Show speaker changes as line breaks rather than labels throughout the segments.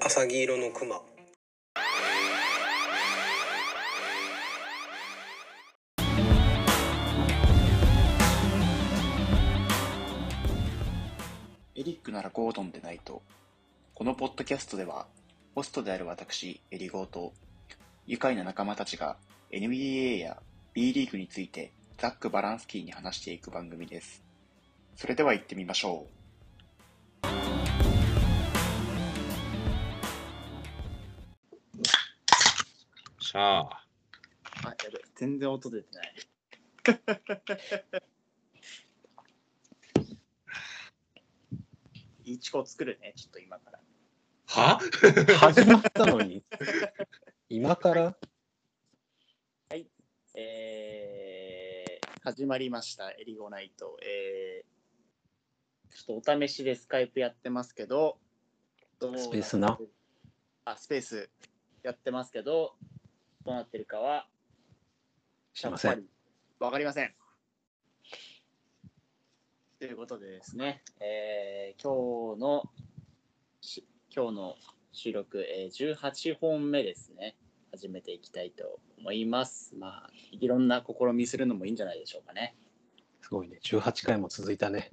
はさぎ色のクマ
エリックならゴードンでないと。このポッドキャストでは、ホストである私、エリゴーと、愉快な仲間たちが NBA や B リーグについてざっくばらんすきーに話していく番組です。それでは行ってみましょう。
しゃあ、
あ、やべ、全然音出て ない。いちこ作るね、ちょっと今から。
は
始まったのに今から
えー、始まりました、エリゴナイト。えー、ちょっとお試しでスカイプやってますけど、どう
スペースな。
あ、スペースやってますけど、どうなってるかは、
知りませ
やっ
ん
ぱ。りわかりません。ということでですね、えー今日のし今日の収録、えー18本目ですね、始めていきたいと思います。まあ、いろんな試みするのもいいんじゃないでしょうかね。
すごいね。18回も続いたね。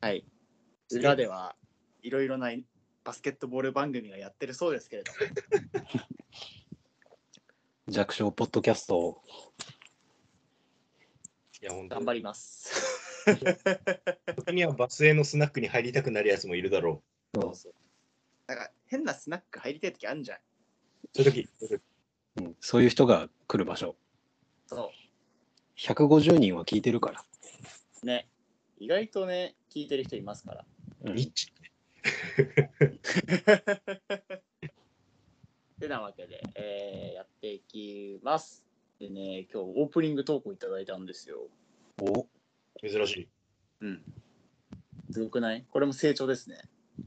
はい。裏ではいろいろなバスケットボール番組がやってるそうですけれども、
弱小ポッドキャストを
いや、本当
頑
に。
張ります。
時にはバスへのスナックに入りたくなるやつもいるだろ
そうそう。なんか変なスナック入りたい時あるんじゃん。
う。そういう時、
うんそういう人が来る場所。
そう。
150人は聞いてるから。
ね、意外とね、聞いてる人いますから。
うん
ニッチ。
てなわけで、えーやっていきます。でね、今日オープニング投稿いただいたんですよ。
お
珍し
うん。すごくないこれも成長ですね。
い。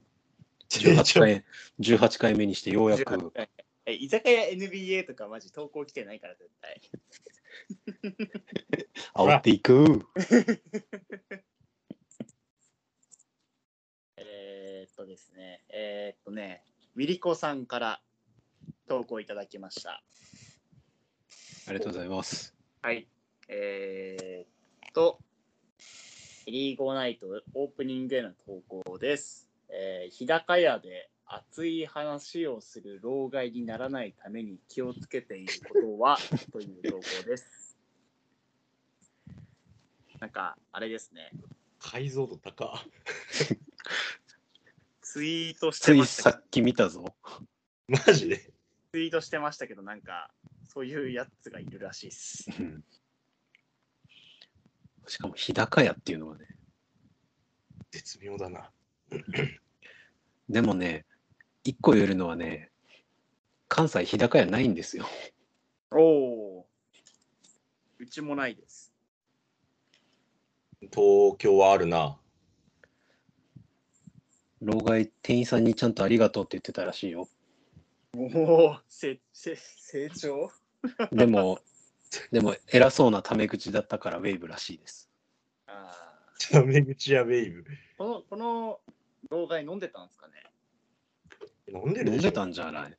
18回、18回目にしてようやく
え居酒屋 NBA とかマジ投稿来てないから絶対。
煽っていく。
えーっとですね、えーっとね、ウィリコさんから投稿いただきました。
ありがとうございます。
はい。えーっと、エリーゴーナイトオープニングへの投稿です。えー日高屋で熱い話をする老害にならないために気をつけていること はという投稿です。なんか、あれですね。
解像度高。
ツイートして
つ
ま
い
し
さ
たけど
っき見たぞ。
マジで。
ツイートしてましたけど、なんか、そういうやつがいるらしいっす。
うんしかも日高屋っていうのはね。
絶妙だな。
でもね、一個言えるのはね、関西日高屋ないんですよ。
おおー。うちもないです。
東京はあるな。
老害店員さんにちゃんとありがとうって言ってたらしいよ。
おお、せ、 せ、成長
でも、でも偉そうなタメ口だったからウェイブらしいです。
ああ。
タメ口やベイブ。
この、この、老害飲んでたんですかね
飲んでる
飲ん
でしょ
でたんじゃない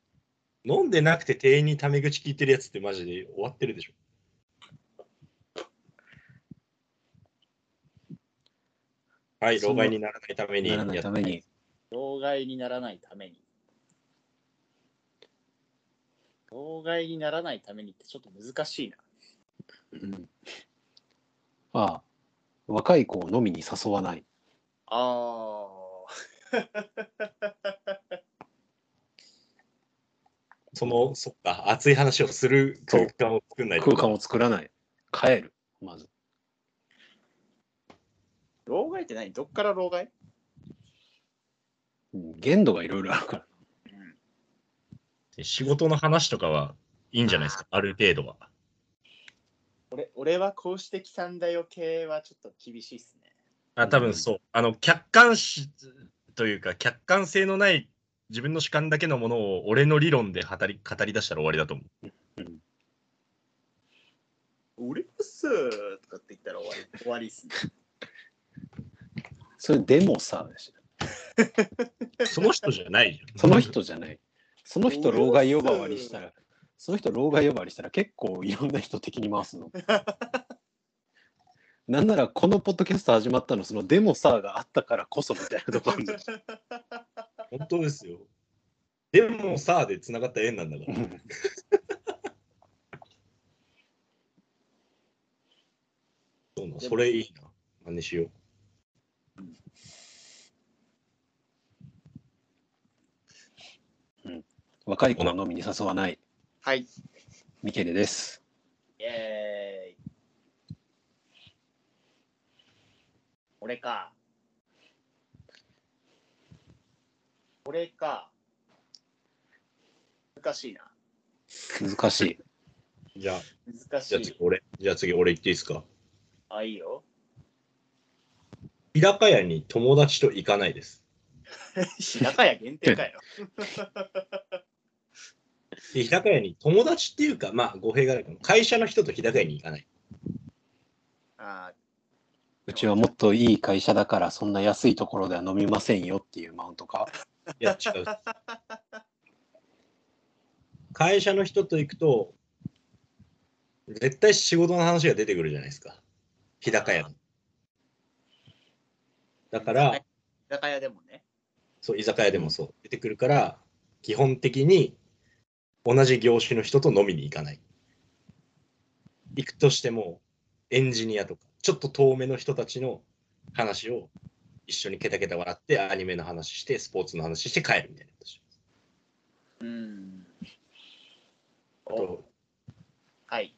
飲んでなくて店員にタメ口聞いてるやつってマジで終わってるでしょ。はい、
そ
老
の
害にならないために
ならないために。
老害にならないために。老害にならないためにってちょっと難しいな。
うんああ、若い子を飲みに誘わない。
あ
その、そっか、熱い話をする空間を作んないと
空間を作らない。帰る。まず。
ー。老害って何どっから老害
うん限度がいろいろあるから。
仕事の話とかはいいんじゃないですか、ある程度は。
俺俺はこうしてきたんだよ系はちょっと厳しいっすね。
あ多分そう、あの客観視というか、客観性のない自分の主観だけのものを俺の理論で語り語り出したら終わりだと思う。
俺もさーとかって言ったら終わり終わりっす ね。
それでもさ、
その人じゃないじゃん。
その人じゃない。その人、老害呼ばわりしたら、その人、老害呼ばわりしたら、結構いろんな人敵に回すの。なんなら、このポッドキャスト始まったの、そのデモさがあったからこそみたいなとこあるんだよ
本当ですよ。でもさあでつながった縁なんだから。そうなのそれいいな。真似しよう。
若い子のみに誘わない、
はい。
ミケレです。
イエーイ。俺か。俺か。難しいな。
難しい。
じゃあ、
難し
じゃあ次
い。
俺。じゃあ次俺言っていいですか。
あ、いいよ。
日高屋に友達と行かないです。
日高屋限定かよ。
で日高屋に友達っていうか、まあ語弊があるかも。会社の人と日高屋に行かない。
あ
うちはもっといい会社だから、そんな安いところでは飲みませんよっていうマウントか。
いや、 違う。会社の人と行くと、絶対仕事の話が出てくるじゃないですか。日高屋の。だから、
はいー、日高屋でもね。
そう、居酒屋でもそう、出てくるから、基本的に同じ業種の人と飲みに行かない。行くとしても、エンジニアとか、ちょっと遠目の人たちの話を一緒にケタケタ笑って、アニメの話して、スポーツの話して帰るみたいなことします
うん。
あと
はい。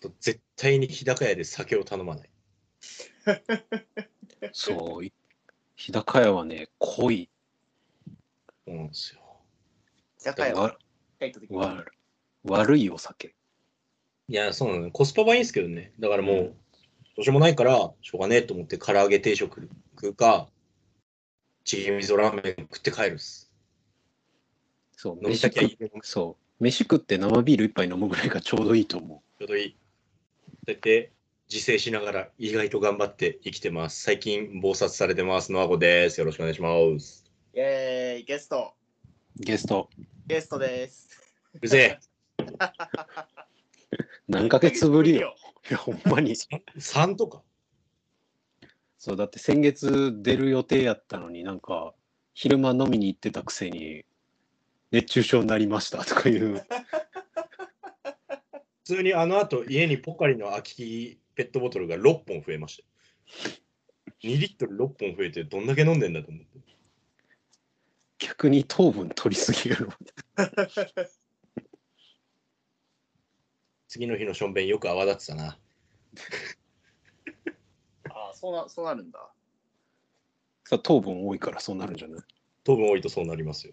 あと絶対に日高屋で酒を頼まない。
そう。い日高屋はね、濃い。
そうなんですよ。
居酒屋は
わ
行った時に
わ悪いお酒。
いや、そうなの。コスパはいいんですけどね。だからもう、
うん
どうしようもないから、しょうがねえと思って、唐揚げ定食食うか、チゲ味噌ラーメン食って帰るっす。
そう、
飲み
飯
先
食
はい
っ
いけど、ち
そう飯食って生ビール一杯飲むぐらいがちょうどいいと思
ょうどいい。そうやって、自制しながら、意外と頑張って生きてます。最近、忙殺されてます。ノアゴです。よろしくお願いします。
イエーイ、ゲスト。
う。ゲスト、
ゲストです。
うるせえ。
何ヶ月ぶりよ。。 いや、ほんまに。
3とか
そう、だって先月出る予定やったのになんか、昼間飲みに行ってたくせに、熱中症になりましたとかいう。
普通にあの後、家にポカリの空きペットボトルが6本増えました。2リットル6本増えて、どんだけ飲んでんだと思って。
逆に糖分取りすぎやろ。
次の日のしょんべんよく泡立ってたな。
ああ、そうな、そうなるんだ。
そう糖分多いからそうなるんじゃない
糖分多いとそうなりますよ。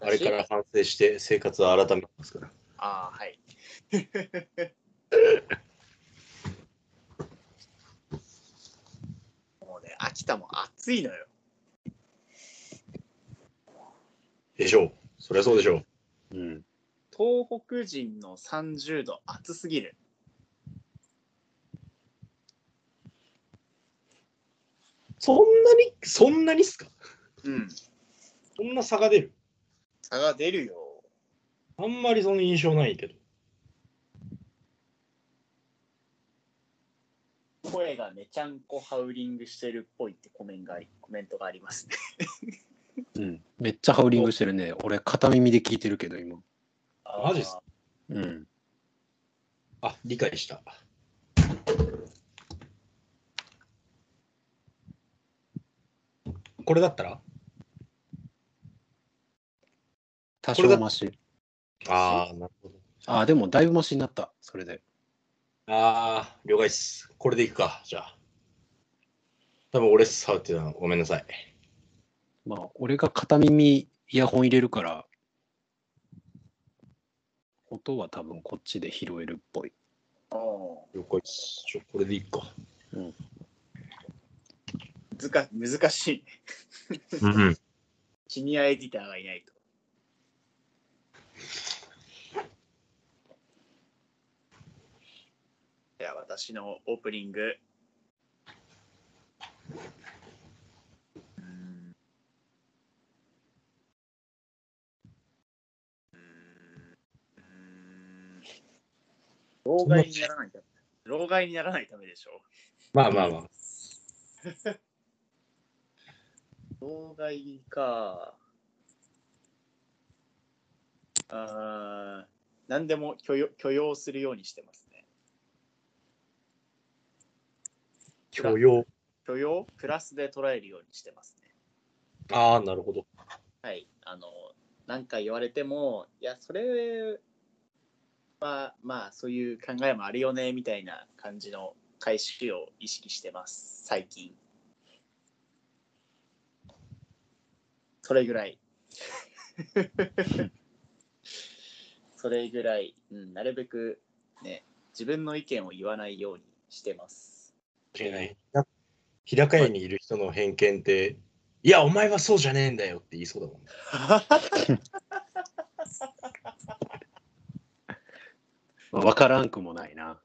あれから反省して生活は改めますから。
ああ、 はい。もうね、秋田も暑いのよ。
でしょう。そりゃそうでしょ
う
う。
ん。
東北人の30度暑すぎる。
そんなに、そんなにっすか
うん。
そんな差が出る
差が出るよ。
あんまりその印象ないけど。
声がめちゃんこハウリングしてるっぽいってコメントがありコメントがありますね。
うん。めっちゃハウリングしてるね。俺、片耳で聞いてるけど、今。
マジっす
あ
うん。
あ、理解した。これだったら
多
これ
少
だ
マシ。
ああ、なるほど。
ああ、でも、だいぶマシになった。それで。
ああ、了解っす。これでいくか、じゃあ。多分俺触ってたの、ごめんなさい。
まあ、俺が片耳イヤホン入れるから、音は多分こっちで拾えるっぽい。
ーお
了解っす。ちょ、これでいくか。
ー難難しいね。
うん。
シニアエディターがいないと。では私のオープニング。うーん老害にならないため。老害にならないためでしょ。
まあまあまあ。
老害か。あー何でも許容許容するようにしてますね。
許容。
許容プラスで捉えるようにしてますね。
ああ、なるほど。
はい。あの、なんか言われても、いや、それは、まあ、そういう考えもあるよね、みたいな感じの回収を意識してます、最近。それぐ らい。それぐらい、うん、なるべくね、自分の意見を言わないようにしてます。
ひら日高屋にいる人の偏見って、いや、お前はそうじゃねえんだよって言いそうだもんね。
まあ、分からんくもないな。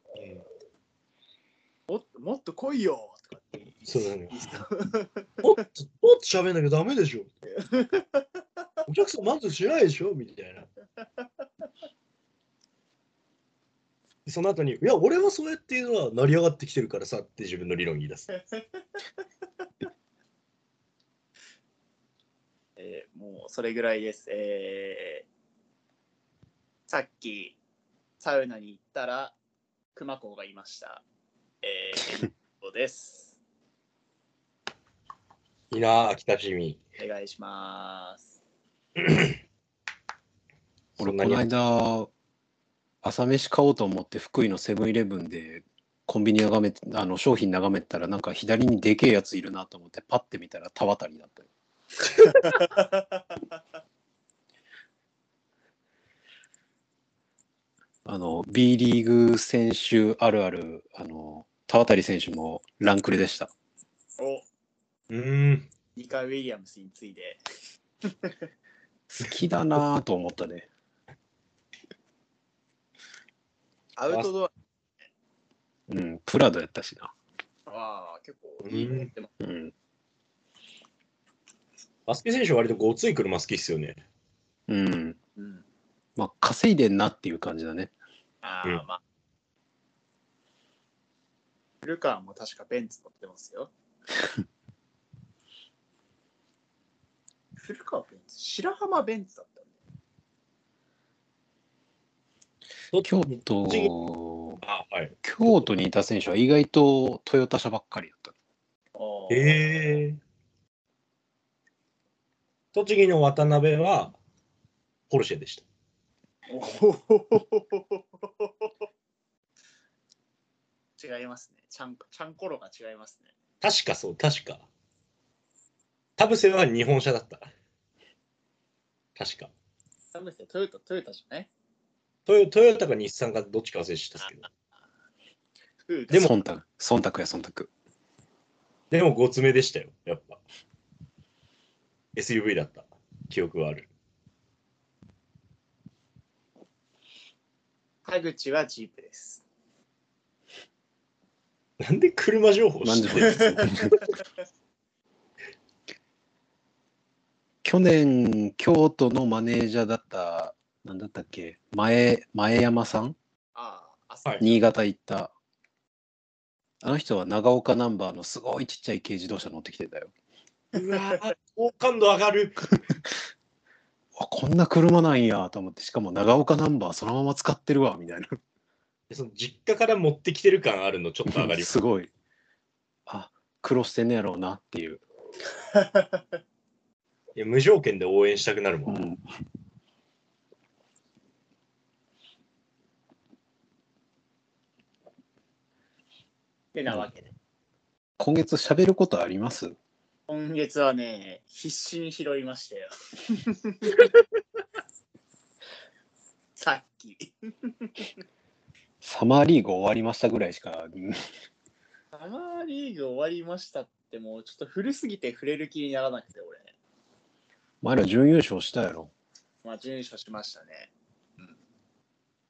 もっともっと来いよとかって
そうだね
言いそう
もっと、もっと喋んなきゃダメでしょ。お客さん満足しないでしょみたいな。その後に、いや、俺はそうやっていうのは成り上がってきてるからさって自分の理論言い出す。
えーもうそれぐらいです。えーさっきサウナに行ったら熊子がいました。えー、そう です。
いいなあ、秋田市民。
お願いします。
俺、
そんな
こ
に
の間、朝飯買おうと思って、福井のセブンイレブンで、コンビニ眺めて、あの商品眺めてたら、なんか左にでけえやついるなと思って、パッて見たら、田渡りだったよ。 あの、B リーグ選手あるある、あの、田渡選手もランクルでした。
お
うーん。
ニカ・ウィリアムスについて。
好きだなぁと思ったね。
アウトド
うん、プラドやったしな。
アは結構いいの持ってます
うん、
バスケ選手は割とごつい車好きっすよね。
うん。
うん
まあ、稼いでんなっていう感じだね。
あ
う
あ、
ん
まあ。古川も確かベンツ乗ってます よ。古川ベンツ白浜ベンツだったんだよ
京
栃木
都、
あ、はい。
京都にいた選手は意外とトヨタ車ばっかりだった。
あー
ええ栃木の渡辺はポルシェでした。
おほほほほほ 違いますね。ちゃんちゃんころが違いますね。
確かそう、確か。田臥は日本車だった。確か。
ダメですよトヨタ、トヨタじゃない
トヨトヨタか日産かどっちか忘れてたんですけど。
古川
でも
忖度、忖度や忖度。
でも、ごつめでしたよ、やっぱ。SUV だった。記憶はある。
田口はジープです。
なんで車情報
なん
知
で
っ
も
てる
去年、京都のマネージャーだった、なんだったっけ、前、前山さん
ああ、朝、
はい
新潟行った。あの人は長岡ナンバーのすごいちっちゃい軽自動車乗ってきてたよ。
うわー好感度上がる。
あこんな車なんやと思って、しかも長岡ナンバーそのまま使ってるわ、みたいな。
その実家から持ってきてる感あるの、ちょっと上がります。
すごい。あ、苦労してんねやろうなっていう。
いや無条件で応援したくなる
う
もん。
ん。
てなわけで。
今月喋ることあります
今月はね、必死に拾いました よ。さっき。
サマーリーグ終わりましたぐらいしか。うん
サマーリーグ終わりましたって、もうちょっと古すぎて触れる気にならなくて、俺。
お前ら準優勝したやろ。
まあ、準優勝しましたね。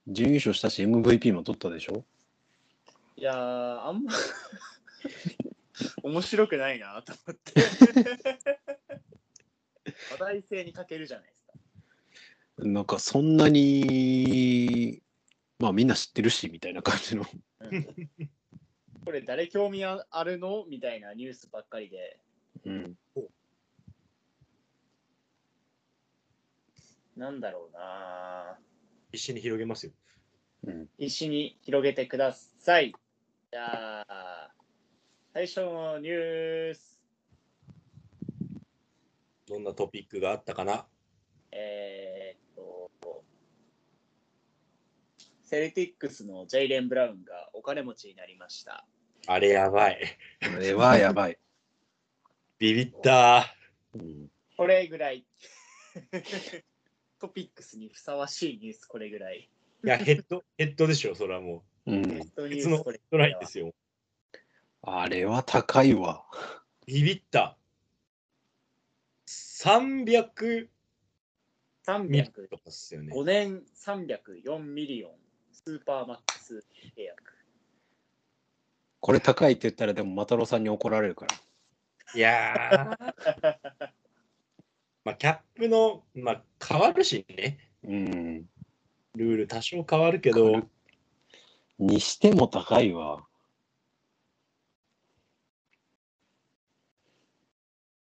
準優勝したし MVP も取ったでしょ
いやー、あんま 面白くないなと思って。話題性に欠けるじゃないですか。
なんかそんなにまあみんな知ってるしみたいな感じの
これ誰興味ああるのみたいなニュースばっかりで、
うん
なんだろうな
一緒に広げますよ。
うん
必死に広げてください。じゃあ、最初のニュース、
どんなトピックがあったかな
えーっと、セルティックスのジェイレン・ブラウンがお金持ちになりました。
あれやばい。
あれはやばい、
ビビった
うん
これぐらい。 トピックスにふさわしいニュース、これぐらい。
ー。 いや、ヘッド、ヘッドでしょ、それはも
うん、
そう
う。
ニュ
別
ー
の
スこれ
ヘッド
ぐ
ラ
ら
イ
い
ン
は
ですよ。
あれは高いわ
ビビった。300
305
ミリとかっすよね。
年304ミリオン、スーパーマックス契約。
これ高いって言ったらでもマタロウさんに怒られるから
いやー。 まあ、キャップの、まあ、変わるしね。
うん
ルール多少変わるけど、
にしても高いわ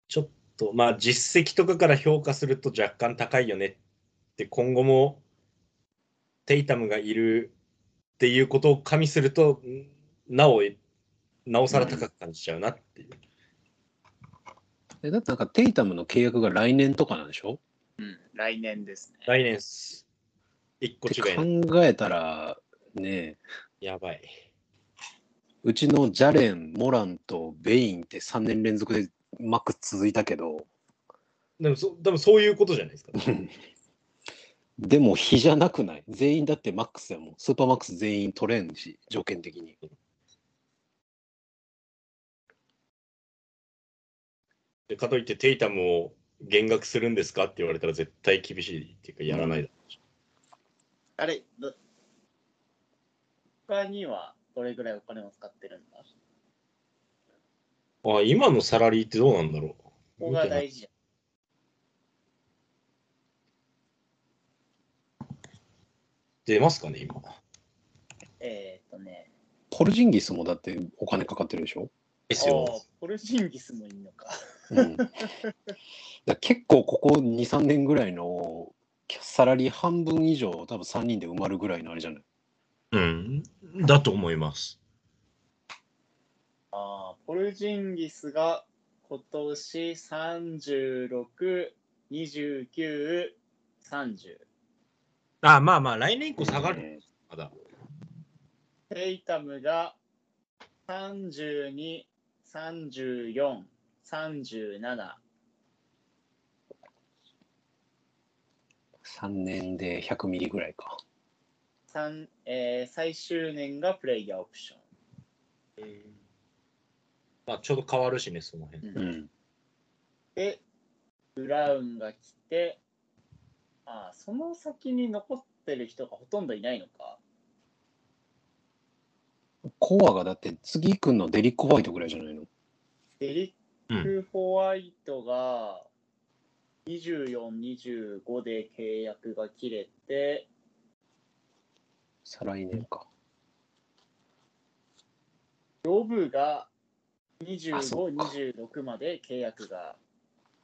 ちょっと、まあ、実績とかから評価すると若干高いよねって、今後もテイタムがいるっていうことを加味すると、んなお、なおさら高く感じちゃうなっていう。
えだってなんかテイタムの契約が来年とかなんでしょ
うん、来年ですね。
来年っす、一個
って
違いな。
考えたらね
やばい。
うちのジャレンモランとベインって3年連続でマックス続いたけど
でもそ、でもそういうことじゃないですか。
でも比じゃなくない全員だってマックスやもんスーパーマックス全員取れんし条件的に
でかといって、テイタムを減額するんですかって言われたら絶対厳しいっていうか、やらないだろうし
あれ、ど他にはどれぐらいお金を使ってるんだ
あ今のサラリーってどうなんだろう
ここが大事じ
出ますかね、今。
ゃん。えーっとね、
ポルジンギスもだってお金かかってるでしょ、
です
あ
よ
あ。ポルジンギスもいいのか。
うん、 だから結構ここ23年ぐらいのサラリー半分以上多分3人で埋まるぐらいのあれじゃない
うん。だと思います。
ああ、ポルジンギスが今年36、29、30。
あまあまあ、来年以降下がる。
る、
まだ。
テイタムが32、34、37。
3年で100ミリぐらいか
三えー最終年がプレイヤーオプシ
まあ、ちょうど変わるしね、その辺。
ョン。
うん
で、ブラウンが来て、ああ、その先に残ってる人がほとんどいないのか。
コアがだって次行くのデリック・ホワイトぐらいじゃないの
デリック・ホワイトが24、25で契約が切れて、
再来年か
ロブが
あそ
25、
っか
26まで契約が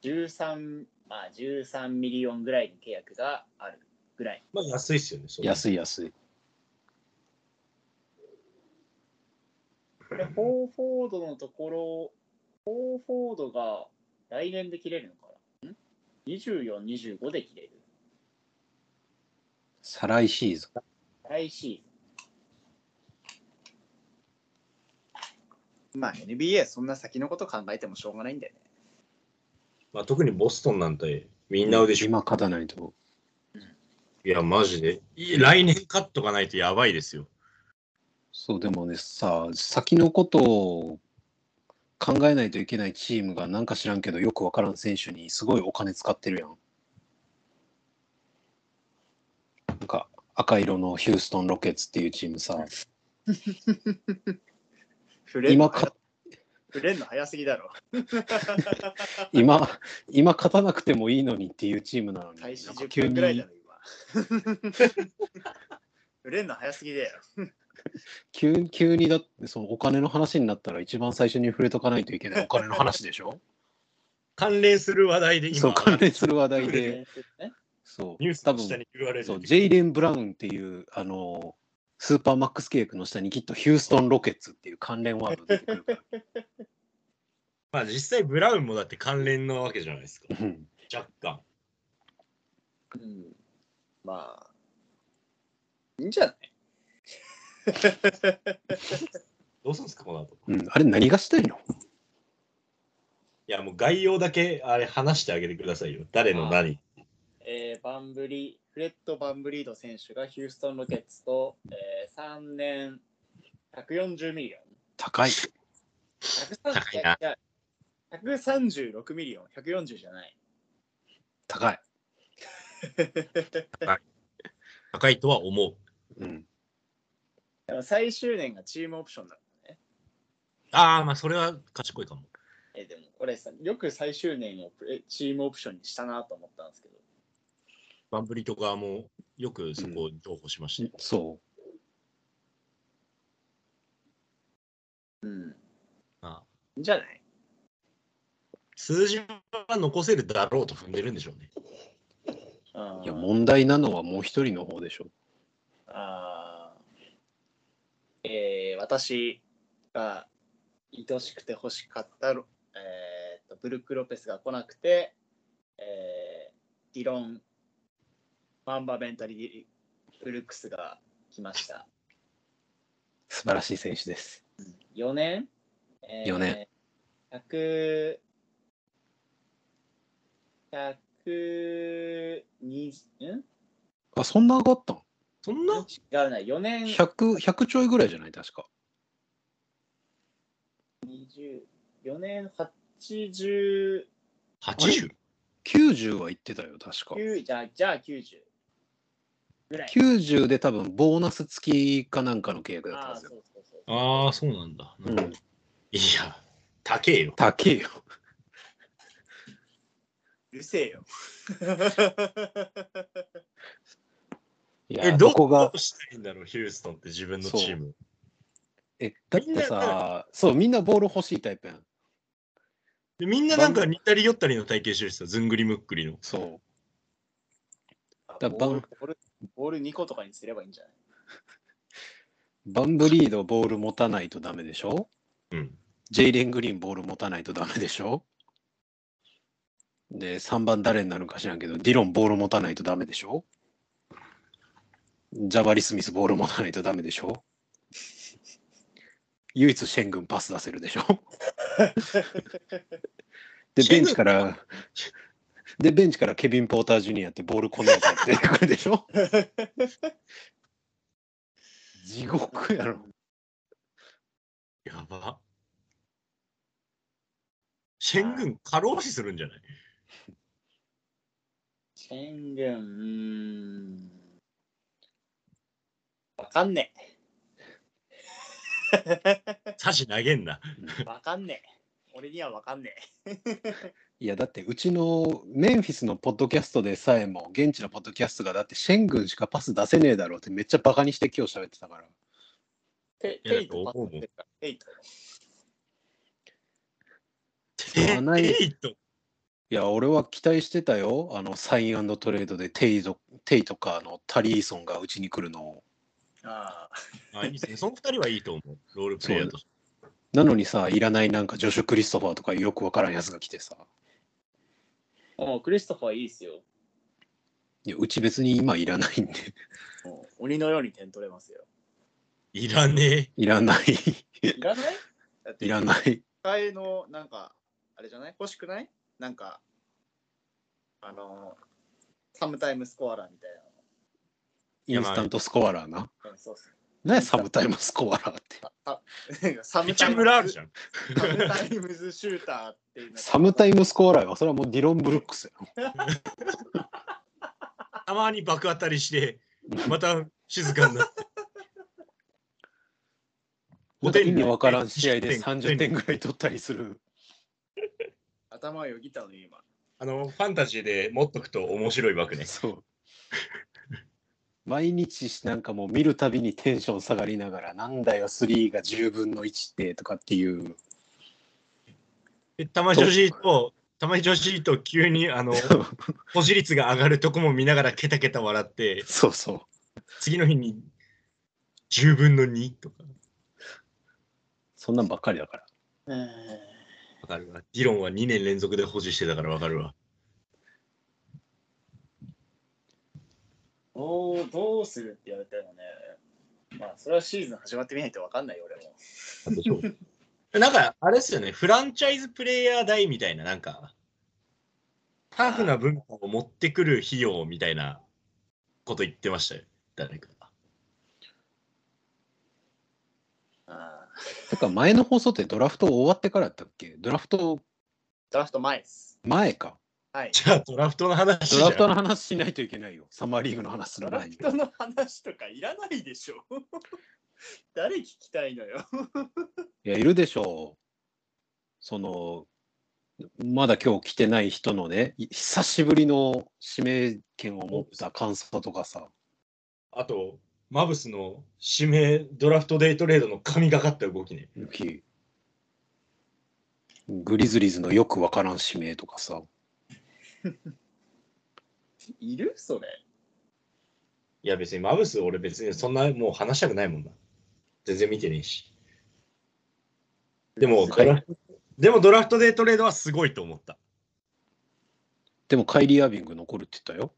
13、まあ13ミリオンぐらいの契約があるぐらい。
まあ、安いっすよね。そう
安い安い
これ、フォーフォードのところ、フォーフォードが来年で切れるのかな ?24、25で切れる。
再来シーズ
来シーズン。まあ NBA そんな先のこと考えてもしょうがないんだよね。
まあ、特にボストンなんて、み
ン
んなでしょ。
今勝たないと
いや、マジで。い来年勝っとかないとやばいですよ。
そうでもねさ先のことを考えないといけないチームがなんか知らんけどよくわからん選手にすごいお金使ってるやん。なんか赤色のヒューストン・ロケッツっていうチームさ
触
今か
触れんの早すぎだろ。
今今勝たなくてもいいのにっていうチームなのに
開始
なんか
10
急
分
に
ぐらいだろ、今。売れんの早すぎだよ。
急急にだってそのお金の話になったら一番最初に触れとかないといけないお金の話でしょ
関連する話題で 今、
そう関連する話題
触れ
で
ね
そう
ニュース
多
の下
分
に URL
そうジ
で
ェイレン・ブラウンっていうあのスーパーマックス契約の下にきっとヒューストン・ロケッツっていう関連ワード出てくるから
まあ実際ブラウンもだって関連なわけじゃないですか。
うん
若干。
うん、まあ、いいんじゃない
どうするんですか、この後。い
うんあれ何がしたいの
や、もう概要だけあれ話してあげてくださいよ。誰の何。
えーバンブリーフレッド・バンブリード選手がヒューストン・ロケッツと、えー3年140ミリオン
高い
高いな
130いや136ミリオン140じゃない
高い、
高いとは思う。
うん、
でも最終年がチームオプションだ
ああ、まあそれは賢いかも。
えーでもこれさよく最終年をプレチームオプションにしたなと思ったんですけど
バンブリとかもよくそこを譲歩しましたよ、
そ
うん
まあ
いいんじゃない
数字は残せるだろうと踏んでるんでしょうね。
あ
う
ー
いや問題なのはもう一人の方でしょ
あーえー私が愛しくて欲しかったロ、えーっとブルック・ロペスが来なくて、えー、ディロン・バンバメンタリー・ブルックスが来ました。
素晴らしい選手です
4年、え
四年。
100 120ん
あそんな上がったん
そん
違
な
うな4年
100, 100ちょいぐらいじゃない確か
4年80
80?
90は言ってたよ確か
9じゃあじゃあ90ぐらい。
90で多分ボーナス付きかなんかの契約だった
あ
は
あ、
ず
そう
よ、
そうそうそう。
ああ、そうなんだ。
う
い
ん、
や、高えよ。
高えよ
うるせえよ。
い
え、
や
ど
そこが
どうしたいんだろう、ヒューストンって自分のチーム。
えだってさそうみんなボール欲しいタイプやん
でみんななんか似たり寄ったりの体型してる人、ずんぐりむっくりの。
そう
ボ
だ
ールボールボール2個とかにすればいいんじゃない
バンブリードボール持たないとダメでしょ
うん。
ジェイレン・グリーンボール持たないとダメでしょで、3番誰になるか知らんけど、ディロンボール持たないとダメでしょジャバリ・スミスボール持たないとダメでしょ唯一シェン軍パス出せるでしょで、ベンチから、で、ベンチからケビン・ポーター・ジュニアってボールこないと出てくるでしょ地獄やろ。
やば。シェン軍過労死するんじゃない
チェンゲン、うーん。わかんね
差し投げんな。
え。わかんねえ。俺にはわかんね
いやだってうちのメンフィスのポッドキャストでさえも現地のポッドキャストがだってシェン軍しかパス出せねえだろうってめっちゃバカにして今日喋ってたから
え。ペ
いや
ペイト
だって思うもん
ペイト。
使わない
えいと。
いや俺は期待してたよあのサイントレードでテイドテイとかあのタリーソンがうちに来るのを
ああ。
あ、いいですね。その二人はいいと思う。ロールプレイヤーとして。
なのにさいらないなんかジョシュ・クリストファーとかいうよくわからんやつが来てさ
もうクリストファーいいっすよ。
いやうち別に今いらないんで
もう鬼のように点取れますよ。
いらね
いら ない
いらないだって
いらない
使いのなんかあれじゃない欲しくないなんかあのーサムタイムスコアラーみたい
インスタントスコアラーな
な、うん、そうっす
何やサブタイムスコアラーって
サ
え。
ム
め
タ
ちゃ
イム
むらあるじゃん。
サムタイムズシューターっていうの
サムタイムスコアラーはそれはもうディロン・ブルックスやろ
たまに爆当たりして、また静かになって。
なんか意味わからん試合で30点ぐらい取ったりする。
頭をよぎったの今
あの、ファンタジーで持っとくと面白いわけね。
そう。毎日なんかもう見るたびにテンション下がりながら、なんだよ、3が10分の1ってとかって いう、
でたまに調子いいと、たまに調子いいと、急にあの保持率が上がるとこも見ながら、ケタケタ笑って、
そうそう。
次の日に10分の2とか。
そんなんばっかりだから。
うん
わかるわ。議論は2年連続で保持してたからわかるわ。
どうどうするって言われてもね、まあ、それはシーズン始まってみないと分かんないよ、俺も。
なんか、あれですよね、フランチャイズプレイヤー代みたいな、なんか、タフな文化を持ってくる費用みたいなこと言ってましたよ、誰か。
あー
てか前の放送ってドラフト終わってからだったっけドラフト
ドラフト前です。
前か。
はい。
じゃあ、ドラフトの話
ド
じゃ
ラ
ん
フトの話しないといけないよ。サマーリーグの話す
ド
る
ラ
前
フ
に。
トの話とかいらないでしょ。 誰聞きたいのよ。
いや、いるでしょう。その、まだ今日来てない人のね、い久しぶりの指名権を持った感想とかさ、
あと、マブスの指名ドラフトデイトレードの神がかった動きね。
きグリズリーズのよくわからん指名とかさ、
いるそれ。
いや、別にマブス、俺別にそんなもう話したくないもんな。全然見てねえし。でも、ドラフトでもドラフトデイトレードはすごいと思った。
でもカイリー・アービング残るって言ったよ。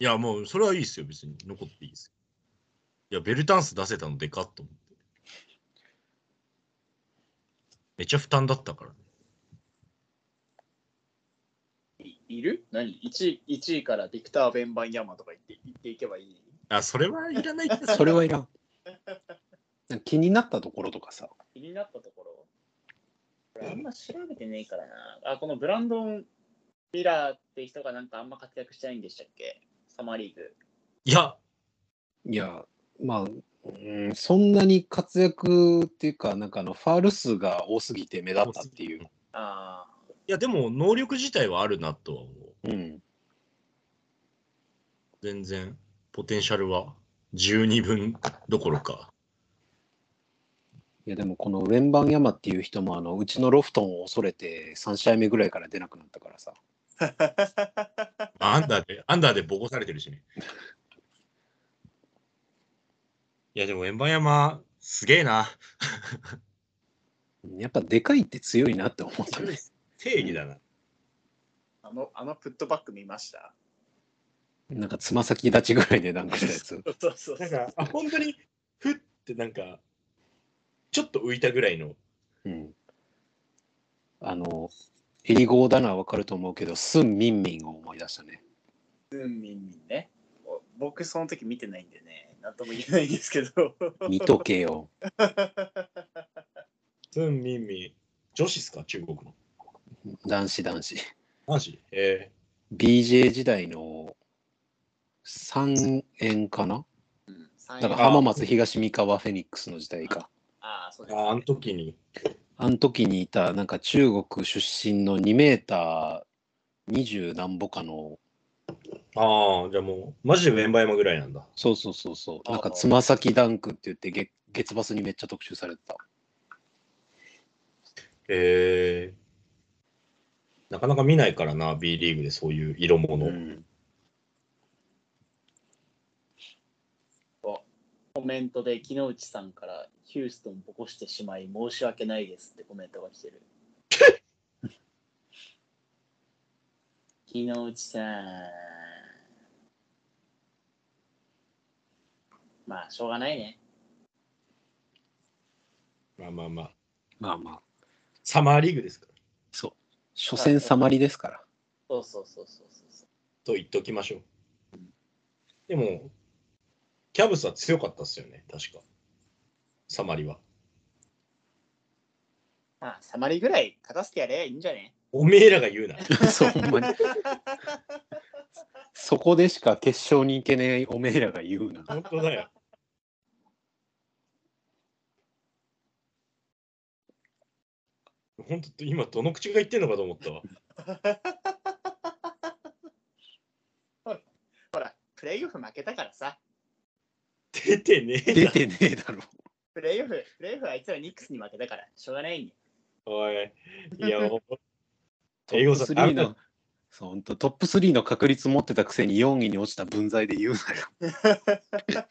いや、もうそれはいいですよ、別に。残っていいですよ。いや、ベルタンス出せたのでかっと思って。めちゃ負担だったから、ね。
いいる何 ?1 位 ?1 位からビクター・ベンバン・ヤマとか言って言っていけばいい。
あ、それはいらないです。
それはいらん。なんか気になったところとかさ、
気になったところ俺あんま調べてねえからな。あ、このブランドン・ミラーって人がなんかあんま活躍してないんでしたっけサマーリーグ。
いや、
いや、まあ、うんそんなに活躍っていうか、なんかあのファール数が多すぎて目立ったっていう。
ああ。
いや、でも能力自体はあるなとは思う。
うん、
全然、ポテンシャルは12分どころか。
いやでもこのウェンバンヤマっていう人もあのうちのロフトンを恐れて3試合目ぐらいから出なくなったからさ
アンダーで、アンダーでボコされてるしね。いや、でも、円盤山、すげえな。
やっぱでかいって強いなって思った ね
定義だな。
あの、あのプットバック見ました。
なんかつま先立ちぐらいでなんかしたやつ
そうそう
なんか、あ、本当に、ふってなんか、ちょっと浮いたぐらいの。
うんあのエリゴーだなわかると思うけどスン・ミンミンを思い出したね
うん、みんみんね。お僕、その時見てないんでね、なんとも言えないんですけど。
見とけよ
ツンミンミン、女子っすか中国の。
男子男子
男子え
BJ 時代の3円かな
三
だ
位
から浜松東三河フェニックスの時代か
ああ、そう
ー、
です、
あ、あの
ね。
時に。
あの時にいたなんか中国出身の2メーター20何歩かの
ああ、じゃあもう、マジで円盤山ぐらいなんだ。
そうそうそうそう
あ
なんかつま先ダンクって言って月月バスにめっちゃ特集されてた
えー。なかなか見ないからな、B リーグでそういう色物。
うん
コメントで、木之内さんから、ヒューストンぼこしてしまい、申し訳ないですってコメントが来てる。 木之内さん。まあ、しょうがないね。
まあまあまあ。
まあまあ
サマーリーグですから。
そう所詮サマリですから
そうそうそうそうそうそう。
と言っておきましょう。でも、キャブスは強かったっすよね、確か。サマリは。
まあ、サマリぐらい勝たせてやればいいんじゃね
おめえらが言うな。
そうほんまにそこでしか決勝に行けねえおめえらが言うな
本当だよ。本当今どの口が言ってんのかと思ったわ。
ほら、プレイオフ負けたからさ、
出てねえ
出
じゃん。
てねえだろ。
プレイオフ、プレイオフあいつらニックスに負けたから、しょうがないんよ。
おい。いや、もう
ト
英
ッ
語
プ
さ
3
あな
の、そう、本当トップ3の確率持ってたくせに4位に落ちた分際で言うなよ。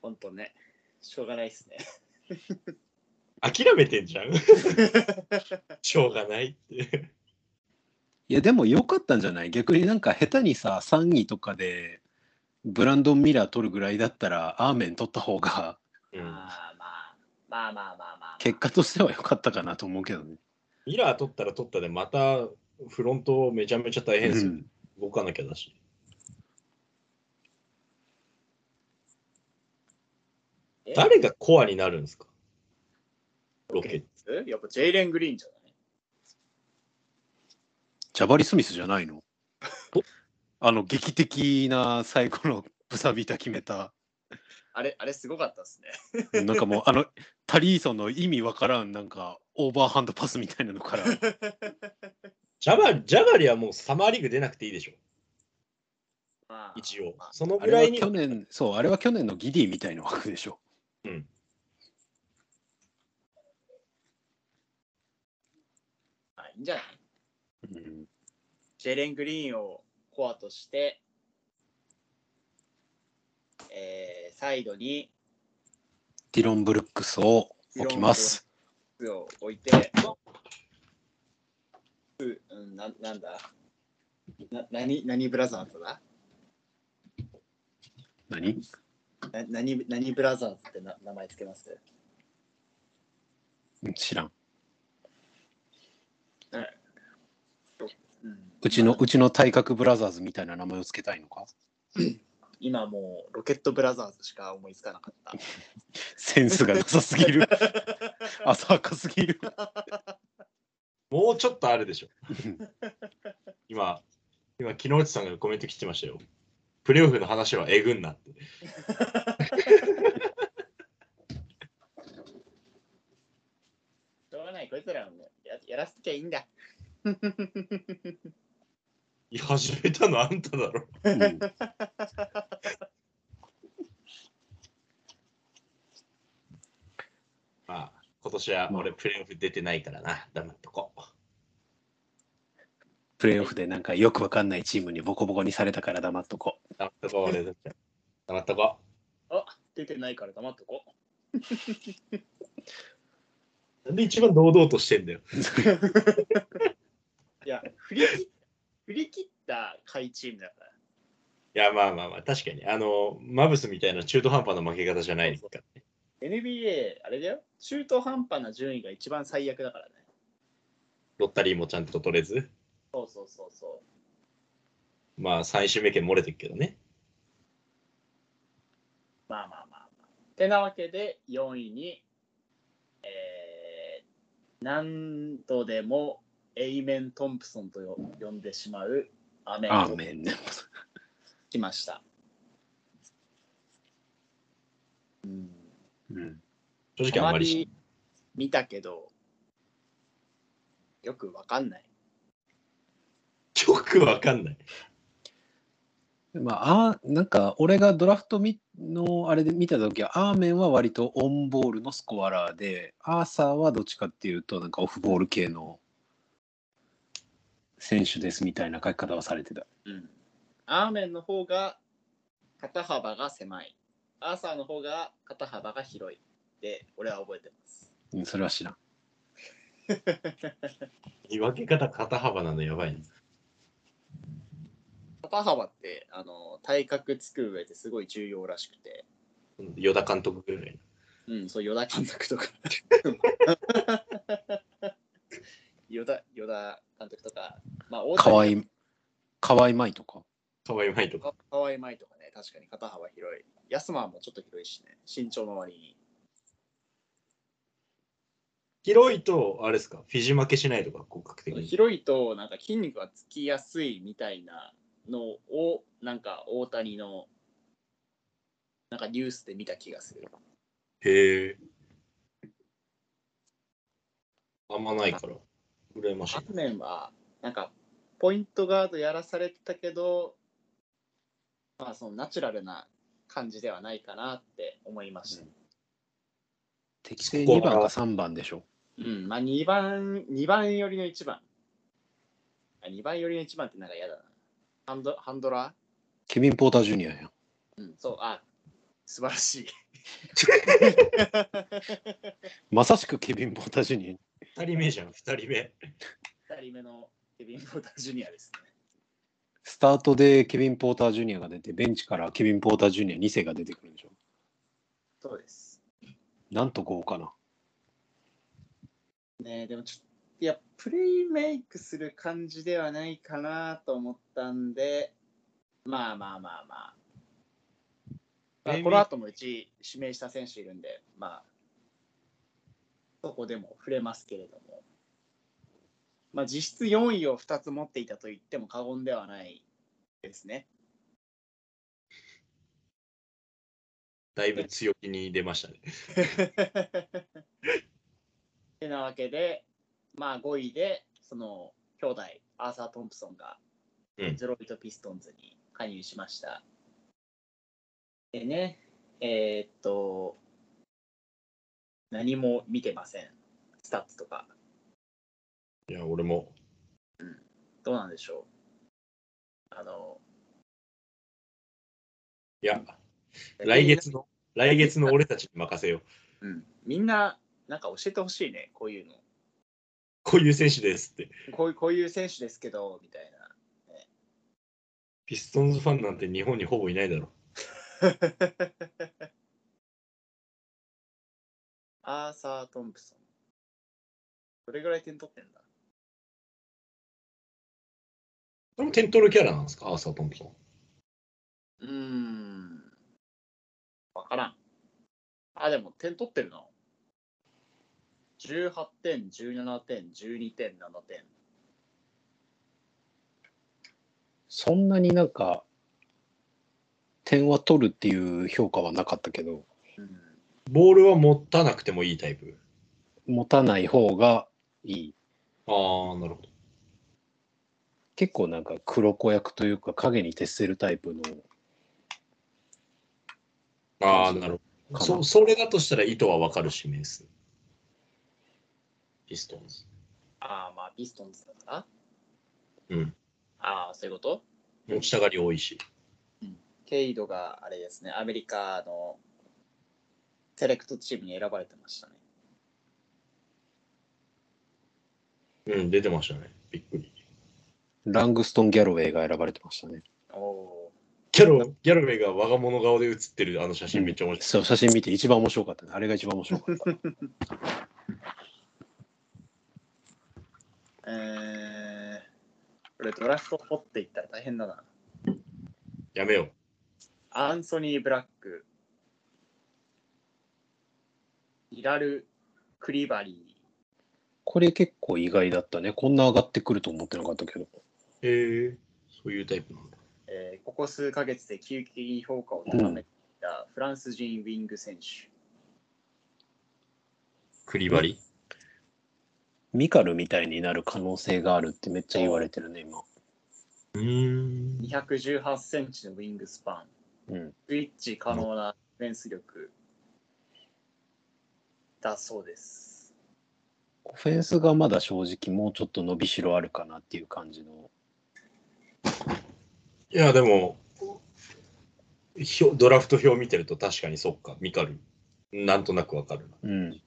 ほんとね、しょうがないっすね。
諦めてんじゃん。 しょうがないって。
いや、でも良かったんじゃない逆になんか下手にさ、3位とかで、ブランドン・ミラー取るぐらいだったら、アーメン取った方が、
うん
あーまあまあまあまあまあまあ。
結果としては良かったかなと思うけどね。
ミラー取ったら取ったで、またフロントめちゃめちゃ大変です
う
よ。
ん
動かなきゃだし。
え
誰がコアになるんですかロケット。
えやっぱジェイレン・グリーンじゃない
ジャバリ・スミスじゃないの
お
あの、劇的な最後のブサビタ決めた、
あれ、あれすごかったっすね。
なんかもう、あの、タリーソンの意味わからん、なんか、オーバーハンドパスみたいなのから、
ジャバリ、ジャバリはもうサマーリーグ出なくていいでしょ。
まあ、
一応
ま。あ
その
あ
ぐ
れ
ら
はい
に
去年、そう、あれは去年のギディみたいな枠でしょ。
うん
まあいいんじゃない
うん
ジェイレン・グリーンをコアとして、えー、サイドに
ディロン・ブルックスを置きます。
靴を置いて、ううん、ななんだな何何ブラザーズだ
何
な何何ブラザーズってな名前つけます
うん知らん。
うん
うちの、うちの体格ブラザーズみたいな名前をつけたいのか
今もうロケットブラザーズしか思いつかなかっ
センスがなさすぎ る。浅はかすぎる。
もうちょっとあるでしょ。今、今、木之内さんがコメント来てましたよ。プレーオフの話はえぐんなって。
た。しょうがない、こいつらもややらせてきゃいいんだ。
いや始めたのあんただろ。
うん
まあ、今年は俺プレーオフ出てないからな。黙っとこう。
プレーオフでなんかよくわかんないチームにボコボコにされたから黙っとこ
黙っとこう、俺だって。黙っとこ
出てないから黙っとこう。
う。なんで一番堂々としてんだよ。
いや、振り切っ 振り切った下位チームだから。
いや、まあまあまあ、確かに。あの、マブスみたいな中途半端な負け方じゃないですからね。
NBA、あれだよ、中途半端な順位が一番最悪だからね。
ロッタリーもちゃんと取れず。
そうそうそうそ
まあ、最終目権漏れてるけどね。
う。まあまあまあ、まあ。てなわけで、4位に、えー、何度でもエイメン・トンプソンとよ呼んでしまうアメ
う。
ン
アー
を
メンね。
来ました。うん、
うん
正直
あ
あ
ま
んまりし
り見たけど、よくわかんない。
よくわかんない。
まあ、あーなんか俺がドラフトみのあれで見た時はアーメンは割とオンボールのスコアラーでアーサーはどっちかっていうとなんかオフボール系の選手ですみたいな書き方はされてた。
うん、アーメンの方が肩幅が狭い。アーサーの方が肩幅が広い。で、俺は覚えてます。
うんそれは知らん。
見分け方、肩幅なのやばいな。
肩幅ってあの体格つく上ですごい重要らしくて、
与田監督ぐらいの。
うん、そう、与田監督とか。 与田与田監督とか、まあ、大
か
谷
わいい、かわいまいとか。
かわいまいとか。
かわいまいとかね、確かに肩幅広い。安間もちょっと広いしね、身長の割に。
広いと、あれですか、フィジ負けしないとか、骨格的に。
広いとなんか筋肉がつきやすいみたいなのをなんか大谷のなんかニュースで見た気がする。
へえ。あんまないから、羨ましい
ア。ーメンはなんかポイントガードやらされてたけど、まあ、そのナチュラルな感じではないかなって思いました。
適正2番か3番でしょ。
うん、まあ2番、二番寄りの1番。あ2番寄りの1番ってなんか嫌だな。ハンドハンドラ
ケビン・ポーター・ジュニアやん。
ーうん、そう、あ、素晴らし い。
まさしくケビン・ポーター・ジュニア。
2人目じゃん、2人目。
2人目のケビン・ポーター・ジュニアですね。
スタートでケビン・ポーター・ジュニアが出て、ベンチからケビン・ポーター・ジュニア2世が出てくるんでしょ。
そうです。
なんと豪華な。
ねえでもちょっと、いや、プレイメイクする感じではないかなと思ったんで、まあまあまあまあ。まあ、この後もうち指名した選手いるんで、まあ、そこでも触れますけれども、まあ、実質4位を2つ持っていたと言っても過言ではないですね。
だいぶ強気に出ましたね。
てなわけで、まあ、5位で、その兄弟、アーサー・トンプソンが
うん
デロイト・ピストンズに加入しました。でね、えーっと、何も見てません、スタッツとか。
いや、俺も。
どうなんでしょう。あの
いや、来月の、来月の俺たちに任せよう。
うん、みんな、なんか教えてほしいね、こういうの。
こういう選手ですって。
こういうこういう選手ですけど、みたいな。
ピストンズファンなんて日本にほぼいないだろ。
アーサー・トンプソン。どれぐらい点取ってんだ
でも点取るキャラなんですか、アーサー・トンプソン。
うーん。わからん。あ、でも点取ってるな。18点、17点、12点、7点。
そんなになんか、点は取るっていう評価はなかったけど、
うん、
ボールは持たなくてもいいタイプ。
持たない方がいい。
ああ、なるほど。
結構なんか黒子役というか影に徹せるタイプの
ああ、なるほど。
か
そそれだとしたら意図はわかるし、メンス。ピストンズ。
ああ、まあ、ピストンズだから。
うん。
ああ、そういうこと
持ちたがり多いし。
ケイドがあれですね、アメリカのセレクトチームに選ばれてましたね。
うん、出てましたね。びっくり。
ラングストン・ギャロウェイが選ばれてましたね。
おお
ギャロギャロウェイが我が物顔で写ってるあの写真めっちゃ面白い。
そう写真見て一番面白かったね。あれが一番面白かった。
ー。えー、これドラフト掘っていったら大変だな。
やめよう。
アンソニー・ブラック、イラル・クリバリ
これ結構意外だったね。こんな上がってくると思ってなかったけど。
へえ、そういうタイプなんだ。
ー、えーここ数ヶ月で急激に評価を高めていたフランス人ウィング選手。
クリバリ
ミカルみたいになる可能性があるってめっちゃ言われてるね、今。
うーん。
218センチのウィングスパン、
うん。
スイッチ可能なディフェンス力だそうです。
オフェンスがまだ正直もうちょっと伸びしろあるかなっていう感じの。
いや、でも、ひょドラフト表見てると確かにそっか、ミカル。なんとなくわかるな。
うん。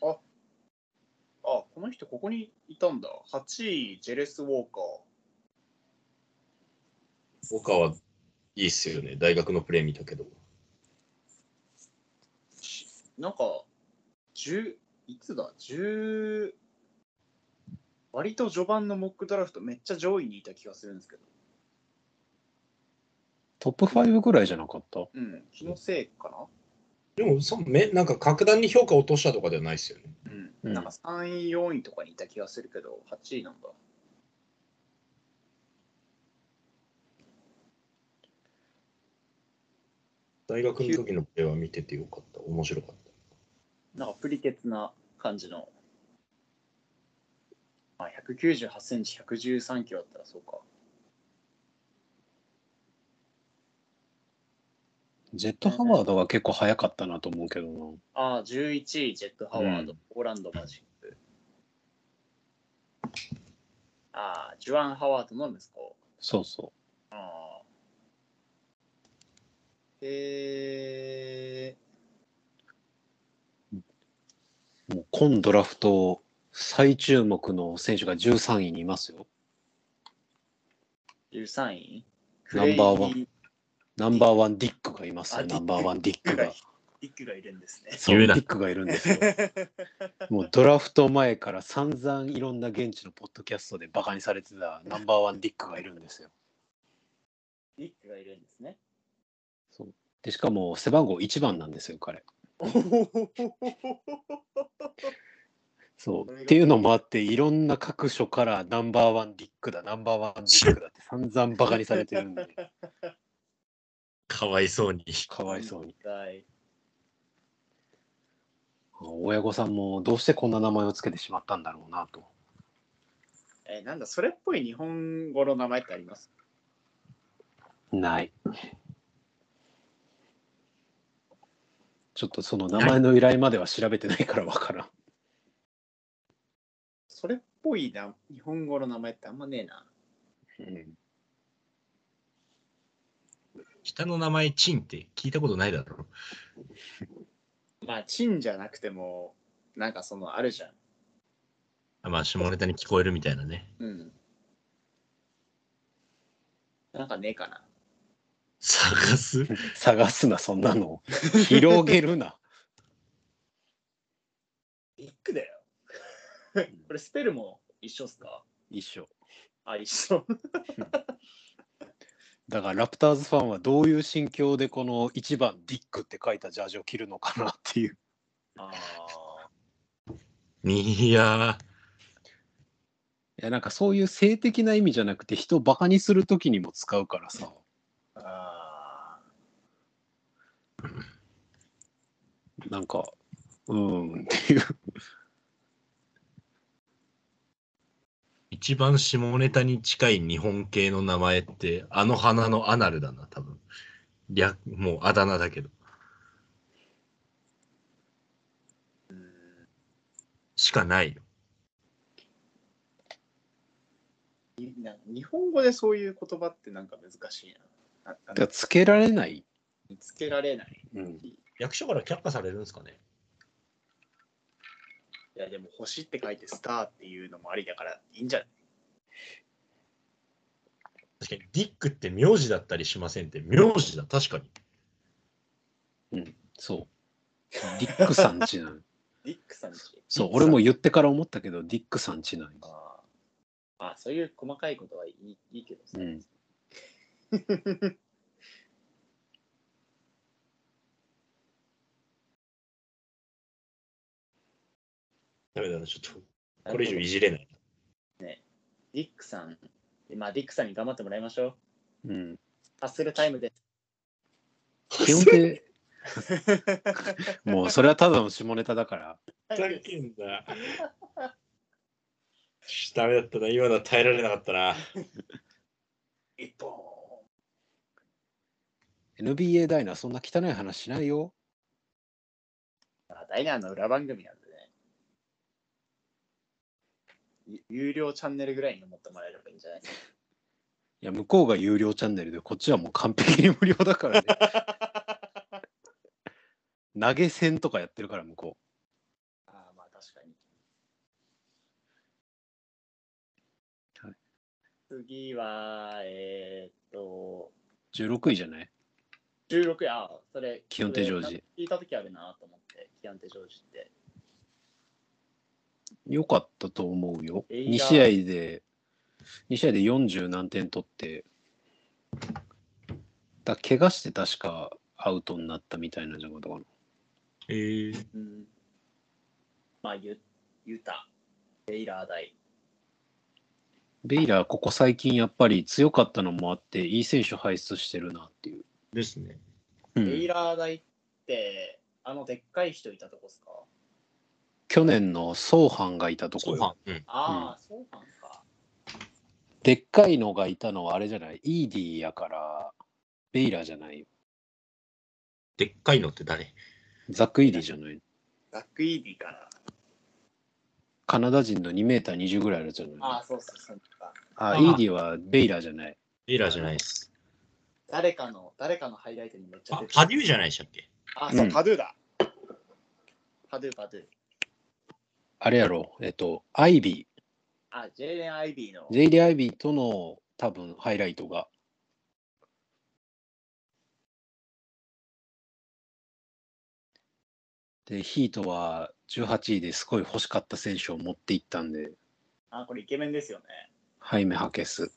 あ、この人ここにいたんだ。8位、ジェレス・ウォーカー。
岡はいいっすよね。大学のプレー見たけど。
なんか、10いつだ、10割と序盤のモックドラフト、めっちゃ上位にいた気がするんですけど、
トップ5ぐらいじゃなかった
うん、気のせいか
でもそめ、なんか格段に評価落としたとかではないっすよね。
な、うん、
うん
なんか3位、4位とかにいた気がするけど、8位なんだ。
大学の時のプレーは見ててよかった。面白かっ
なんかプリケツな感じの。まあ、198センチ、113キロだったらそうか。
ジェットハワードが結構早かったなと思うけどな。
ああ、11位、ジェット・ハワード、
う
オーランド・マジック。ああ、ジュアン・ハワードの息子。
そうそ
ああ。え
う。もう今ドラフト最注目の選手が13位にいますよ。
ー、13位
ナンバーワン
クレイジ
ナンバーワンディックがいますよ
あ
ナンバーワンディッ
デ
ク
ィックが
が
デ。ィックがいるんですね。
そう
言う
ディ
な
ックがいるんですよ。 もうドラフト前から散々いろんな現地のポッドキャストでバカにされてたナンバーワンディックがいるんですよ。
ディックがいるんですね。
そうでしかも背番号1番なんですよ 彼。そうっていうのもあっていろんな各所からナンバーワンディックだナンバーワンディックだって散々バカにされてるんで
かわいそうに。
かわいそう に。
はい。
親御さんもどうしてこんな名前をつけてしまったんだろうなと。
えーなんだ、それっぽい日本語の名前ってあります
ない。ちょっとその名前の由来までは調べてないからわからん。
それっぽいな日本語の名前ってあんまねえな。
下の名前、チンって聞いたことないだろ。
まあ、チンじゃなくても、なんかそのあるじゃん。
あまあ、下ネタに聞こえるみたいなね。
うん。なんかねえかな。
探 す
探すなそんなの広げるな
ビックだよ。 これスペルも一緒っすか
一緒
あ、一緒。
だからラプターズファンはどういう心境でこの1番ディックって書いたジャージを着るのかなっていう
ああ。
いや
いやなんかそういう性的な意味じゃなくて人をバカにする時にも使うからさ
ああ。
なんかうんっていう
ー、一番下ネタに近い日本系の名前って、あの花のアナルだな、多分。略、もうあだ名だけど。しかないよ。
なんか日本語でそういう言葉ってなんか難しいな。な
だか
な
ら
んか
つけられない、
見つけられない。
うん、
役所から却下されるんですかね
いや、でも星って書いてスターっていうのもありだからいいんじゃない
確かに、ディックって名字だったりしませんって、名字だ、確かに。
そうディックさんちなん
ディックさんち。
そう俺も言ってから思ったけどディックさんちなん
あーあ、そういう細かいことはいいいいけどさ。
うん
ダメだな、ちょっと、これ以上いじれない。
ディックさん、まあ、ディックさんに頑張ってもらいましょう。
うん
ハッスルタイムです。
基本的 もうそれはただの下ネタだから
ふざけんな。ダメだったな、今のは耐えられなかったな。
一本。
NBA ダイナーそんな汚い話しないよ。
まあ、ダイナーの裏番組なんでね。ゆ有料チャンネルぐらいに思ってもらえればいいんじゃない
いや、向こうが有料チャンネルで、こっちはもう完璧に無料だからね。 投げ銭とかやってるから、向こ
ああ、まあ確かに。
はい
次は、えーっと、
う。16位じゃない
16や、あそれ、
キヨンテジョージ。
聞いたときあるなと思って、キヨンテジョージって。
よかったと思うよ。
えい
2
や
試合で、2試合で40何点取って、だ怪我して確かアウトになったみたいなんじゃなかったかな。
えー、
うん。まあ、ユユタ、レイラー大。
ベイラー、ここ最近やっぱり強かったのもあって、いい選手輩出してるなっていう。
ですね。
うん
レイラー大って、あのでっかい人いたとこっすか
キ去年のソーハンがいたとこ
そう
よ
か。うん。
ああ、そうなんか。
でっかいのがいたのはあれじゃないイーディーやからベイラーじゃないよ
でっかいのって誰
ザック・イーディーじゃない
ザックイーディかな。
カナダ人の2メーター20ぐらいあるじゃない
ああ、そうそうそうか。
あ
あ
イーディーはベイラーじゃない
エイラーじゃないです。
誰かの、誰かのハイライトにめっちゃ
あ
出て、
パデューじゃないでしたっけ
あ、そうう、
ん
パドゥだ。パドゥ、パドゥ。
あれやろえっとアイビ
あ、ジェイレン・アイビーの
ージ。ェイリー・アイビーとの多分ハイライトがでヒートは18位ですごい欲しかった選手を持っていったんで
あ、これイケメンですよね。
ハイメ・ハケス。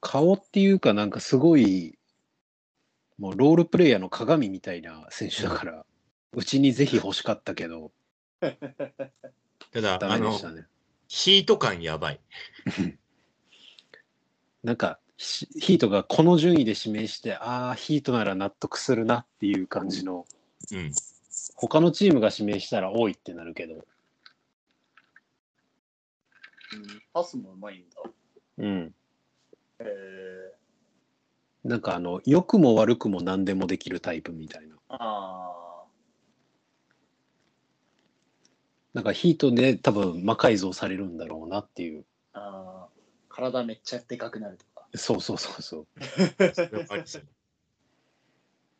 顔っていうか、なんかすごい、もうロールプレイヤーの鏡みたいな選手だから、うちにぜひ欲しかったけど、
ただ、
ダ
あ
メで
の
し、たね。
ヒート感や ばい。
なんか、ヒヒートがこの順位で指名して、ああ、ヒートなら納得するなっていう感じの、
うん。
他のチームが指名したら多いってなるけど、
うん、パスもうまいんだ。
うん。
えー、
なんかあの、良くも悪くも何でもできるタイプみたいな。
あ
なんかヒートで多分魔改造されるんだろうなっていう。
ーあー、体めっちゃでかくなるとか
そうそうそうそう。
それはありですよ。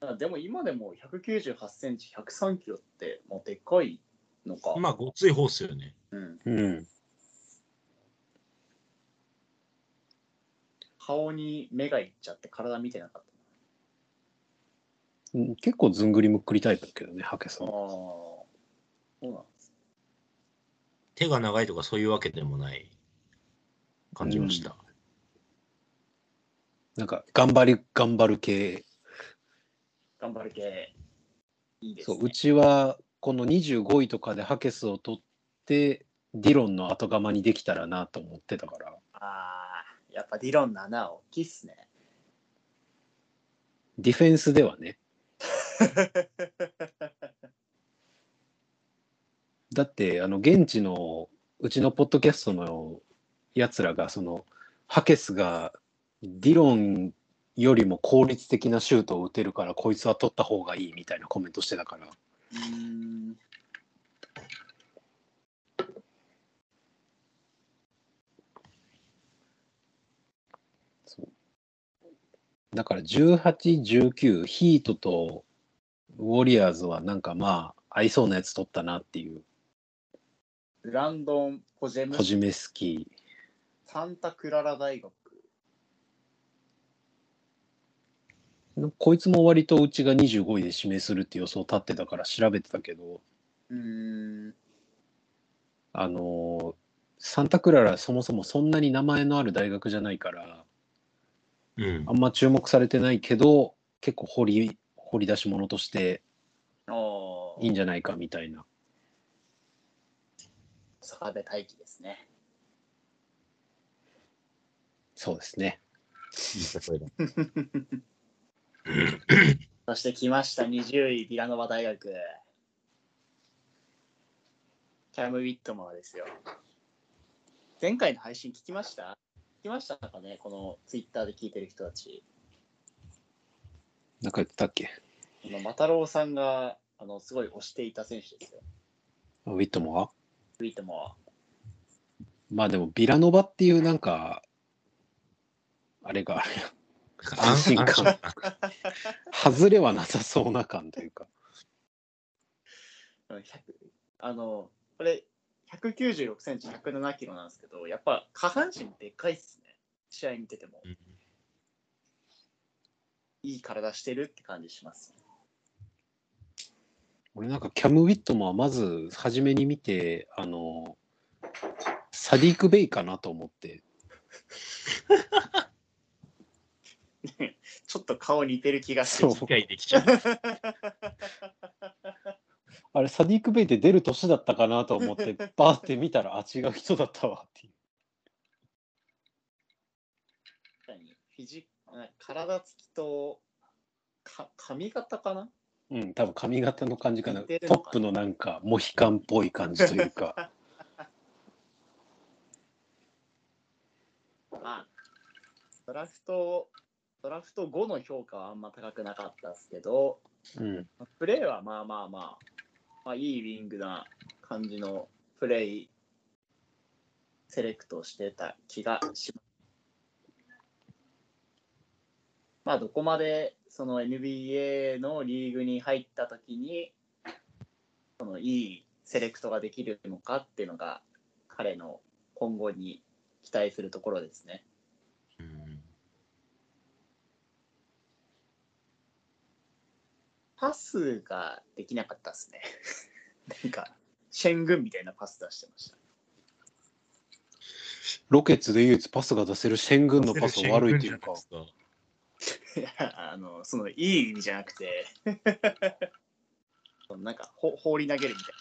あ。でも今でも198センチ、103キロって、もうでかいのか。
まあ、ごっつい方っすよね。
うん、
うん、
顔に目がいっちゃって体見てなかっ
結構ずんぐりむっくりタイプだけどね、ハケ
た。
さ
あ
ん。、
あそうなんです。
手が長いとかそういうわけでもない感じました。
なんか、頑張り、頑張る系。
頑張る系。いいです、
そ
ね。
う、うちは、この25位とかでハケスを取って、ディロンの後釜にできたらなと思ってたから。
ああ、やっぱディロンの穴は大きいっすね。
ディフェンスでは ね。だって、あの、現地の、うちのポッドキャストのやつらが、その、ハケスが、ディロンよりも効率的なシュートを打てるから、こいつは取った方がいいみたいなコメントしてたから。
うーん。
だから18、19、ヒートとウォリアーズはなんかまあ、合いそうなやつ取ったなっていう。
ブランドン・コジェム
コ、ジメスキー。
サンタクララ大学。
こいつも割とうちが25位で指名するって予想立ってたから調べてたけど、
うーん。
あのーサンタクララそもそもそんなに名前のある大学じゃないから、
うん
あ。んま注目されてないけど、結構掘り、掘り出し物として
ああ、
いいんじゃないかみたいな。
坂部大輝ですね。
そうですね。
そして来ました、20位、ビラノバ大学。キャム・ウィットマーですよ。前回の配信聞きました聞きましたかねこのツイッターで聞いてる人たち。
なんか言ってたっけ
このマタロウさんがあのすごい推していた選手ですよ。
ウィットモア
ウィットマ
まあでも、ビラノバっていうなんか、あれがあるよ安心感。外れはなさそうな感というか。
ーうん。100あの、これ、196センチ、107キロなんですけど、やっぱ下半身でかいっすね。試合見てても。
うん
いい体してるって感じします。
俺なんかキャム・ウィットもまず初めに見て、あの、サディーク・ベイかなと思って、
ちょっと顔似てる気がす
そ
る
う。
理解できちゃう。
あれ、サディーク・ベイって出る年だったかなと思って、 バーって見たら、あ、違う人だったわっていう。
確かにフィジ体つきとか髪型かな
うん、多分髪型の感じかな。
似
ト
て
ッ
るのかな
プのなんか、モヒカンっぽい感じというか。
まあ、ドラフト、ドラフト後の評価はあんま高くなかったですけど、
うん。
プレーはまあまあまあ、まあ、いいウィングな感じのプレイ、セレクトしてた気がします。まあ、どこまでその NBA のリーグに入ったときに、そのいいセレクトができるのかっていうのが、彼の今後に期待するところですね。
うん
パスができなかったですね。 なんか、シェングンみたいなパス出してました。
ロケッツで唯一パスが出せるシェン軍のパスは悪いというか。
いや、 あの、その、いい意味じゃなくて、 なんかほ、放り投げるみたい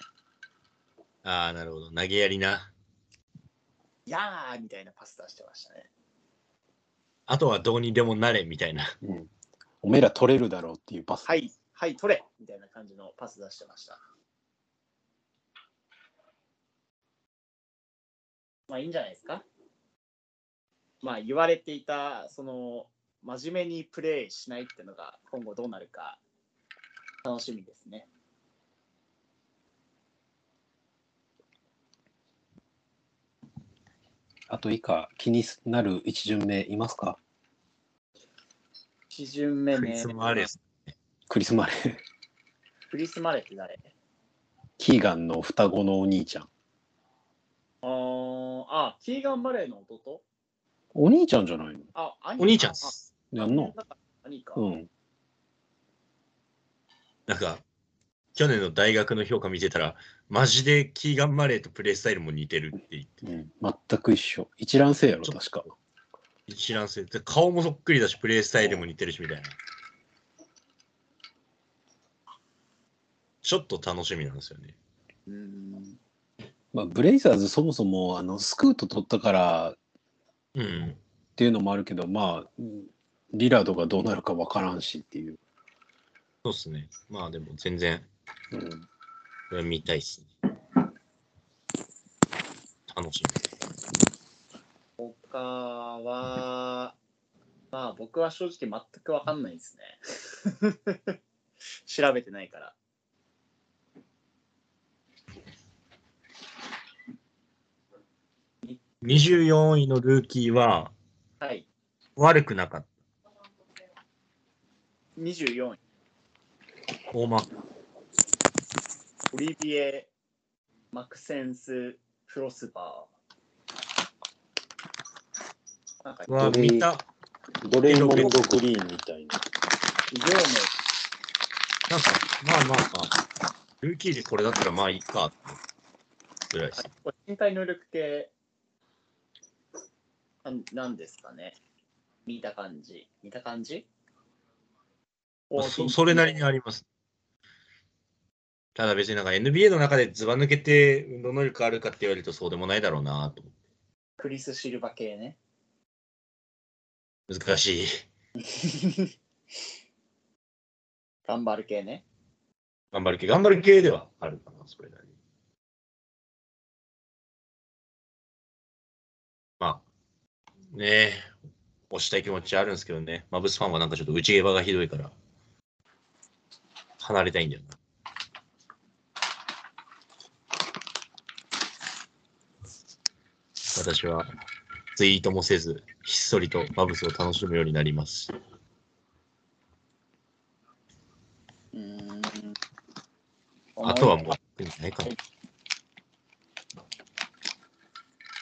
ああ、なるほど。投げやりな。
な、やーみたいなパス出してましたね。
あとはどうにでもなれみたいな。
うん。おめえら取れるだろうっていうパス。
はい、はい、取れみたいな感じのパス出してました。まあ、いいんじゃないですか。まあ、言われていた、その、真面目にプレーしないっていうのが、今後どうなるか、楽しみですね。
あと以下、気になる一巡目いますか
基準目
ク
ね。
リスマレス。
クリスマレー。
クリスマレって誰
キーガンの双子のお兄ちゃん。
あーあ、キーガン・マレーの弟
お兄ちゃんじゃないの
あ、兄
お兄ちゃんっ
あ
す。
やんの
兄か。
うん。
なんか、去年の大学の評価見てたら、マジでキーガン・マレーとプレースタイルも似てるって言って、
うん。全く一緒。一卵性やろ、
ちょっ
確か。
一覧性で顔もそっくりだし、プレースタイルも似てるしみたいな。ちょっと楽しみなんですよね。
うん
まあ、ブレイザーズそもそもあのスクート取ったからっ
うん。
ていうのもあるけど、まあ、うんリラードがどうなるか分からんしっていう。
そうっすね。まあでも全然、
うん
これ見たいっすね。楽し
他は、まあ僕は正直全くわかんないですね。 調べてないから。
み。24位のルーキーは
はい、
悪くなかった。
24位、
大ま
オリビエ・マクセンス・フロスバー。なんか、業
は見た。
ドレイモンド・
ロケッ
グリーンみたいな。
務、
なんか、まあまあまあ、ルーキーでこれだったらまあいいかってぐらいです。
身体能力系なんなんですかね。見た感じ。見た感じ
まあそそれなりにあります。ただ別になんか NBA の中でずば抜けて運動能力あるかって言われるとそうでもないだろうなと。
クリス・シルバ系ね。
難しい。
頑張る系ね。
頑張る系、頑張る系ではあるかな、それなりに。まあ、ねえ、押したい気持ちあるんですけどね、マブスファンはなんかちょっと内毛場がひどいから、離れたいんだよな。私はツイートもせず、ひっそりとマブスを楽しむようになりますし。
うーん。
あとはもう、ないかな。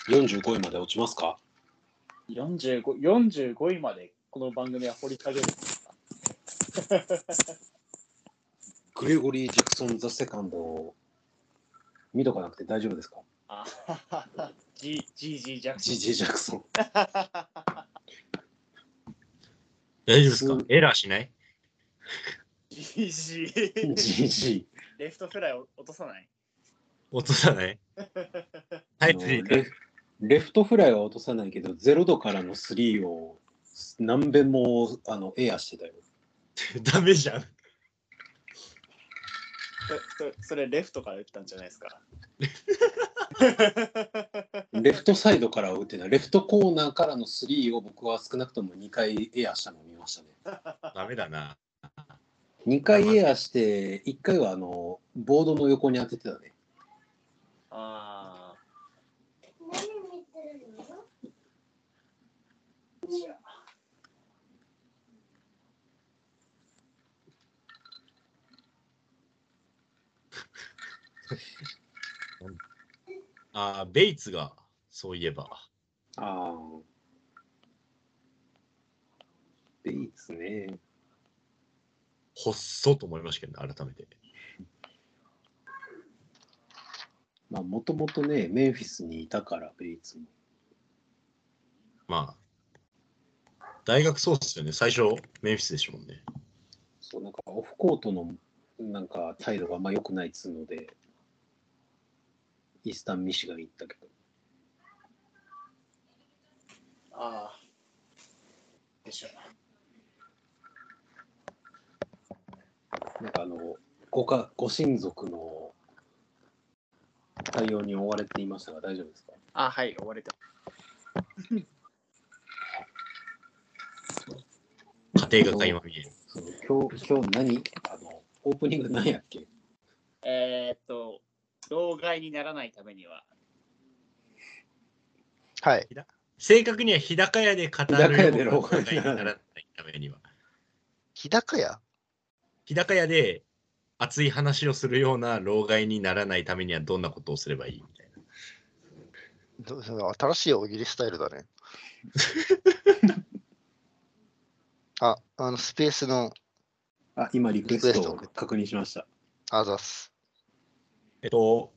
45位まで落ちますか
45, 45位までこの番組は掘り下げるんですか
グレゴリー・ジャクソン・ザ・セカンドを見とかなくて大丈夫ですか
あははは G- GG ジャクソン。
ジジ・ジャクソン。
大丈夫ですかエラーしない
GG。
ジジ。
レフトフライを落とさない。
落とさないタイプリー
レフレフトフライは落とさないけど、ゼロ度からのスリーを何べんもあのエアしてたよ。
ダメじゃん。
それそれそれレフトから打ったんじゃないです か。
レフトサイドから打ってない、レフトコーナーからのスリーを僕は少なくとも2回エアしたのを見ましたね。
ダメだな。
2回エアして、1回はあのボードの横に当ててたね。
ああ、
何見てるの
あーベイツが、そういえば、
ああ。で、いいですね。
ほっそと思いましたけどね、改めて。
まあ、もともとね、メンフィスにいたから、ベイツも。
まあ、大学そうっすよね。最初、メンフィスでしたもんね。
そう、なんかオフコートのなんか態度があんま良くないっつうので、イースタン・ミシガン行ったけど。
ああ。でしょ。
なんかあのごかご親族の対応に追われていましたが大丈夫ですか
あはい、終われた。
家庭が垣間見える。
その今日今日何あのオープニング何やっけ
えーっと、老害にならないためには、
はい。
正確には日高屋で語
日
る。
高屋で老害
にならないためには。
日高屋
日高屋で熱い話をするような老害にならないためにはどんなことをすればいいみたいな。
どうその新しい大喜利スタイル だね。あ、あのスペースの
あ今リクエストを
リクエスト
確認しました
アザス。
えっと、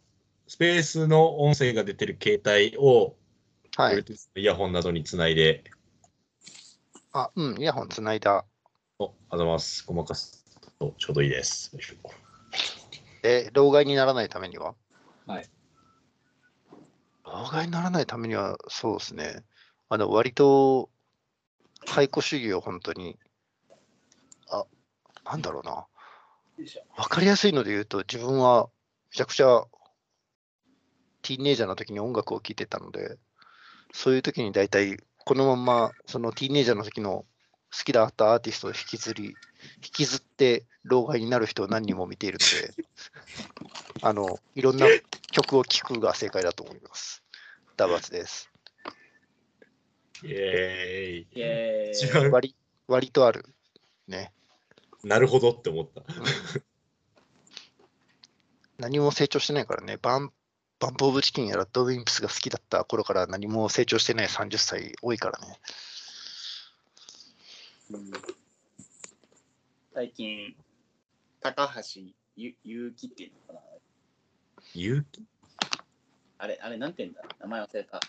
スペースの音声が出てる携帯を、
はい。
Bluetooth のイヤホンなどにつないで、
あ、うん、イヤホンつないだ。
おあざます。ごまかすとちょうどいいです。よいしょ
え、老害にならないためには
はい。
老害にならないためには、そうですね。あの、割と、解雇主義を本当に、あ、なんだろうな。わかりやすいので言うと、自分は、めちゃくちゃ、ティーンエイジャーの時に音楽を聴いてたので、そういう時に大体、このまんま、そのティーンエイジャーの時の好きだったアーティストを引きずり、引きずって、老害になる人を何人も見ているので、あの、いろんな曲を聴くが正解だと思います。ダバツです。
イエ
イエーイ
ーイ。違う。
割割とある。ね。
なるほどって思った。
何も成長してないからね。バンバンプ・オブ・チキンやらドウィンプスが好きだった頃から何も成長してない30歳多いからね。
最近、高橋ゆゆうきっていうのかな
勇気
あれ、あれ、なんて言うんだ名前忘れた。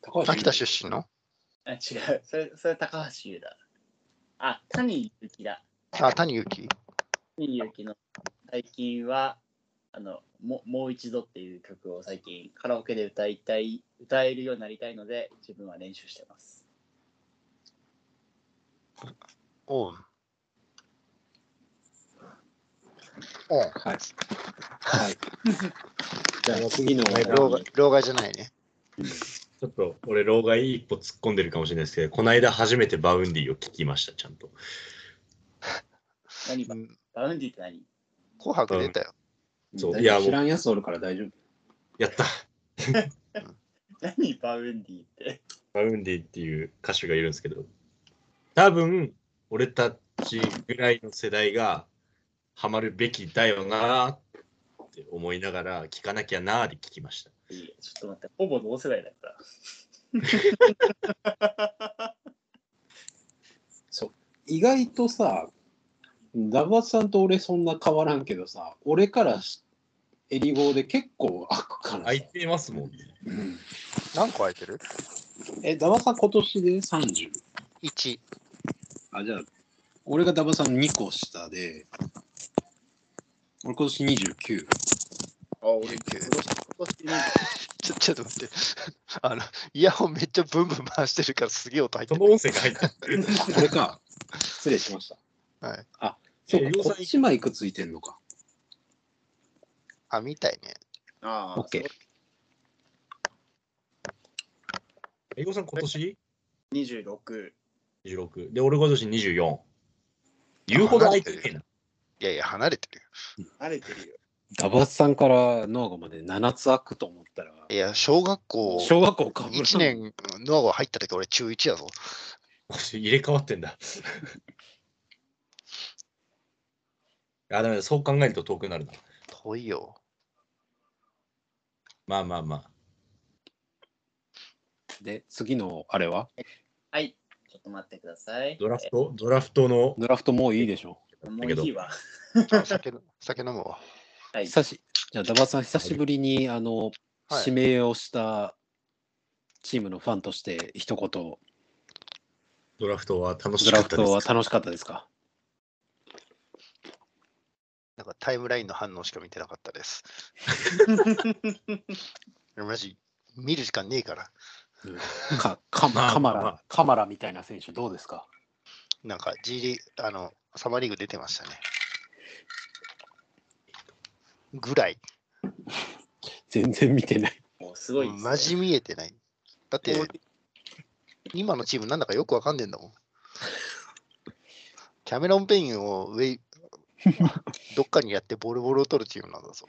高
秋田出身の
あ、違う。それ、それ高橋優だ。あ、谷ゆうきだ。
あ、谷幸
谷ゆうきの最近は、あの、ももう一度っていう曲を最近カラオケで歌いたい、歌えるようになりたいので、自分は練習してます。
おう。おう
はいはいじゃあ次の
老害老害じゃないね。
ちょっと俺、老害一歩突っ込んでるかもしれないですけど、この間初めてバウンディを聞きました、ちゃんと。
何
う
バ
ん
バウンディって何
紅白出たよ。
そう
大
い
丈
やも
夫
う
知らんやつおるから大丈夫
やった
何バウンディって。
バウンディっていう歌手がいるんですけど、多分、俺たちぐらいの世代がハマるべきだよなって思いながら、聞かなきゃなーで聞きました。
いいちょっと待って、ほぼ同世代だから。
意外とさダバさんと俺そんな変わらんけどさ俺からしエリゴーで結構開くからさ
空いてま すもんね。
うん
何個空いてる
えダバさん今年で 30?
1。
あ、じゃあ、俺がダバさん2個下で、俺今年29。
あ、俺、
19
今年なんか
ちょちょっと待って。 あの、イヤホンめっちゃブンブン回してるからすげえ音入っ
そ
て る
の。音声が入ってる。
これか。失礼しました。
はい。
あ、そう
え
か
ー量産
こっちマイクついてんのか。
あ、みたいね。
ああ、
OK
えいごさん今年
26。
?26。で、俺今年24。言うほど空いてねえな。
いやいや、離れてるよ。
慣れてるよ。
ダバスさんからノアゴまで7つ開くと思ったら、
いや、小学校
小学校かぶる
1。年、ノアゴ入った時俺中1やぞ。
入れ替わってん だ。あ、でもそう考えると遠くなるな。
遠いよ。
まあまあまあ。
で、次のあれは
はい。ちょっと待ってください。
ドラフトドラフトの。
ドラフトもういいでしょ。
えーもういいわ。
あ 酒の酒飲むわ。
はい。
久しじゃあ、ダバスさん、久しぶりにあの、
はい
指名をしたチームのファンとして、一言、ド
ドラフトは楽しか
ラ
っ
フ
たで
ト
す
は。楽しかったですか
なんかタイムラインの反応しか見てなかっ たです。マジ、見る時間ねえから。
かカマカマラ、カマラみたいな選手、どうですか
なんか G リーグ、あの、サマーリーグ出てましたね。ぐらい。
全然見てない。
もうすごいです、ね。
マジ見えてない。だって
もう、
今のチームなんだかよくわかんねえんだ もん。キャメロン・ペインをウェ イどっかにやってボルボルを取るチームなんだぞ。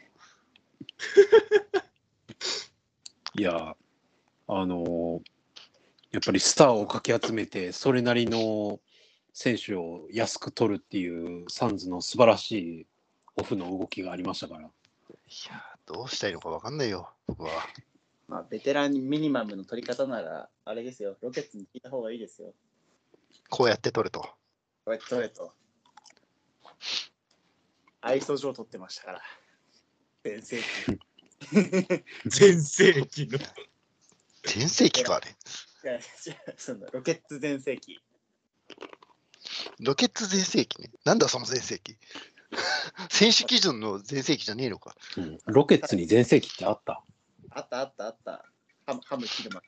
いや、あのやっぱりスターをかき集めて、それなりの選手を安く取るっていう、サンズの素晴らしいオフの動きがありましたから。
いやー、どうしたいのかわかんないよ、僕は。
まあ、ベテランミニマムの取り方なら、あれですよ。ロケッツに聞いた方がいいですよ。
こうやって取ると。
これ取れと。アイソ上取ってましたから。全盛期。
全盛期の。
全盛期か、あれ。
いやいやそのロケッツ全盛期。
ロケッツ全盛期ね。なんだその全盛期。 選手基準の全盛期じゃねえのか。
うんロケッツに全盛期ってあった
あったあったあった。ハム、ハム切るまで。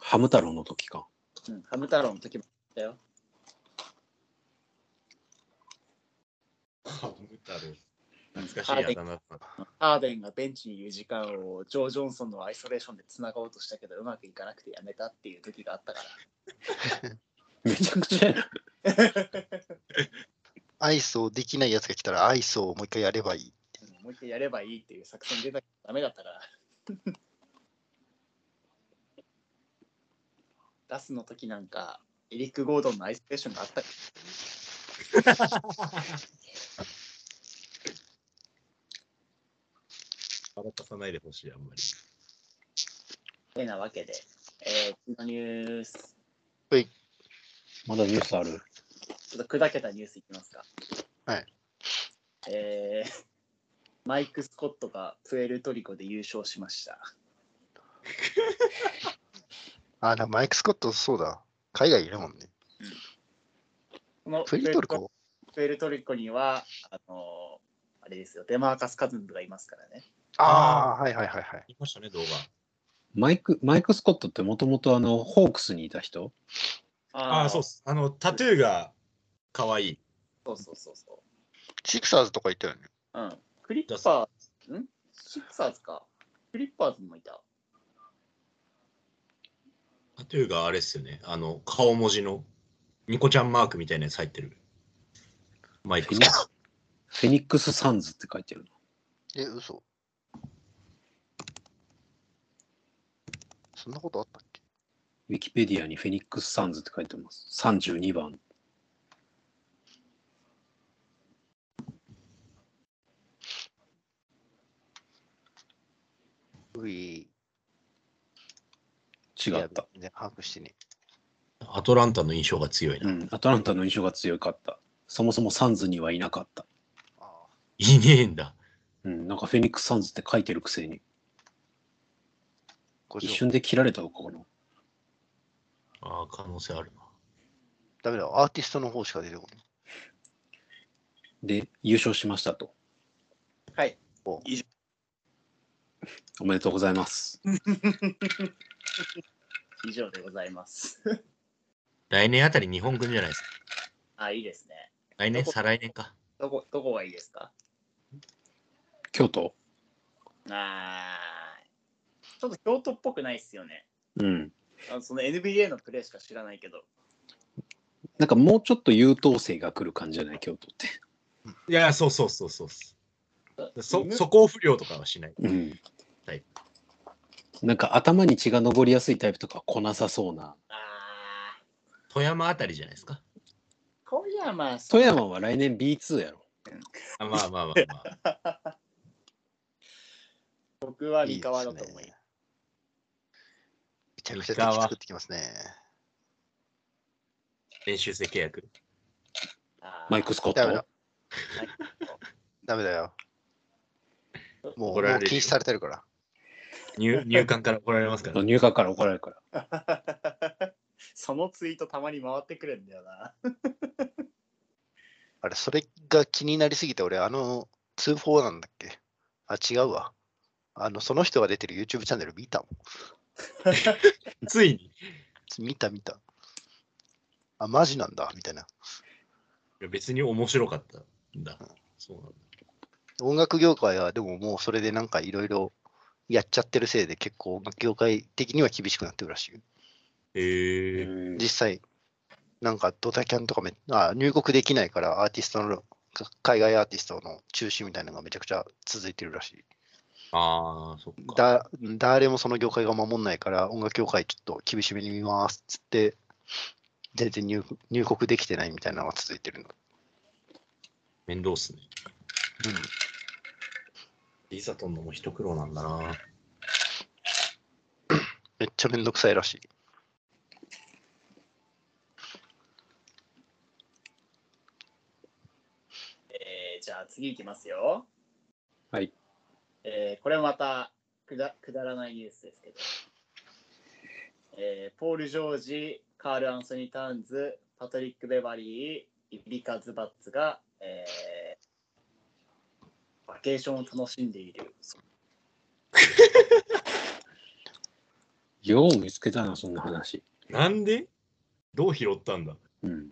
ハム太郎の時か。
うん、ハム太郎の時もあったよ。
懐かしいやだな。
ハーデンがベンチにいる時間をジョー・ジョンソンのアイソレーションでつなごうとしたけどうまくいかなくてやめたっていう時があったか
めちゃくちゃやな。
ら
アイスをできないやつが来たら、アイスをもう一回やればいい。
もう一回やればいいっていう作戦出たけどダメだったから出すの時なんかエリック・ゴードンのアイソレーションがあった
腹立たないでほしい、あんまり。
てなわけで、えー、次のニュース
まだニュースある。
ちょっと砕けたニュースいきますか。
はい。
えー、マイク・スコットがプエルトリコで優勝しました。
あ、なマイク・スコット、そうだ。海外いるもんね。
この
プエルトルコ
プエルトリコには、あのーあれですよ、デマーカス・カズンズがいますからね。
ああ、はいはいはいはい。
いましたね、動画。
マイク、マイク・スコットってもともとあの、ホークスにいた人
ああ、そうっ
そ
す。あの、タトゥーが可愛い。
うそうそうそ
シクサーズとか行ったよね。
う。うん。クリッパーズ、んシックサーズか。クリッパーズもいた。
タトゥーがあれっすよね。あの、顔文字の、ニコちゃんマークみたいなやつ入ってる。マイク
フェ。ニックフェニックス・サンズって書いてる。
え、嘘。そんなことあったっけ
ウィキペディアにフェニックス・サンズって書いてます。32番。
うい。
違った。
いや。把握してね。
アトランタの印象が強いな。
うん。アトランタの印象が強かった。そもそもサンズにはいなかった。
ああ。
いねえんだ。
うん。なんかフェニックス・サンズって書いてるくせに。
これ
一瞬で切られたのかな。
ああ、可能性あるな。
ダメだ。アーティストの方しか出てこない。
で、優勝しましたと。
はい。
おめでとうございます。
以上でございます。
来年あたり日本軍じゃないですか。
あ、いいですね。
来年、
どこ
再来年か。
どこ、どこがいいですか
京都
あーちょっと京都っぽくないっすよね。
うん
あのその NBA のプレーしか知らないけど。
なんかもうちょっと優等生が来る感じじゃない京都って
いや、そうそうそうそうそう。そ、素行不良とかはしない。
うん
タイプ
なんか頭に血が上りやすいタイプとか来なさそうな
あ
富山あたりじゃないですか。
ー小山さん
富山は来年 B2 やろ
あまあまあまあまあ。
僕はい
い
三
で
河
す
だ
ね
と思います。
めちゃくちゃ敵作ってきますね。
練習生契約。
あー
マイク・スコッ
ダメだ
ト。
ダメだよ。もう
怒
もう
られるよ
禁止されてるから。
入入管から怒られますから。
入学から怒られるから
そのツイートたまに回ってくるんだよな。
あれ、それが気になりすぎて、俺、あの、2-4なんだっけあ、違うわ。あの、その人が出てる YouTube チャンネル見たも
ついに。
ん。見た見た。あ、マジなんだ、みたいな。
いや別に面白かったんだ。そうなんだ。
音楽業界は、でももうそれでなんかいろいろやっちゃってるせいで、結構音楽業界的には厳しくなってるらしいよ。
へえ。
実際、なんかドタキャンとかめあ、入国できないから、アーティストの、か海外アーティストの中止みたいなのがめちゃくちゃ続いてるらしい。
ああ、そっか。
だ誰もその業界が守んないから、音楽業界ちょっと厳しめに見ますっつって、全然入入国できてないみたいなのが続いてるの。
面倒っすね。
うん、
リザとんのも一苦労なんだな。
めっちゃめんどくさいらしい。
えーじゃあ次いきますよ。
はい。
えーこれまたくだくだらないニュースですけど、えーポール・ジョージ、カール・アンソニー・タウンズ、パトリック・ベバリー、イビカ・ズバッツが、えーバケーションを楽しんでいる。
よう見つけたなそんな話
なんでどう拾ったんだ
うん
っ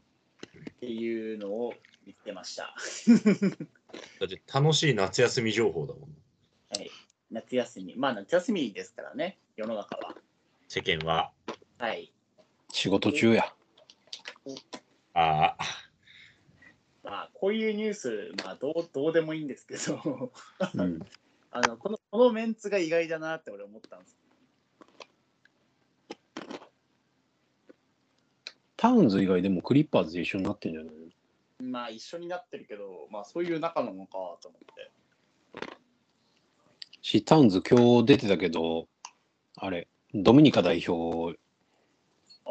ていうのを見つけました。
だって楽しい夏休み情報だもん。
はい、夏休み、まあ夏休みですからね、世の中は。
世間は。
はい。
仕事中や
ああ。
まあこういうニュース、まあどうどうでもいいんですけど、
うん
あのこのこのメンツが意外だなって俺思ったんです。
タウンズ以外でもクリッパーズで一緒になってんじゃないの
まあ一緒になってるけど、まあそういう仲なのかと思って。
しタウンズ今日出てたけどあれドミニカ代表
ああ、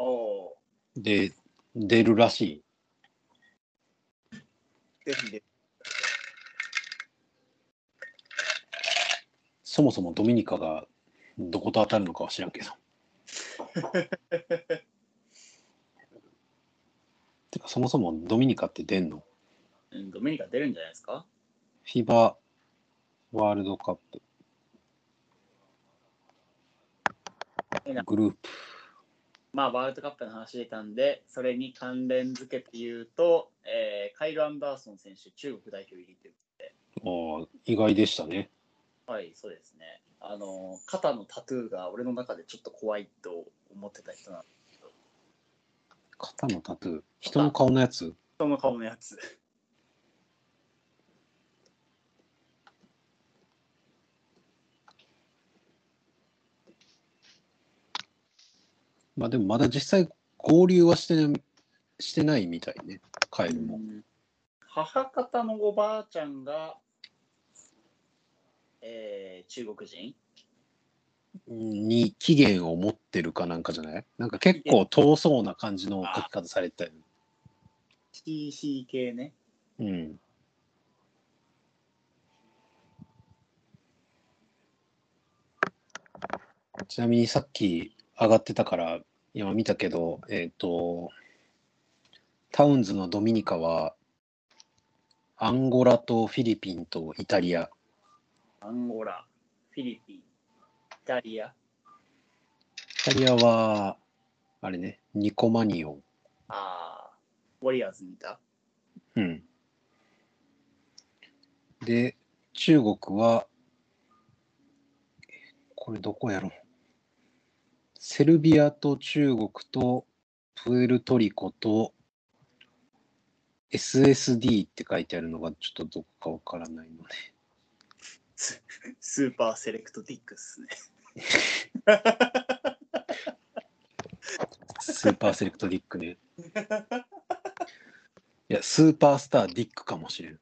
で出るらしい
ぜひで。
そもそもドミニカがどこと当たるのかは知らんけどてかそもそもドミニカって出んの
うん、ドミニカ出るんじゃないですか
フィバワールドカップ
えな
グループ
まあワールドカップの話出たんで、それに関連付けて言うと、えーカイル・アンダーソン選手、中国代表入りっていう
ああ意外でしたね
はい、そうですね。あの、肩のタトゥーが俺の中でちょっと怖いと思ってた人なの。
肩のタトゥー人の顔のやつ
人の顔のやつ。
まあでもまだ実際合流はしてなしてないみたいねカエルも
母方のおばあちゃんが、えー中国人
に期限を持ってるかなんかじゃないなんか結構遠そうな感じの書き方されてたよね
?TC 系ね。
うんちなみにさっき上がってたから今見たけどえっ、とタウンズのドミニカはアンゴラとフィリピンとイタリア
アンゴラ、フィリピン、イタリア。
イタリアはあれねニコマニオン
ああ、ウォリアーズにいた。
うん。で、中国は、これどこやろセルビアと中国とプエルトリコと SSD って書いてあるのがちょっとどこかわからないの で。
スーパーセレクトディックスね。
スーパーセレクトディックね。いや、スーパースターディックかもしれん。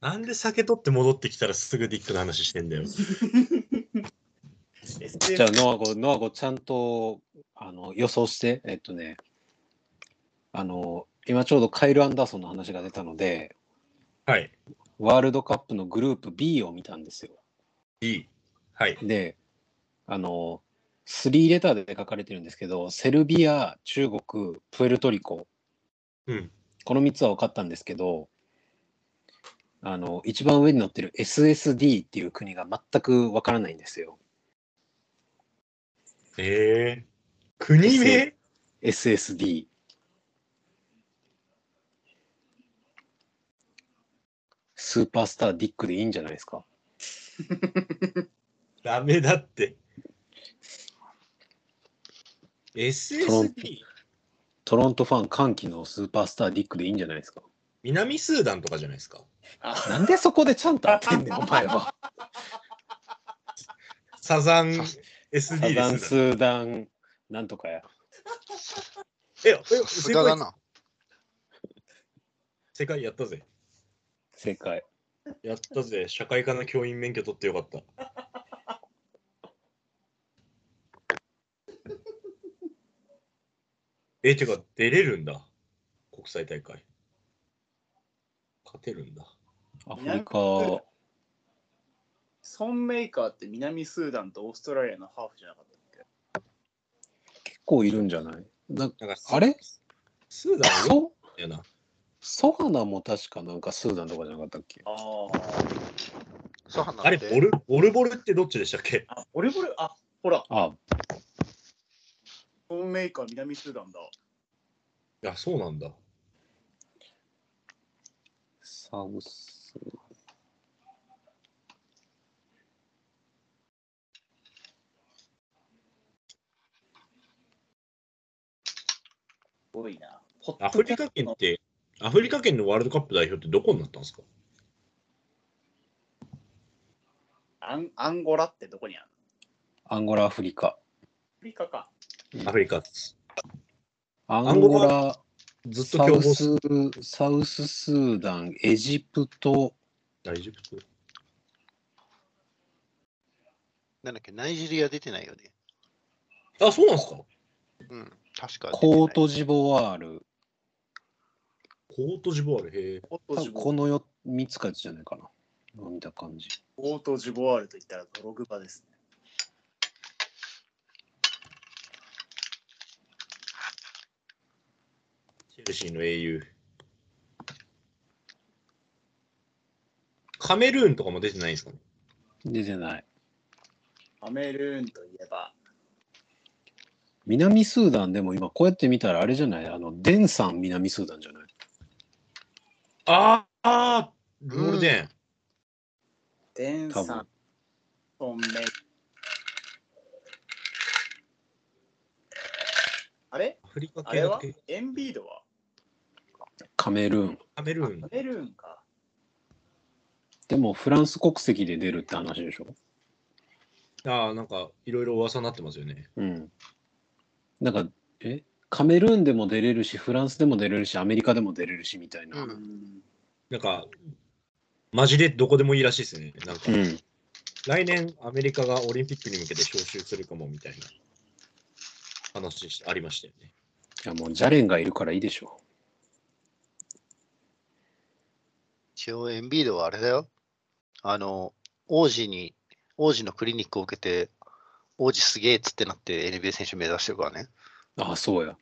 なんで酒取って戻ってきたらすぐディックの話してん だよ。
じゃあ、ノアゴ、ノアゴ、ちゃんとあの予想して、えっとね、あの、今ちょうどカイル・アンダーソンの話が出たので、
はい。
ワールドカップのグループ B を見たんですよ。
B。はい。
で、あの、3レターで書かれてるんですけど、セルビア、中国、プエルトリコ、
うん
この3つは分かったんですけど、あの、一番上に載ってる SSD っていう国が全く分からないんですよ。
ええ国名
SSD。スーパースターディックでいいんじゃないですか。
ダメだって。
ロン
SSD?
トロントファン歓喜のスーパースターディックでいいんじゃないですか。
南スーダンとかじゃないですか。
あ
なんでそこでちゃんと当てんねん、お前 は。
サザン
サ
SD
ザン
です
ス。ーダン、なんとかや。
え、え
さすがだな。
世界やったぜ。
正解。
やったぜ。社会科の教員免許取ってよかった。 え、てか、出れるんだ。国際大会。勝てるんだ。
アフリカ、
ソンメーカーって南スーダンとオーストラリアのハーフじゃなかったっけ
結構いるんじゃないな
なんか
あれ
スーダンよ
ソ
やな。
ソハナも確かなんかスーダンとかじゃなかったっけ
あ
サハナ
あれ、
って
ボルボルボルってどっちでしたっけ
あ。あ、俺これ、あ、ほら、
あ、
ソンメーカー南スーダンだ。
いや、そうなんだ。
サウス。
すごいな。ポッ
ア
ド
フ
キャスト
リカ
の
圏って、アフリカ圏のワールドカップ代表ってどこになったんですか
アンアンゴラってどこにあるの
アンゴラ、アフリカ。
アフリカか。
アフリカです。
アン
ン
ゴ
ゴ
ラ、
ずっと
サ
強
ウ
豪
ス、サウススーダン、エジプト、
大丈夫
なんだっけ、ナイジェリア出てないよね。
あ、そうなんですか
うん、確か出てない。
コートジボワール、
コートジボワール、へえ。
オー
多
トジ
分こ
ボ
のよ3つかじゃないかな。今見た感じ。
オートジボワールといったらドログバですね。
チェルシーの英雄。カメルーンとかも出てないんですかね
出てない。
カメルーンといえば、
南スーダンでも今こうやって見たらあれじゃないあのデンさん南スーダンじゃない
あーあー、ルールデン。
デンさ
多
ん、
分
ソンメイあれ
アフリカ
あ
系
れ
だっ
は
け
エンビードは
カメルーン
カメルーン
カ。メルーンか。
でもフランス国籍で出るって話でしょ
ああ、なんかいろいろ噂になってますよね。
うんなんかえカメルーンでも出れるしフランスでも出れるしアメリカでも出れるしみたいな
う
う、
んん
なんか、マジでどこでもいいらしいですね。なんか、
うん
来年アメリカがオリンピックに向けて招集するかもみたいな話しありましたよね。
いやもうジャレンがいるからいいでしょ
一応エンビードはあれだよ。あの、王子に、王子のクリニックを受けて、王子すげえっつってなって NBA 選手目指してるからね。
ああそうや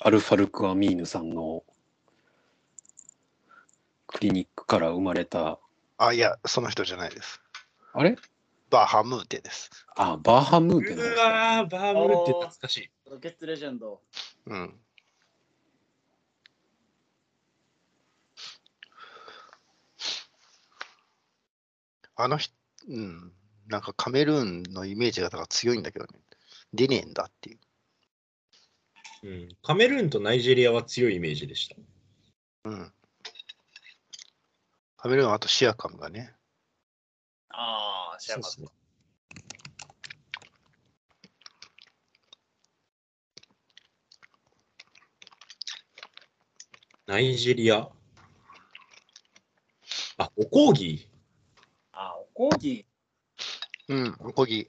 アルファルクアミーヌさんのクリニックから生まれた、
あ、いや、その人じゃないです。
あれ
バーハムーテです。
あ、バーハムーンってなんです
う
か
わー、バームルって懐かしい。
ロケットレジェンド。
うん。あの人、うん、なんかカメルーンのイメージがだから強いんだけどね、出ねえんだっていう。
うん、カメルーンとナイジェリアは強いイメージでした。
うん。カメルーンはあとシアカムがね、
ああ、知らなかった。
そうっすねナイジェリア。あ、おこぎ
あー、おこぎ。
うん、おこぎ、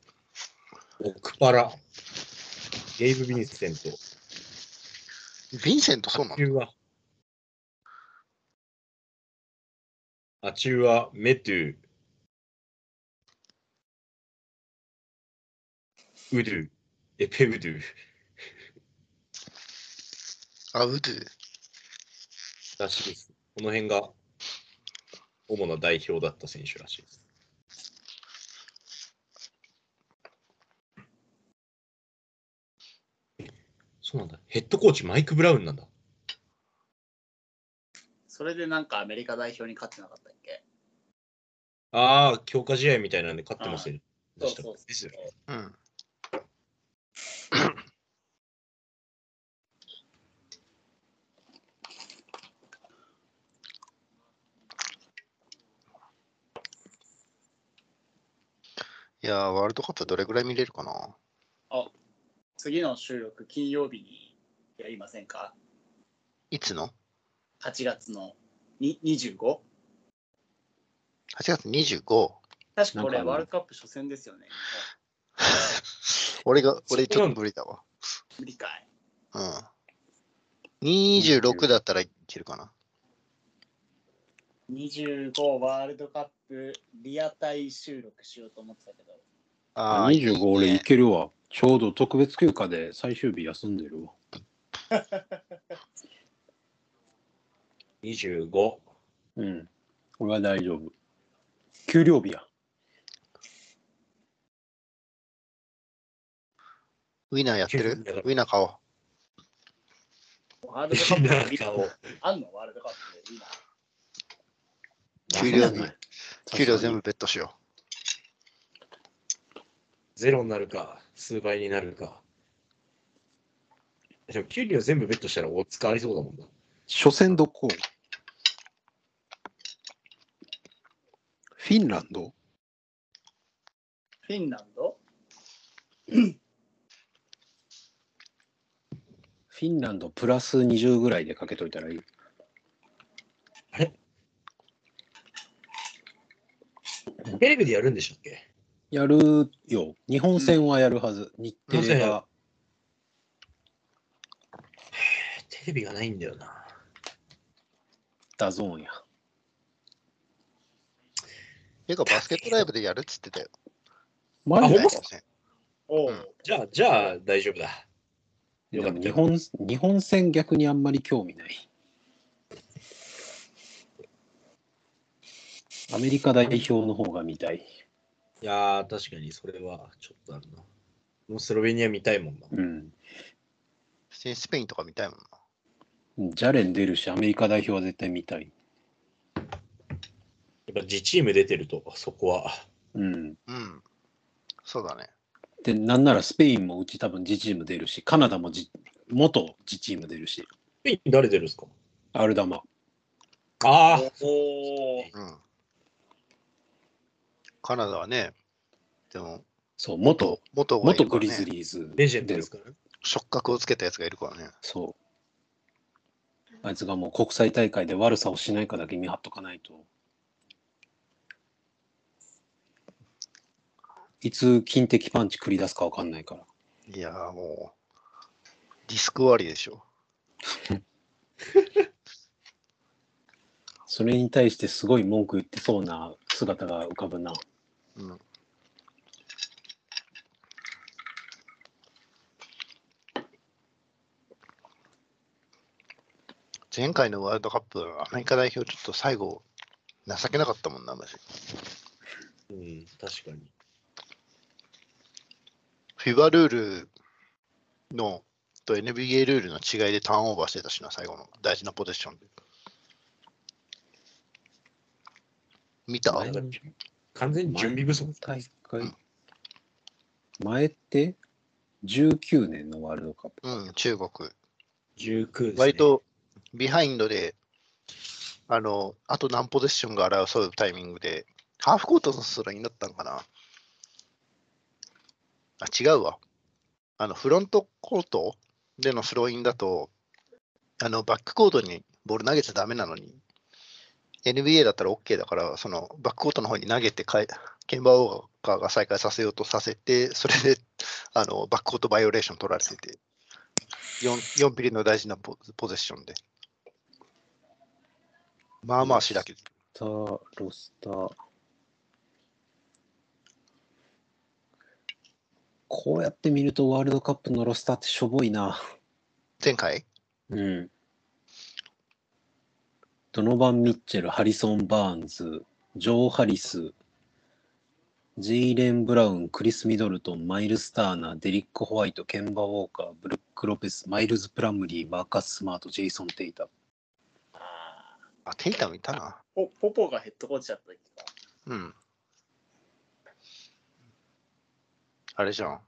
オクパラ。ゲイブ・ヴィンセント。
ヴィンセントそうな
ア
ん
チ
だ。
ューは。アチューはメトゥ。ウドゥ。エペウドゥ
あ、ウドゥ。
らしいです。この辺が主な代表だった選手らしいです。そうなんだ。ヘッドコーチマイク・ブラウンなんだ。
それでなんかアメリカ代表に勝ってなかったっけ
ああ、強化試合みたいなんで勝ってますよ。
そう
でした
そうそう
ですよね
うん。いやー、ワールドカップどれぐらい見れるかな
次の収録金曜日にやりませんか
いつの
?8 月のに 25?
?8 月25。
確かこれ
なんかあの
ワールドカップ初戦ですよね。
俺が、俺ちょっと無理だわ。
無理かい。
うん。26だったらいけるかな。
25ワールドカップリアタイ収録しようと思ってたけ ど。
あ
あ
ー
25俺
いい
い
ね
けるわ。ちょうど特別休暇で最終日休んでるわ。
25。
うん。俺は大丈夫。給料日や。
ウィナーやってるウィナー買おう。
ワールドカップリアあんのワールドカップでいいな。
給料日
出さない
給料全部。ベットしよ
ゼロになるか、数倍になるか。でも給料全部ベットしたらお使われそうだもんな。
初戦どこフィンランド
フィンランド
フィンランドプラス20ぐらいでかけといたらいい。
テレビでやるんでしたっけ
やるよ。日本戦はやるはず。日テレ
な
が。
テレビがないんだよな。
ダゾーンや。
う。てか、バスケットライブでやるっつってたよ。
マジ
ほんま
で
っす
おう
うん
じゃあ、じゃあ大丈夫だ。
でも日本日本戦逆にあんまり興味ない。アメリカ代表の方が見たい。
いやー、確かにそれはちょっとあるな。もうスロベニア見たいもんな。
うん。
普通にスペインとか見たいもんな。
ジャレン出るし、アメリカ代表は絶対見たい。
やっぱ自チーム出てると、そこは。
うん。
うん。そうだね。
で、なんならスペインもうち多分自チーム出るし、カナダもじ元自チーム出るし、
スペイン誰出るんですか
アルダマ。
ああ、
おー
うん。カナダはね、でも、
そう、元、
元がいるからね
元グリズリーズ。
レジェンドですからね。
触覚をつけたやつがいるからね。
そう。あいつがもう国際大会で悪さをしないかだけ見張っとかないと。いつ金的パンチ繰り出すか分かんないから。
いやーもう、リスク割りでしょ。
それに対してすごい文句言ってそうな姿が浮かぶな。
うん。前回のワールドカップ、アメリカ代表、ちょっと最後、情けなかったもんな、マジ。
うん、確かに。
フィバルールのと NBA ルールの違いでターンオーバーしてたしな、最後の大事なポジションで。見た
なんか完全に準備不足
大会前って19年のワールドカップ
うん、中国。
19です、ね。
割とビハインドで、あの、あと何ポジションが争うタイミングで、ハーフコートのスラインだったのかなあ、違うわ。あの、フロントコートでのスローインだと、あの、バックコートにボール投げちゃダメなのに、NBA だったら OK だから、その、バックコートの方に投げてかえ、ケンバーオーガーが再開させようとさせて、それで、あの、バックコートバイオレーション取られてて、4, 4ピリの大事なポポゼッションで。まあまあしらけてる。
スターロスターこうやって見るとワールドカップのロスターってしょぼいな
前回
うんドノバン・ミッチェルハリソン・バーンズジョー・ハリスジェイレン・ブラウンクリス・ミドルトンマイルス・ターナーデリック・ホワイトケンバ・ウォーカーブルック・ロペスマイルズ・プラムリーマーカス・スマートジェイソン・テイタ
あー
あ、テイタムいたな。
ポポポがヘッドコーチだった時か。
うん。あれじゃん。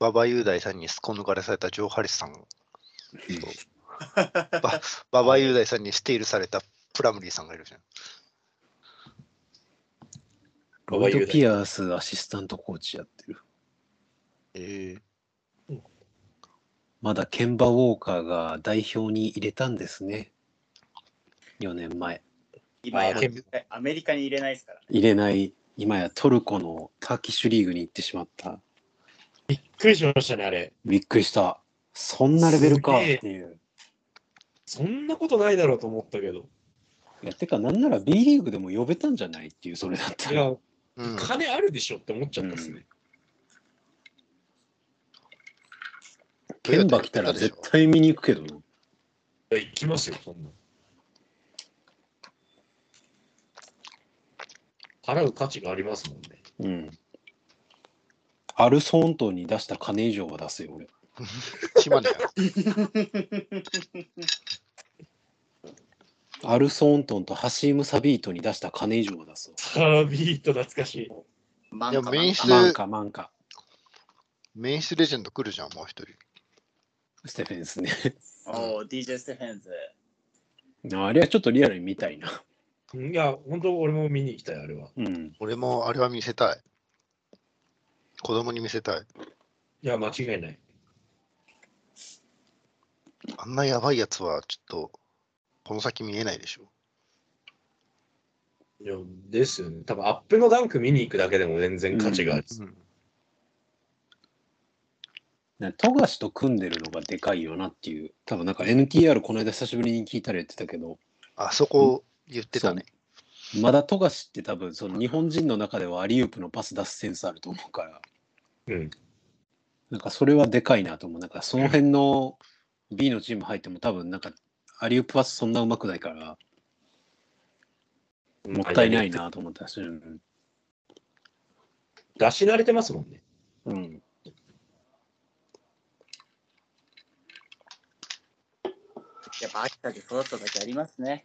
馬場雄大さんにすこ抜かれされたジョー・ハリスさんが。ば馬場雄大さんにスティールされたプラムリーさんがいるじゃん。
ロバート・ピアースアシスタントコーチやってる
え
まだケンバ・ウォーカーが代表に入れたんですね。4年前。
今や
まあ
絶対アメリカに入れないですからね。
入れない、今やトルコのターキッシュリーグに行ってしまった。
びっくりしましたね、あれ。
びっくりした。そんなレベルかっていう。
そんなことないだろうと思ったけど。
いやてか、なんなら B リーグでも呼べたんじゃないっていう、それだった
い
ら。
や、
うん、
金あるでしょって思っちゃったですね。
ケンバ来たら絶対見に行くけどな。
いや行きますよ、そんな。払う価値がありますもん ね。
うん。アルソン島に出した金以上は出すよ、俺。
島根や
アルソントンとハシーム・サビートに出した金以上は出すわ。
サービート懐かしい。
マ
いや
ンカ
メイ
マン
ン
カ
で
マンカ、マンカ。
メイスレジェンド来るじゃん、もう一人。
ステフェンスね。
おお、DJ ステフェンズ。
あれはちょっとリアルに見たいな。
いや、本当俺も見に行きたい、あれは。
うん。
俺もあれは見せたい。子供に見せたい。
いや、間違いない。
あんなやばいやつはちょっと、この先見えないでしょ。
いや、ですよね。多分アップのダンク見に行くだけでも全然価値がある。
うん、
ね富樫と組んでるのがでかいよなっていう。多分なんか NTR この間久しぶりに聞いたら言ってたけど、
あそこ言ってたね。
まだ富樫って多分その日本人の中ではアリウープのパス出すセンスあると思うから、
うん。
なんかそれはでかいなと思う。なんかその辺の B のチーム入っても多分なんかアリウープパスそんなうまくないから、もったいないなと思ったし、うん。
出し慣れてますもんね。
うん。
やっぱ秋田で育っただけありますね。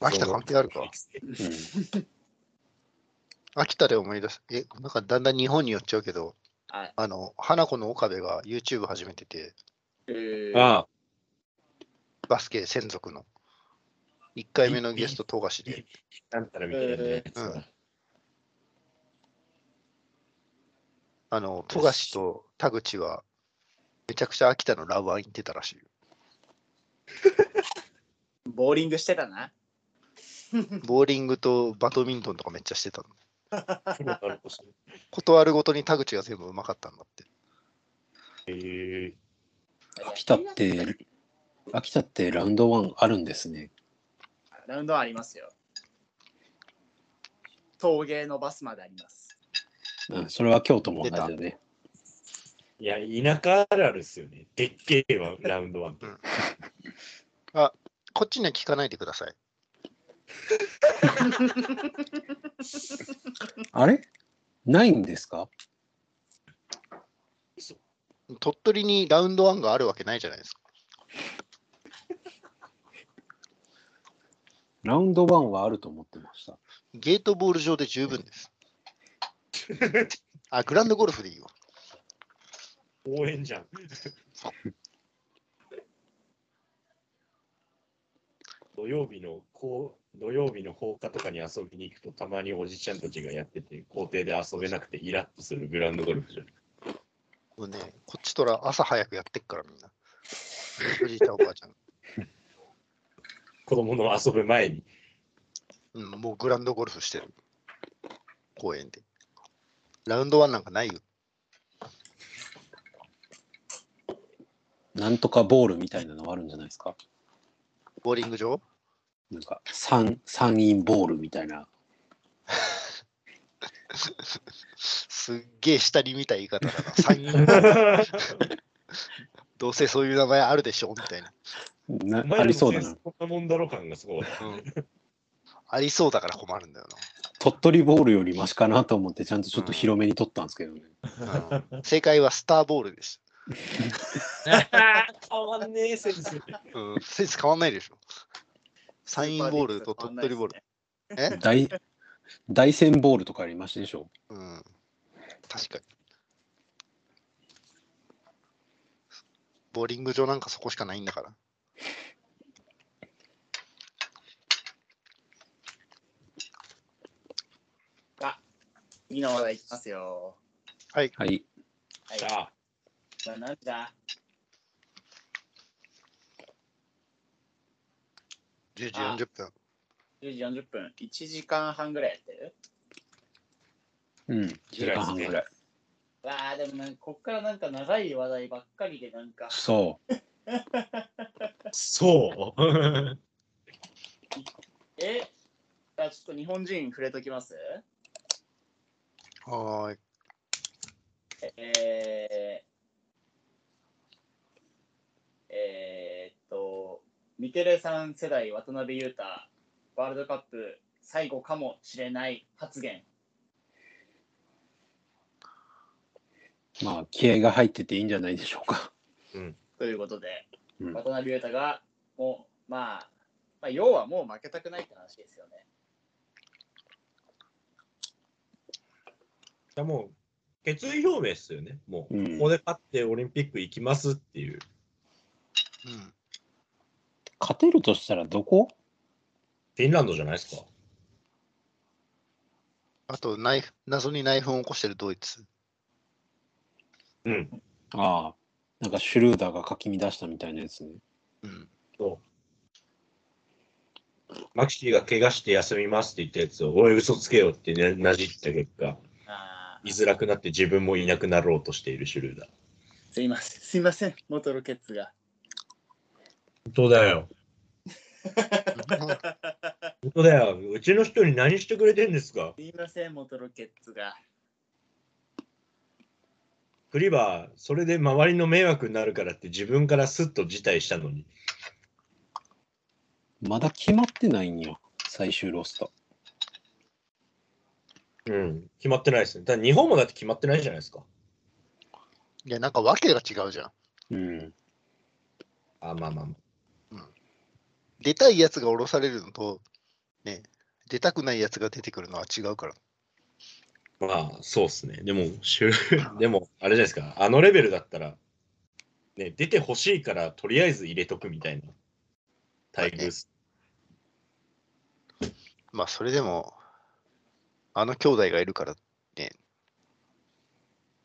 秋田関係あるか。
うん、
秋田で思い出す。え、なんかだんだん日本に寄っちゃうけど、
はい
あの、花子の岡部が YouTube 始めてて、
えー
あ
バスケ専属の。1回目のゲスト、富樫で。
あ、なんたらみたいなね。
う
そうん
あの、富樫と田口は、めちゃくちゃ秋田のラブワン行ってたらしいよ。
ボーリングしてたな。
ボーリングとバドミントンとかめっちゃしてたの。
なるほど
断るごとに田口が全部うまかったんだって。
へえ
秋田って、秋田ってラウンド1あるんですね。
ラウンドはありますよ。陶芸のバスまであります。
うん、それは京都も同じだね。
いや、田舎あるあるですよね。でっけえわ、ラウンドワン。
こっちには聞かないでください。
あれないんですか
鳥取にラウンドワンがあるわけないじゃないですか。
ラウンド1はあると思ってました。
ゲートボール上で十分 です。あ、グランドゴルフでいいよ。
応援じゃん。土曜日のこう土曜日の放課とかに遊びに行くとたまにおじちゃんたちがやってて校庭で遊べなくてイラッとするグラウンドゴルフじゃん。
もうね、こっちとら朝早くやってっからみんな。おじいちゃんおばあちゃん。
子供の遊ぶ前 に。
うん、もうグランドゴルフしてる。公園で。ラウンドワンなんかないよ。
なんとかボールみたいなのあるんじゃないですか
ボーリング場
なんか三三インボールみたいな。
すっげえ下に見た言い方だな。三人どうせそういう名前あるでしょみたいな。
な
お前
あ
ら
り
の
そう
セ
だ
ンス
な。
こんなもんだろ感がすごい。
うんありそうだから困るんだよ
鳥取ボールよりマシかなと思って、ちゃんとちょっと広めに取ったんですけどね。
な。うん正解はスターボールです。
変わんねえセンス。
うん、センス変わんないでしょ。サインボールと鳥取ボール。え、
大大山ボールとかありましたでしょ
うん、確かに。ボーリング場なんかそこしかないんだから。
次の話題いきますよ。
はい。
はい
じゃあ
これなんだ
10時
あ
40分。
10時40分、1時間半ぐらいやってる
うん。1時間半ぐらい。
わあ、でもなんか、こっからなんか長い話題ばっかりで、なんか、
そう。
そう。
えじゃあちょっと日本人触れときます
はーい。
えー、えー、っと、ミケレさん世代渡辺裕太、ワールドカップ最後かもしれない発言。
まあ、気合が入ってていいんじゃないでしょうか。
ということで、
うん
渡辺裕太がもう、まあ、まあ、要はもう負けたくないって話ですよね。
じゃあもう決意表明っすよね。もう、
うん
ここで勝ってオリンピック行きますっていう。
うん。
勝てるとしたらどこ
フィンランドじゃないですか。
あと、ナイフ、謎にナイフを起こしてるドイツ。
うん。
ああ。なんかシュルーダーがかき乱したみたいなやつね。
うん。
マキシーが怪我して休みますって言ったやつを、おい、嘘つけよってね、なじった結果、
あ
居づらくなって自分もいなくなろうとしているシュルーダー。
すいません、すいません、元ロケッツが。
本当だよ。本当だよ。うちの人に何してくれてんですか
すいません、元ロケッツが。
クリバー、それで周りの迷惑になるからって自分からスッと辞退したのに。
まだ決まってないんよ。最終ロスト。
うん。決まってないですね。ただ日本もだって決まってないじゃないですか。
いや、なんか訳が違うじゃん。
うん。
あ、まあまあまあ。
出たいやつが下ろされるのと、ね、出たくないやつが出てくるのは違うから。
まあ、そうっすね。でも、しゅでも、あれじゃないですか。あのレベルだったら、ね、出てほしいから、とりあえず入れとくみたいな。待遇っす。
まあ、それでも、あの兄弟がいるから、ね、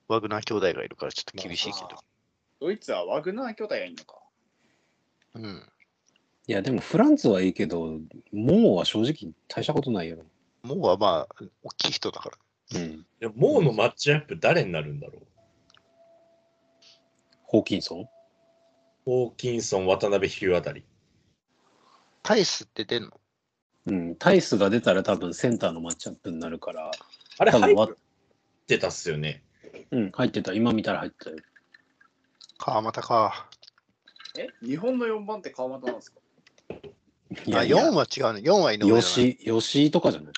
ワグナー兄弟がいるからちょっと厳しいけど。
ドイツはワグナー兄弟がいるのか。
うん。
いや、でもフランツはいいけど、モーは正直大したことないよ。
もうはまあ、大きい人だから。
うん。
でも、もうのマッチアップ誰になるんだろう。
ホーキンソン
ホーキンソン、渡辺ヒューあたり。
タイスって出んの
うん。タイスが出たら多分センターのマッチアップになるから、
あれ、
多
入
分わ
っ、てたっすよね。
うん、入ってた。今見たら入ってたよ。
川又か。
え日本の4番って川又なんですか
い
あ、
やいや
4は違うね。4は井上だな。
吉吉井とかじゃな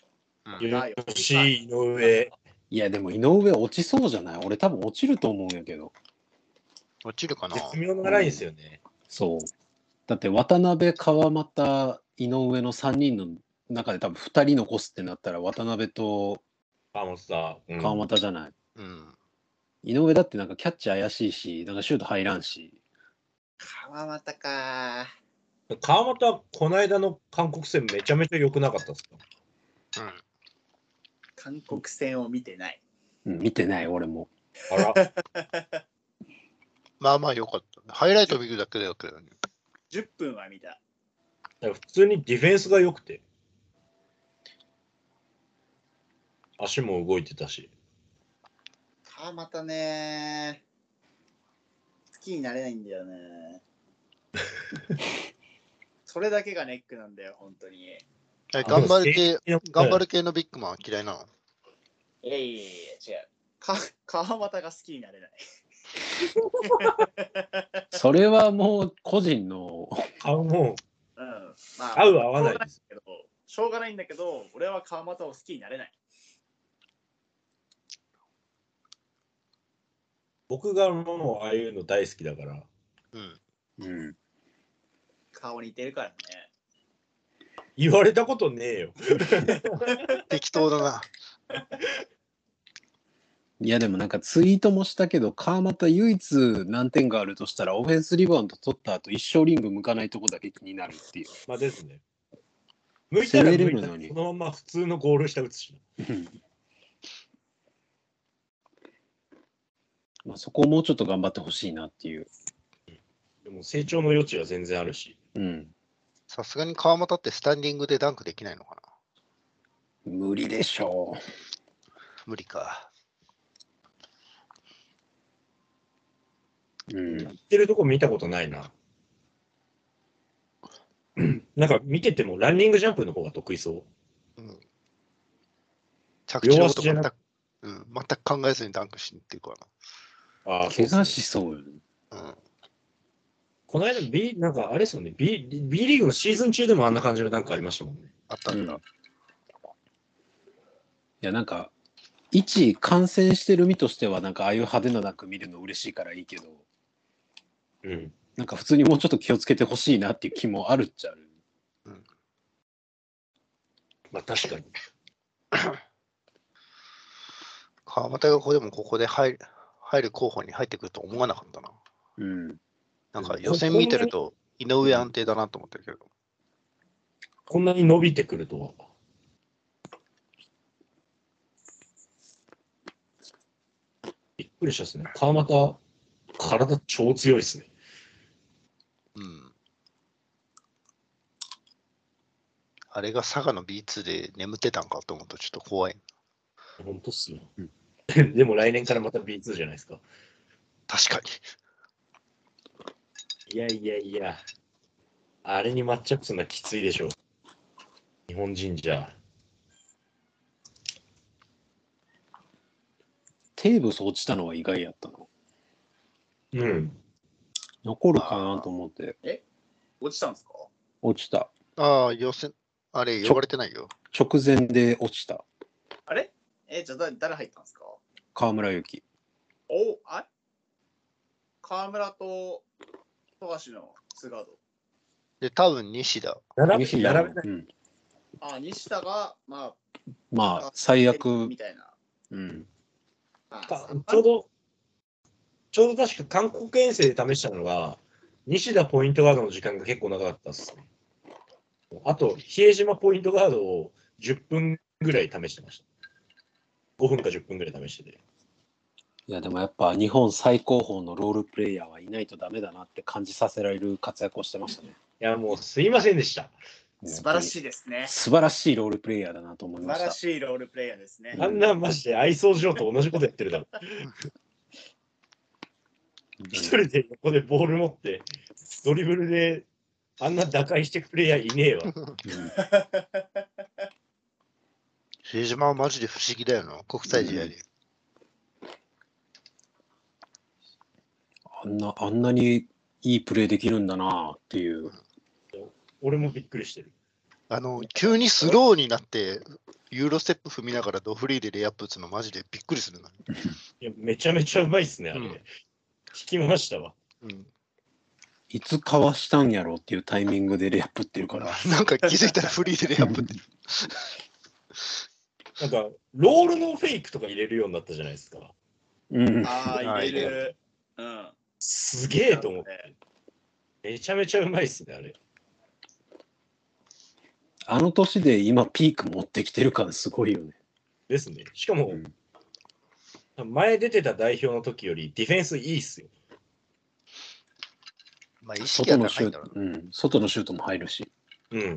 い
ないよ
吉井、井上、
いやでも井上落ちそうじゃない俺多分落ちると思うんやけど
落ちるかな。
絶妙なラインですよね。
そうだって渡辺川又井上の3人の中で多分2人残すってなったら渡辺と
川本さん。うん
川又じゃない、
うん。
井上だってなんかキャッチ怪しいしなんかシュート入らんし
川又か
川本はこの間の韓国戦めちゃめちゃ良くなかったですか
韓国戦を見てない
うん見てない俺も
あら、
まあまあよかった。ハイライト見るだけだけどね。
10分は見た
普通にディフェンスが良くて。足も動いてたし。
川又ね好きになれないんだよね それだけがネックなんだよ本当に
え頑張る系、頑張
る。
る系のビッグマンは嫌いなの。
いやいやいや違うか 川又が好きになれない
それはもう個人の
顔も
うんまあ
合う合わないです。
しょうがないけどしょうがないんだけど俺は川又を好きになれない
僕がもうああいうの大好きだから。
うん。
うん
顔似てるからね
言われたことねえよ。
適当だな。
いやでもなんかツイートもしたけど川又唯一難点があるとしたらオフェンスリバウンド取った後一生リング向かないとこだけ気になるっていう
まあですね。向いた
攻
ら向
めれ
い
る
た
の
ら
に
そのまま普通のゴール下打つし。
まあそこをもうちょっと頑張ってほしいなっていう
でも成長の余地は全然あるし。
うん
さすがに川又ってスタンディングでダンクできないのかな。
無理でしょ
無理か。
う、うん
言ってるとこ見たことない な。なんか見ててもランニングジャンプの方が得意そう。
うん。着地のこ
両足
と
じゃ
全
な
く、うん、全く考えずにダンクしに行っていくわ
ああ、
怪我
そうっすね
しそうよね
な。うん。
この間 B、なんかあれですよね B、B リーグのシーズン中でもあんな感じのなんかありましたもんね。
あったんだ。
うんいやなんか一感染してる身としてはなんかああいう派手なダンク見るの嬉しいからいいけど
うん。
なんか普通にもうちょっと気をつけてほしいなっていう気もあるっちゃある
まあ確かに。
川又がここでもここで入る入る候補に入ってくると思わなかったな。
うん
なんか予選見てると、井上安定だなと思ってるけど。
こんなに伸びてくるとは。びっくりしたですね。川又、体超強いですね。
うん。あれが佐賀の B2 で眠ってたんかと思うとちょっと怖い。
本当っすよ。 でも来年からまた B2 じゃないですか。
確かに。
いやいやいや。あれにマッチアップするのはきついでしょう。日本人じゃ。
テーブス落ちたのは意外やったの
うん。
残るかなと思って
落ちたんですか
落ちた
ああ、予選、あれ、
ちょ
呼ばれてないよ。
直前で落ちた
あれえじゃあだ誰入ったんですか
河村勇輝
おあ河村と富樫のツーガード
で、多分西田。
並
西
べ
田
並べない。
うん、
あ西田がま
ま
あ
あ最
テレ
悪
ビみ、たいな
うん、
あ
か
三番
ちょうど、ちょうど確か韓国遠征で試したのが、西田ポイントガードの時間が結構長かったっすね。あと、比江島ポイントガードを10分ぐらい試してました。5分か10分ぐらい試してて。
いやでもやっぱ日本最高峰のロールプレイヤーはいないとダメだなって感じさせられる活躍をしてましたね
いや、もうすいませんでした。
素晴ら
い
しいですね
素晴らしいロールプレイヤーだなと思い
素
まし
晴ら
た
しいロールプレイヤーですね
うん
あんなマジで愛想上と同じことやってるだろ。一人でここでボール持って、ドリブルであんな打開してくプレイヤーいねえわ。
うん
比江島はマジで不思議だよな。国際試合で。
ああんな、あんなにいいプレーできるんだなっていう。
俺もびっくりしてる。
あの、急にスローになって、ユーロステップ踏みながらドフリーでレイアップ打つのマジでびっくりするな。
いや、めちゃめちゃうまいっすね、あれ。
うん
聞きましたわ。
うん、
いつかわしたんやろうっていうタイミングでレイアップってる から。
なんか気づいたらフリーでレイアップって。
なんか、ロールのフェイクとか入れるようになったじゃないですか。
うん。
ああ、入れる。うん。
すげえと思って。めちゃめちゃうまいっすね、あれ。
あの年で今ピーク持ってきてる感すごいよね。
ですね。しかも、前出てた代表の時よりディフェンスいいっすよ。
まあ意識
外
は
のシ
高い
ュー
んだろ
トう
う、
ん、外のシュートも入るし。
うん。
な。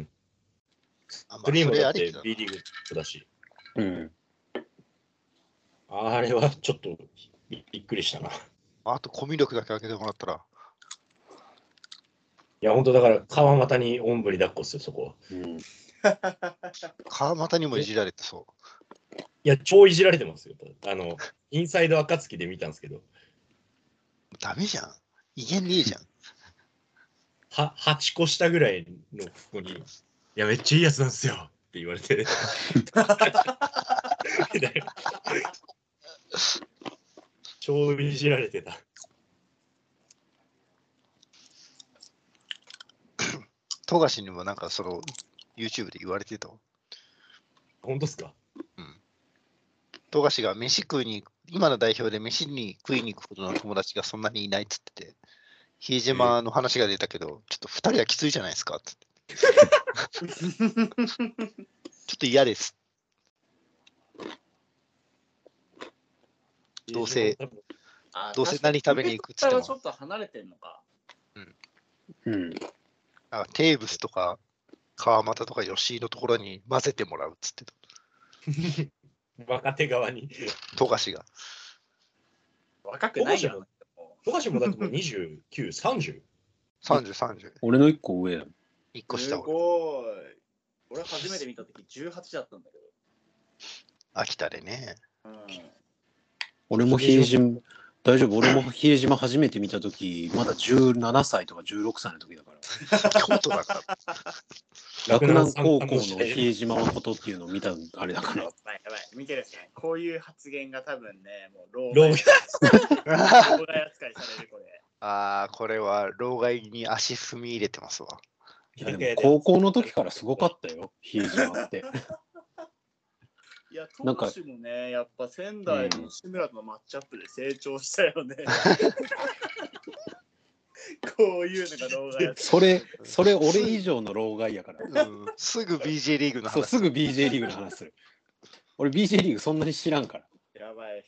あまあ
ドリー
そ
ム
れ
だ
あ
っ
りき
て
だな
B リーグだし。
うん。
あれはちょっとびっくりしたな。い
あとコミュ力だけ上げてもらったら。
や、本当だから川又におんぶに抱っこっすよ、そこは。
うん、
川又にもいじられてそ
いや、超いじられてますよ。あの、インサイド暁で見たんですけど、
う。ダメじゃん。威厳ねえじゃん。
は8個下ぐらいの子に、いや、めっちゃいいやつなんですよって言われて。 超いじられてた。
富樫にもなんかその YouTube で言われてたわ。
本当っすか
富樫が飯食いに、今の代表で飯に食いに行くほどの友達がそんなにいないっつってて、比江島の話が出たけど、ちょっと2人はきついじゃないですかっつって。ちょっと嫌です。どうせ
多分
あー
どうせ何食べに行くっつ
確
って
か
も
にちょっと離れてんのか。
うん、
あテーブスとか川又とか吉井のところに混ぜてもらうっつってた
若手側に。
富樫が。
若くないよ。
富樫もだってもう29、30?
30、30。
俺の一個上やん。
1個
す
下俺。
ごい。俺初めて見た時18だったんだけ
秋田でね。
ど。うん。
俺も比江島、大丈夫、俺も比江島初めて見たとき、まだ17歳とか16歳の時だから。
京都だから。
洛南高校の比江島のことっていうのを見たあれだか
や
ら。
ばいやばい。見てですね。こういう発言が多分ね、もう老
老
害
害
老害扱いされるこれ。
ああ、これは、老害に足踏み入れてますわ。
いやでも高校の時からすごかったよ、比江島って。
いや、
なんか
当時もね、やっぱ仙台の志村とのマッチアップで成長したよ ね。こういうのが老害扱い。
それ、それ俺以上の老害やから。
うん、すぐ BJ リーグの
そう
話。
すぐ BJ リーグの話する。俺 BJ リーグそんなに知らんから。
やばい。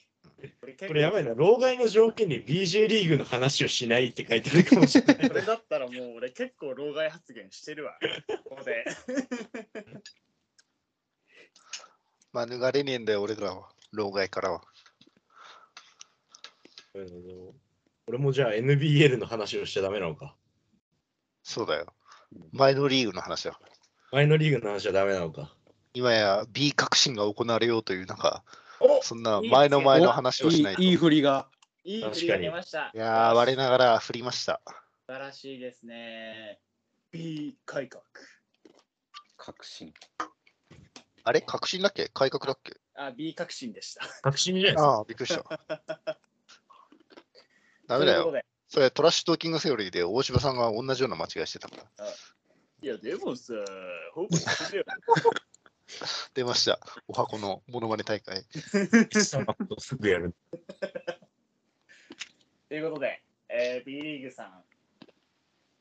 これ結構
これやばいな、老害の条件に BJ リーグの話をしないって書いてあるかもし れない。
それだったらもう俺結構老害発言してるわ。ここで。
まあ、脱がれねえんだよ、俺らは。老害からは。
うん俺もじゃあ NBL の話をしちゃダメなのか。
そうだよ。前のリーグの話だから。
前のリーグの話はダメなのか。
今や B 革新が行われようという、なんか、
お
そんない
い
前の前の話をしないと。
いいい
い
い振りが。
いい振りが出ました。
やー、我ながら振りました。
素晴らしいですね。B 改革。
確信。
あれ革新だっけ改革だっけ
あ、B 革新でした。
確信じゃないですか。
ああ、びっくりした。ダメだ
ということ
よ。
で
それトラッシュトーキングセオリーで大柴さんが同じような間違いしてたから。
いや、でもさ、ほぼ一緒だよ。
出ました。お箱のモノマネ大会。
貴様とすぐやる。
ということで、えー、B リーグさん、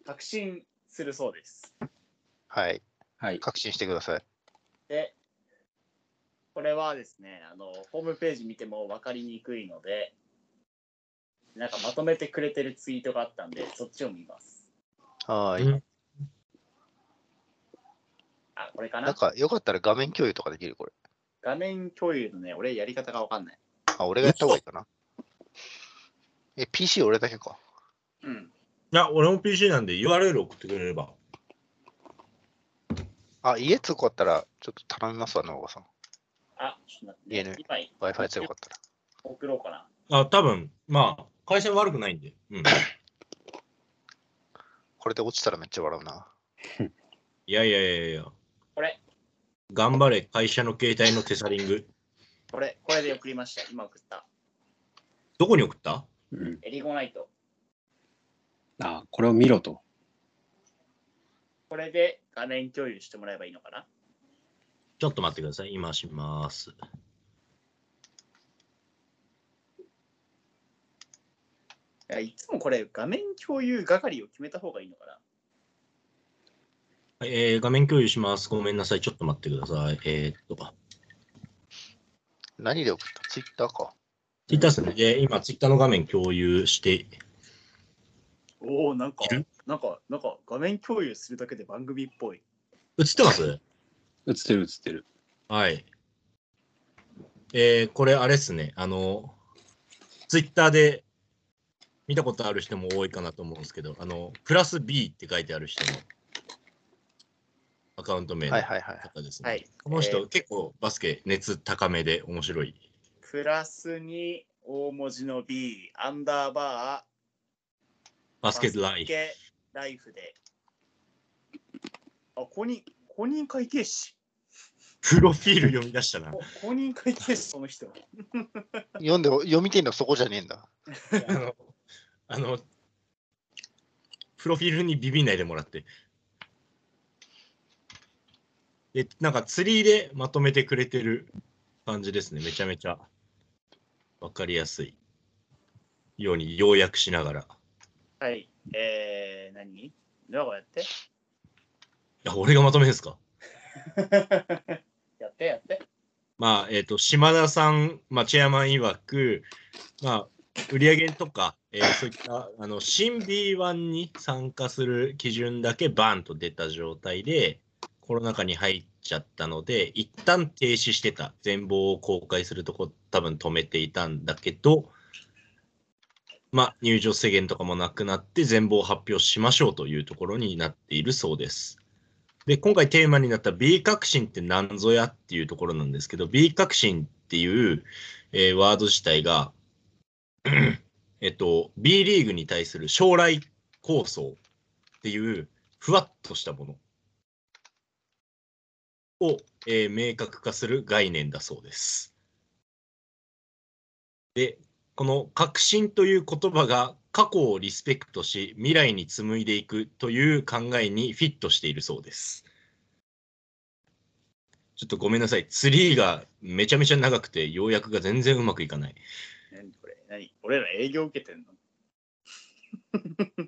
確信するそうです。
はい。
はい。
確信してください。
で、これはですね、あの、ホームページ見ても分かりにくいので、なんかまとめてくれてるツイートがあったんで、そっちを見ます。
はーい。
うん
あ、これかな
なんか、よかったら画面共有とかできるこれ。
画面共有のね、俺やり方が分かんない。
あ、俺がやった方がいいかな。え、PC 俺だけか。
うん。
いや、俺も PC なんで URL 送ってくれれば。
あ、家強かったら、ちょっと頼みますわ、直川さん。
あ、ちょっと待って、
いいね
今
Wi-Fi 強かったら。
送ろうかな。
あ、多分まあ、会社悪くないんで。うん。
これで落ちたらめっちゃ笑うな。
いやいやいやいや。
これ、
頑張れ、会社の携帯のテサリング。
これ、これで送りました。今送った。
どこに送った
うん、
エリゴナイト。
あこれを見ろと。
これで画面共有してもらえばいいのかな
ちょっと待ってください。今します。
いやいつもこれ、画面共有係を決めた方がいいのかな
はい、えー画面共有します。ごめんなさい。ちょっと待ってください。えーっと、
何で送ったツイッターか。
ツイッターですね。で今、ツイッターの画面共有して、
おお、なんか
いる、
なんか、なんか、画面共有するだけで番組っぽい。
映ってます
映ってる映ってる。
はい。えーこれ、あれですね。あの、ツイッターで見たことある人も多いかなと思うんですけど、あの、プラス B って書いてある人のアカウント名の
はいはいはい。
方ですね。
はい。
この人、
えー
結構バスケ熱高めで面白い。
プラスに大文字の B、アンダーバ
バ
ー、
スケライフ。
バスケライフで。あ、公認、公認会計士。
プロフィール読み出したな。
こ公認会計士、その人。
読んで、読みてんのそこじゃねえんだ。
あの、あの、プロフィールにビビんないでもらって。で、なんかツリーでまとめてくれてる感じですね。めちゃめちゃわかりやすいように要約しながら。い
はい。えー、何どうやって
や、俺がまとめるんですか
やってやって。
まあ、えっ、と、島田さん、まあ、チェアマン曰く、まあ、売上とか、えーそういった、あの、新 B1 に参加する基準だけバーンと出た状態で、コロナ禍に入っちゃったので、一旦停止してた。全貌を公開するとこ、多分止めていたんだけど、まあ、入場制限とかもなくなって、全貌を発表しましょうというところになっているそうです。で、今回テーマになった B 革新って何ぞやっていうところなんですけど、B 革新っていう、えーワード自体が、 えっと、B リーグに対する将来構想っていうふわっとしたものを、えー明確化する概念だそうです。で、この革新という言葉が過去をリスペクトし未来に紡いでいくという考えにフィットしているそうです。ちょっとごめんなさい。ツリーがめちゃめちゃ長くて、要約が全然うまくいかない。
何これ何俺ら営業受けてんの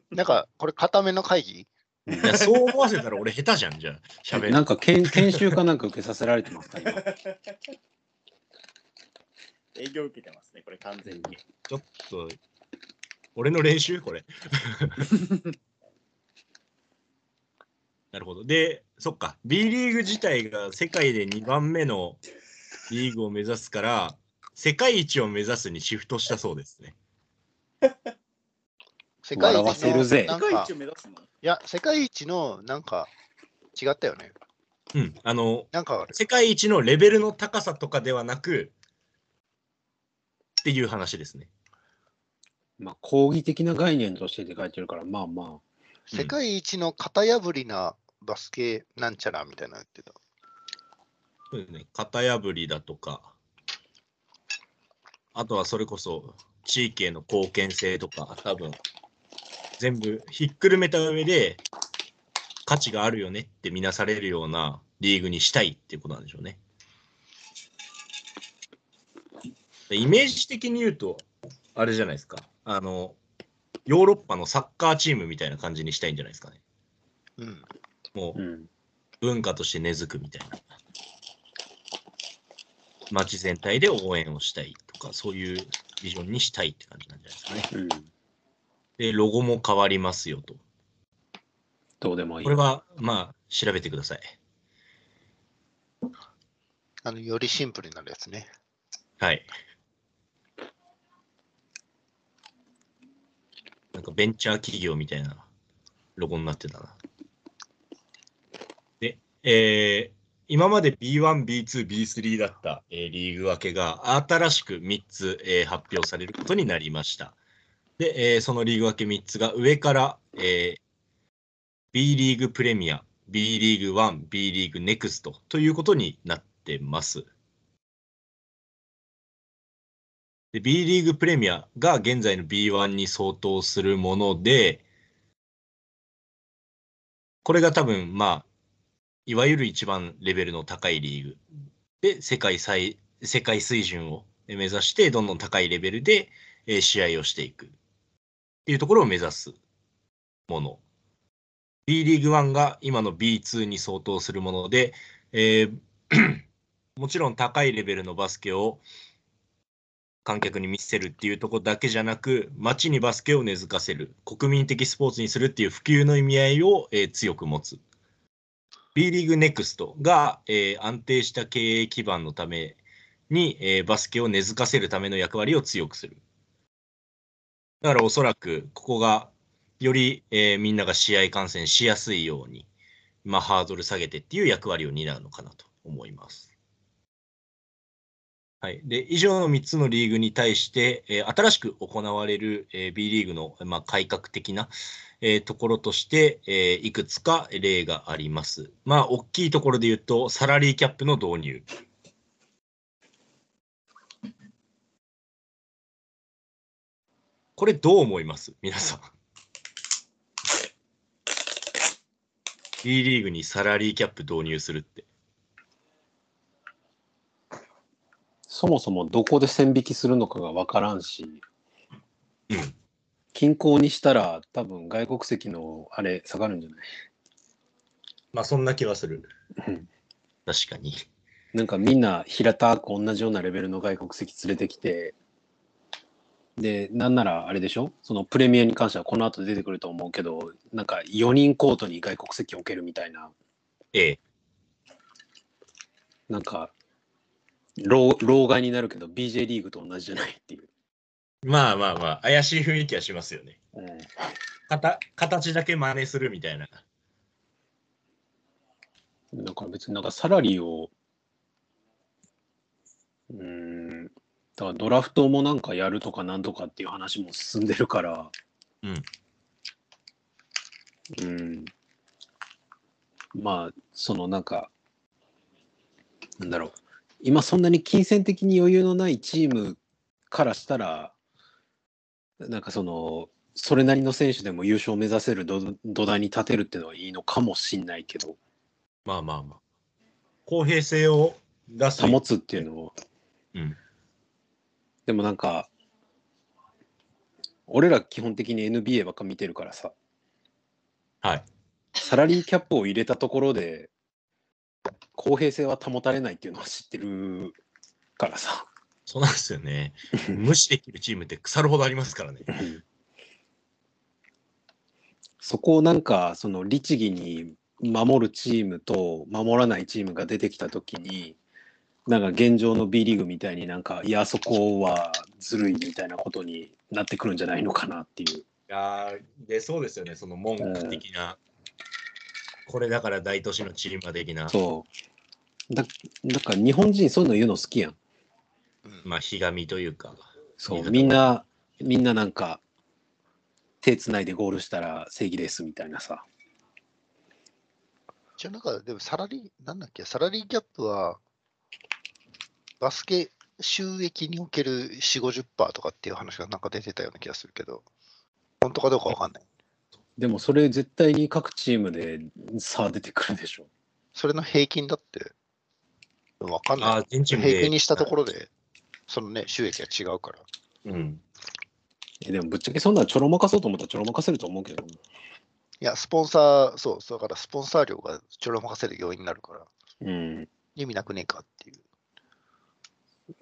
なんか、これ固めの会議
いや、そう思わせたら俺下手じゃん、じゃあ。喋
な
る。
ん か研研修かなんか受けさせられてますか今。
営業受けてますね、これ完全に。
ちょっと、俺の練習これ。 なるほど。で、そっか。B リーグ自体が世界で2番目のリーグを目指すから、世界一を目指すにシフトしたそうですね。
世界
笑わせるぜ
一のな
世界
んか
一を目指すの
いや、世界一のなんか違ったよね。
うん。あの、
なんかある
世界一のレベルの高さとかではなく、っていう話ですね。
まあ講義的な概念としてって書いてるからまあま
世界一の型破りなバスケなんちゃらみたいなの言ってた。
そうですね。型破りだとか、あとはそれこそ地域への貢献性とか、多分全部ひっくるめた上で価値があるよねって見なされるようなリーグにしたいっていうことなんでしょうね。でイメージ的に言うと、あれじゃないですか。あの、ヨーロッパのサッカーチームみたいな感じにしたいんじゃないですかね。
うん。
も
あ。
う
うん。
文化として根付くみたいな。街全体で応援をしたいとか、そういうビジョンにしたいって感じなんじゃないですかね。
うん。
で、ロゴも変わりますよと。
どうでもいい
これ。は、まあ、調べてください。
あの、よりシンプルになるやつね。
はい。なんかベンチャー企業みたいなロゴになってたな。で、えー今まで B1、B2、B3 だった、えーリーグ分けが新しく3つ、えー発表されることになりました。で、えーそのリーグ分け3つが上から、えー B リーグプレミア、B リーグ1、B リーグネクストということになってます。で B リーグプレミアが現在の B1 に相当するもので、これが多分、まあ、いわゆる一番レベルの高いリーグで世界最、世界水準を目指して、どんどん高いレベルで、えー試合をしていくっていうところを目指すもの。B リーグ1が今の B2 に相当するもので、えー もちろん高いレベルのバスケを観客に見せるっていうところだけじゃなく、街にバスケを根付かせる、国民的スポーツにするっていう普及の意味合いを、えー強く持つ。B リーグネクストが、えー安定した経営基盤のために、えーバスケを根付かせるための役割を強くする。だからおそらくここがより、えーみんなが試合観戦しやすいように、まあ、ハードル下げてっていう役割を担うのかなと思います。はい、で以上の3つのリーグに対して、えー新しく行われる、えー B リーグの、まあ、改革的な、えーところとして、えーいくつか例があります。まあ大きいところで言うとサラリーキャップの導入。これどう思います皆さん。B リーグにサラリーキャップ導入するって。
そもそもどこで線引きするのかが分からんし、
うん
均衡にしたら多分外国籍のあれ下がるんじゃない
まあそんな気はする。
うん
確かに。
なんかみんな平たく同じようなレベルの外国籍連れてきて、で、なんならあれでしょそのプレミアに関してはこの後出てくると思うけど、なんか4人コートに外国籍置けるみたいな、
ええ。
なんか、老老害になるけど BJ リーグと同じじゃないっていう。
まあまあまあ怪しい雰囲気はしますよね。
うん
かた形だけ真似するみたいな。
だから別になんかサラリーを、うーん、だからドラフトもなんかやるとかなんとかっていう話も進んでるから、
うん。
うん。まあ、そのなんか、なんだろう。今そんなに金銭的に余裕のないチームからしたら、なんかその、それなりの選手でも優勝を目指せる土土台に立てるっていうのはいいのかもしんないけど、
まあまあまあ。公平性を出す。
保つっていうのを。
うん
でもなんか、俺ら基本的に NBA ばっか見てるからさ、
はい。
サラリーキャップを入れたところで、公平性は保たれないっていうのは知ってるからさ。
そうなんですよ ね。無視できるチームって腐るほどありますからね。
そこをなんかその律儀に守るチームと守らないチームが出てきた時になんか現状の B リーグみたいになんかいやあそこはずるいみたいなことになってくるんじゃないのかなっていう。
いやーで、そうですよね。その文句的な。これだから大都市のチームは的な。
そうだなんか日本人そういうの言うの好きやん。
まあ、ひがみというか。
そうみ
み
ん
ん
なみんななんか手つないでゴールしたら正義ですみたいなさ。
じゃあなんか、でもサラリー、なんだっけ、サラリーキャップは、バスケ収益における4、50%とかっていう話がなんか出てたような気がするけど、本当かどうかわかんない。
でもそれ絶対に各チームで差出てくるでしょ。
それの平均だって、わかん
あ
ない
ー。全チームで
平均にしたところで、そのね、収益が違うから。
うん。
えでもぶっちゃけそんなんちょろまかそうと思ったらちょろまかせると思うけど。
いや、スポンサー、そう、そうだからスポンサー料がちょろまかせる要因になるから、
うん。
意味なくねえかっていう。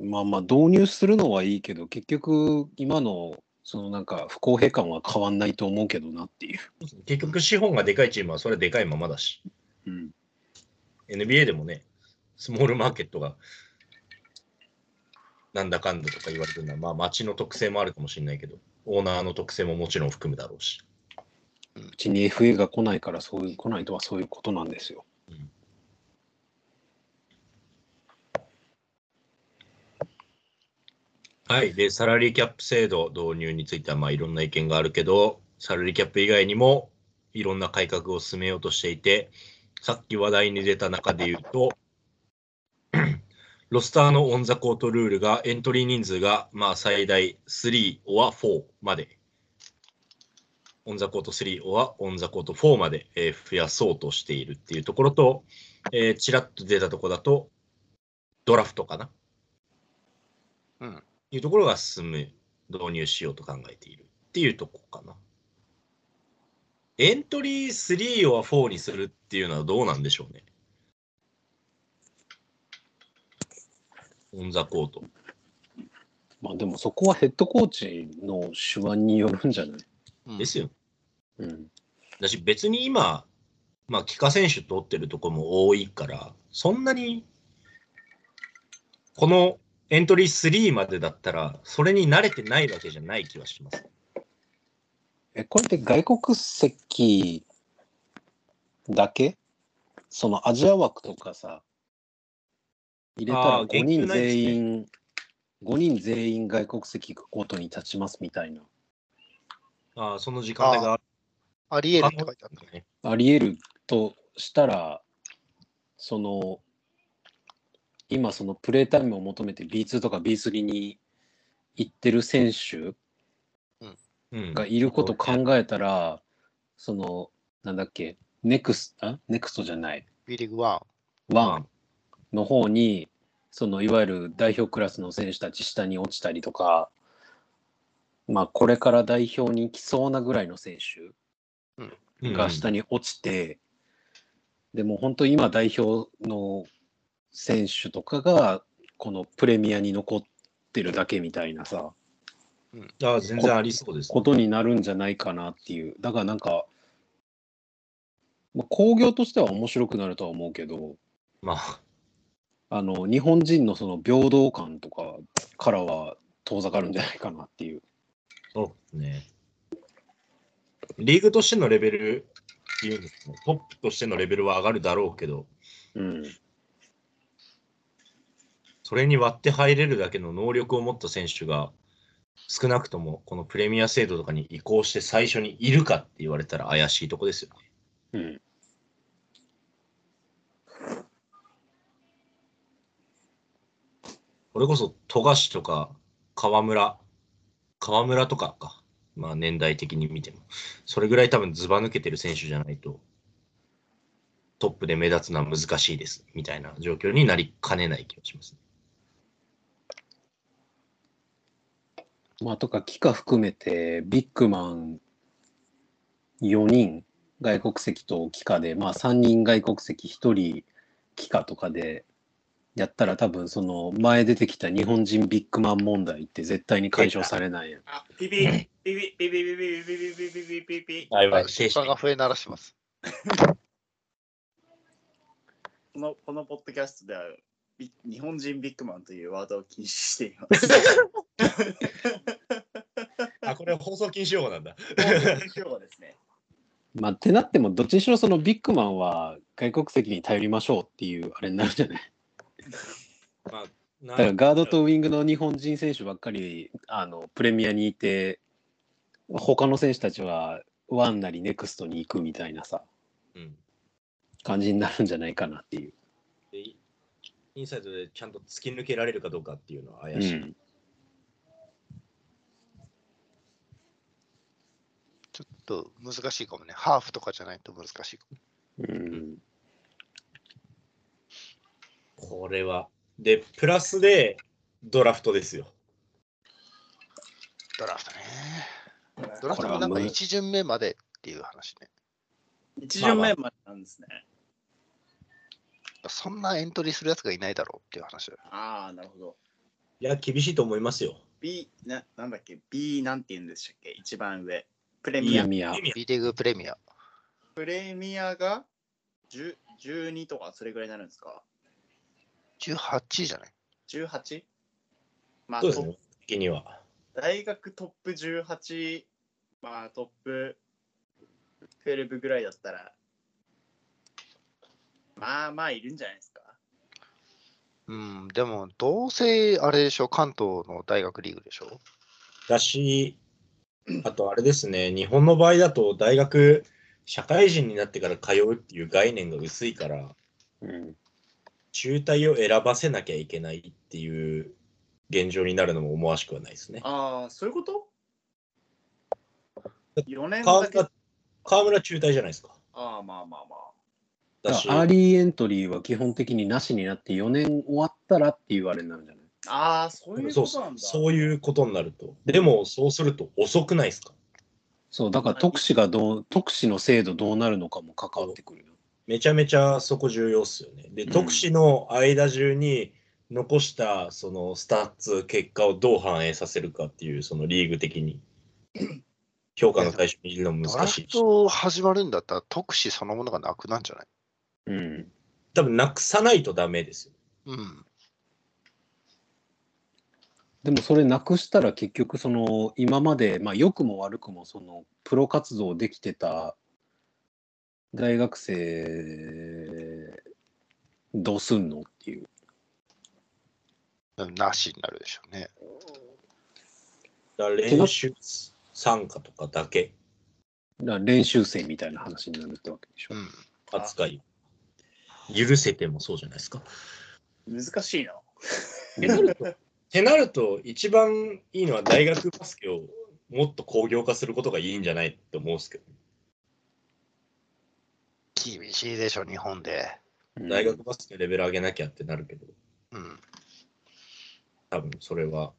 まあまあ導入するのはいいけど、結局今のそのなんか不公平感は変わんないと思うけどなっていう。
結局、資本がでかいチームはそれはでかいままだし。
うん。
NBA でもね、スモールマーケットがなんだかんだとか言われてるのは、まあ、町の特性もあるかもしれないけど、オーナーの特性ももちろん含むだろうし。
うちに FA が来ないからそういう、来ないとはそういうことなんですよ。
はい。で、サラリーキャップ制度導入については、まあ、いろんな意見があるけど、サラリーキャップ以外にも、いろんな改革を進めようとしていて、さっき話題に出た中で言うと、 ロスターのオン・ザ・コートルールが、エントリー人数が、まあ、最大3 or 4まで、オン・ザ・コート3 or オン・ザ・コート4まで、えー増やそうとしているっていうところと、えーちらっと出たところだと、ドラフトかな。
うん。
いうところが進む、導入しようと考えているっていうとこかな。エントリー3を4にするっていうのはどうなんでしょうね。オンザコート。
まあでもそこはヘッドコーチの手腕によるんじゃない、
うん
ですよ。
うん、
だし別に今、まあ、帰化選手取ってるとこも多いから、そんなに、このエントリー3までだったら、それに慣れてないわけじゃない気はします。
えこれって外国籍だけそのアジア枠とかさ入れた
あ
ら
ー
5
言
人
及ないですね
全員、5人全員外国籍がコートに立ちますみたいな
ああ、その時間帯がある
ありえるって書いてあった。
ね。
ありえるとしたらその今そのプレータイムを求めて B2 とか B3 に行ってる選手
うん
がいることを考えたらそのなんだっけネクスあネクストじゃない
B リーグは
ワンの方にそのいわゆる代表クラスの選手たち下に落ちたりとか、まあ、これから代表に来そうなぐらいの選手が下に落ちて、でも本当今代表の選手とかがこのプレミアに残ってるだけみたいなさ
ああ全然ありそうです、
ことになるんじゃないかなっていうだからなんか、まあ、興行としては面白くなるとは思うけど。
まあ、
あの日本人のその平等感とかからは遠ざかるんじゃないかなっていう。
そうですね。リーグとしてのレベルっていうんですかね、トップとしてのレベルは上がるだろうけど、
うん、
それに割って入れるだけの能力を持った選手が、少なくともこのプレミア制度とかに移行して最初にいるかって言われたら怪しいとこですよね。
うん、
これこそ富樫とか河村、河村とかか、まあ年代的に見ても、それぐらい多分ずば抜けてる選手じゃないと、トップで目立つのは難しいですみたいな状況になりかねない気がしますね。
まあとか帰化含めてビッグマン4人外国籍と帰化で、まあ、3人外国籍1人帰化とかでやったら多分その前出てきた日本人ビッグマン問題って絶対に解消されないやん。
あ、ピピ、ピピ、ピピ、ピピ、ピピ、ピピ、ピピ、ピピ。
はい
はい出荷が笛鳴らしてます。
この、このポッドキャストでは、ビ日本人ビッグマンというワードを禁止しています。
あ、これ放送禁止用語なんだ。
今日はですね、
まあってなってもどっちにしろそのビッグマンは外国籍に頼りましょうっていうあれになるじゃない
まあ、な
だからガードとウィングの日本人選手ばっかりあのプレミアにいて他の選手たちはワンなりネクストに行くみたいなさ
うん
感じになるんじゃないかなっていう、
でインサイドでちゃんと突き抜けられるかどうかっていうのは
う
怪しい。
ん、
ちょっと難しいかもね。ハーフとかじゃないと難しいかも。
うん、
これは。で、プラスでドラフトですよ。
ドラフトね。ドラフトもなん
こ
か
れはむ
一巡目までっていう話ね。
一巡目までなんですね。
そんなエントリーするやつがいないだろうっていう話だよ。
ああ、なるほど。
いや、厳しいと思いますよ。
B、な、なんだっけ ?B なんて言うんでしたっけ一番上。プレ
プ
ミ
レ
ア。
ミア
B リーグプレミア。
プレミアが10 12とかそれぐらいになるんですか
18位じゃない
?18? まあ、
そうです
トッ
ね、的には。
プ大学トップ18、まあトップ12ぐらいだったら、まあまあいるんじゃないですか
うん、でも、どうせあれでしょ、関東の大学リーグでしょ。
だし、あとあれですね、日本の場合だと大学、社会人になってから通うっていう概念が薄いから、
うん。
中退を選ばせなきゃいけないっていう現状になるのも思わしくはないですね。
ああ、そういうこと4年
川
だけ。
村
あ
川村中退じゃないですか。
あ、まあまあま
だし、
アーリーエントリーは基本的になしになって4年終わったらっていうあれになるんじゃない
あ。ああ、そういう
そう
ことな
そ
ん
う
だ。
そういうことになると。でも、そうすると遅くないですか
そう、だから特使がどう、特使の制度どうなるのかも関わってくるよ。
めちゃめちゃそこ重要っすよね。で、
うん
特使の間中に残したそのスタッツ、結果をどう反映させるかっていう、そのリーグ的に評価の対象にいるのも
ドラ
難し
フ
いし、
ト始まるんだったら、特使そのものがなくなんじゃない
うん。
多分なくさないとダメですよ。
うん。
でもそれなくしたら結局その今までまあ良くも悪くもそのプロ活動できてた大学生どうすんのっていう。
なしになるでしょうね。
だから練習参加とかだけ
だから練習生みたいな話になるってわけでしょ
う。ん。
扱い。許せてもそうじゃないですか。っ
難しいな。
てなると、ってなると一番いいのは大学バスケをもっと工業化することがいいんじゃないって思うんですけど。
厳しいでしょ、日本で。
うん
大学バスケレベル上げなきゃってなるけど、
うん。
多分それは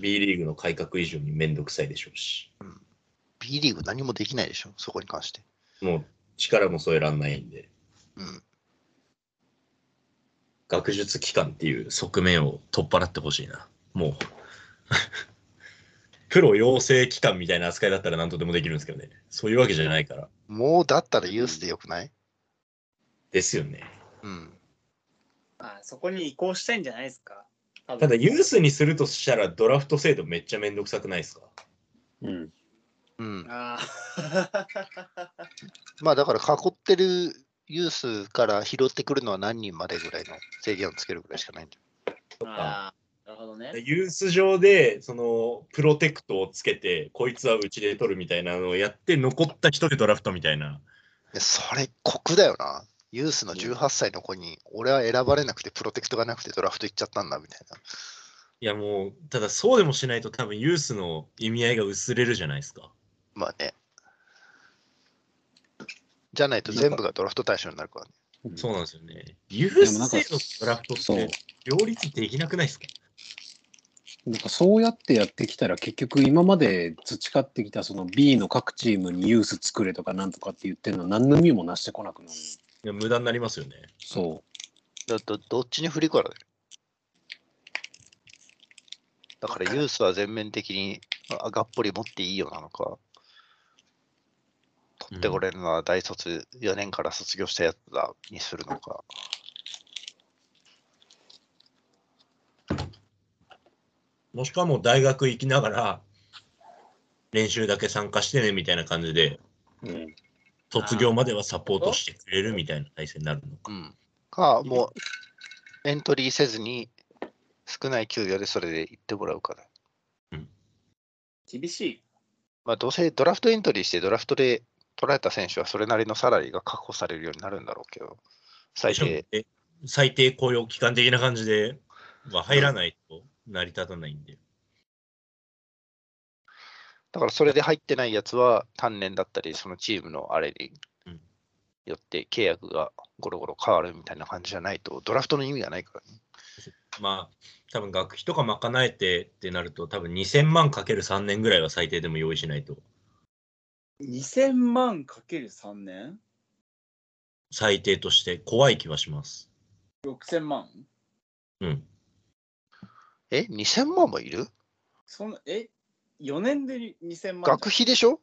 B リーグの改革以上にめんどくさいでしょうし、
B リーグ何もできないでしょ、そこに関して。
もう力も添えらんないんで、
うん。
学術機関っていう側面を取っ払ってほしいな。もう、 プロ養成機関みたいな扱いだったら何とでもできるんですけどね。そういうわけじゃないから。
もうだったらユースでよくない
ですよね。
うん。
ああそこに移行したいんじゃないですか。た
ただユースにするとしたらドラフト制度めっちゃめんどくさくないですか
うん。
うん。
あ
まあだから囲ってるユースから拾ってくるのは何人までぐらいの制限をつけるぐらいしかないんじ
ーあー、なるほどね。
ユース上でそのプロテクトをつけてこいつはうちで取るみたいなのをやって残った人でドラフトみたいな
ゃんいや。それ酷だよな。ユースの18歳の子に、俺は選ばれなくてプロテクトがなくてドラフト行っちゃったんだみたいな。
いやもうただそうでもしないと多分ユースの意味合いが薄れるじゃないですか
まあね。じゃないと全部がドラフト対象になるからね。
そうなんですよねユース制度とドラフトっ
そう
て両立できなくないですか
なんかそうやってやってきたら結局今まで培ってきたその B の各チームにユース作れとかなんとかって言ってるのは何の意味もなしてこなくなる。
いや無駄になりますよね
そ
だどどっちに振りからだよ。だからユースは全面的にあがっぽり持っていいよなのか、取ってこれるのは大卒4年から卒業したやつだにするのか。
もしくはもう大学行きながら練習だけ参加してねみたいな感じで
う。うん。
卒業まではサポートしてくれるみたいな体制になるのか
うん、か、もうエントリーせずに少ない給与でそれで行ってもらうから。
厳しい。
まあ、どうせドラフトエントリーしてドラフトで取られた選手はそれなりのサラリーが確保されるようになるんだろうけど、最低、
え最低雇用期間的な感じでは入らないと成り立たないんで、
だからそれで入ってないやつは、単年だったり、そのチームのあれに
うん
よって契約がゴロゴロ変わるみたいな感じじゃないと、ドラフトの意味がないからね。
まあ多分学費とか賄えてってなると多分2000万かける3年ぐらいは最低でも用意しないと
2000万かける3年
最低として怖い気はします。
?6000 万
うん、
え、2000万もいる
そんえ ?4 年で2000万
学費でしょ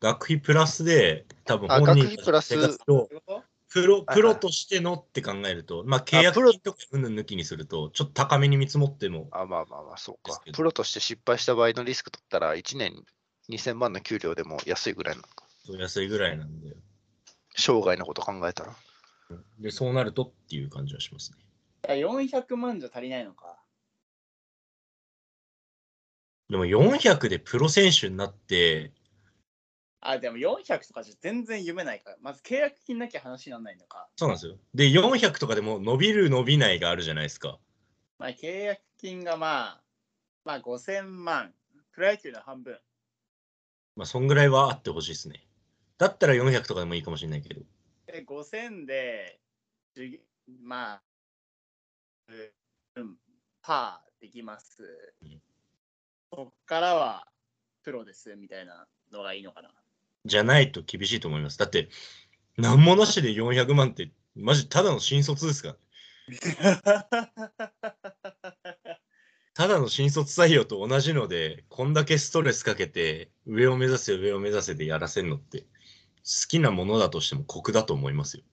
学費プラスで多分
あ
本人
学費プラス
たちの生活と
じゃん
プロ
はい
プロとしてのって考えると、まあ、契
あプ
約
ロ
金とかうんぬん抜きにするとちょっと高めに見積もっても
あ、まあまあまあ、そう
です
か
け。ど
プロとして失敗した場合のリスク取ったら、1年2000万の給料でも安いぐらいなのか。
安いぐらいなんで
生涯のこと考えたら。
でそうなるとっていう感じはしますね。
や400万じゃ足りないのか。
でも400でプロ選手になって、
あ、でも400とかじゃ全然夢ないから。まず契約金なきゃ話にならないのか。
そうなんですよ。で、400とかでも伸びる伸びないがあるじゃないですか。
まあ、契約金がまあ、まあ5000万。プロ野球の半分。
まあ、そんぐらいはあってほしいですね。だったら400とかでもいいかもしれないけど。
で、5000で、じゅまあ、うん、パーできます
うん。
そっからはプロですみたいなのがいいのかな。
じゃないと厳しいと思います。だって、何もなしで400万って、マジただの新卒ですから。ただの新卒採用と同じので、こんだけストレスかけて、上を目指せ、上を目指せでやらせるのって、好きなものだとしても酷だと思いますよ。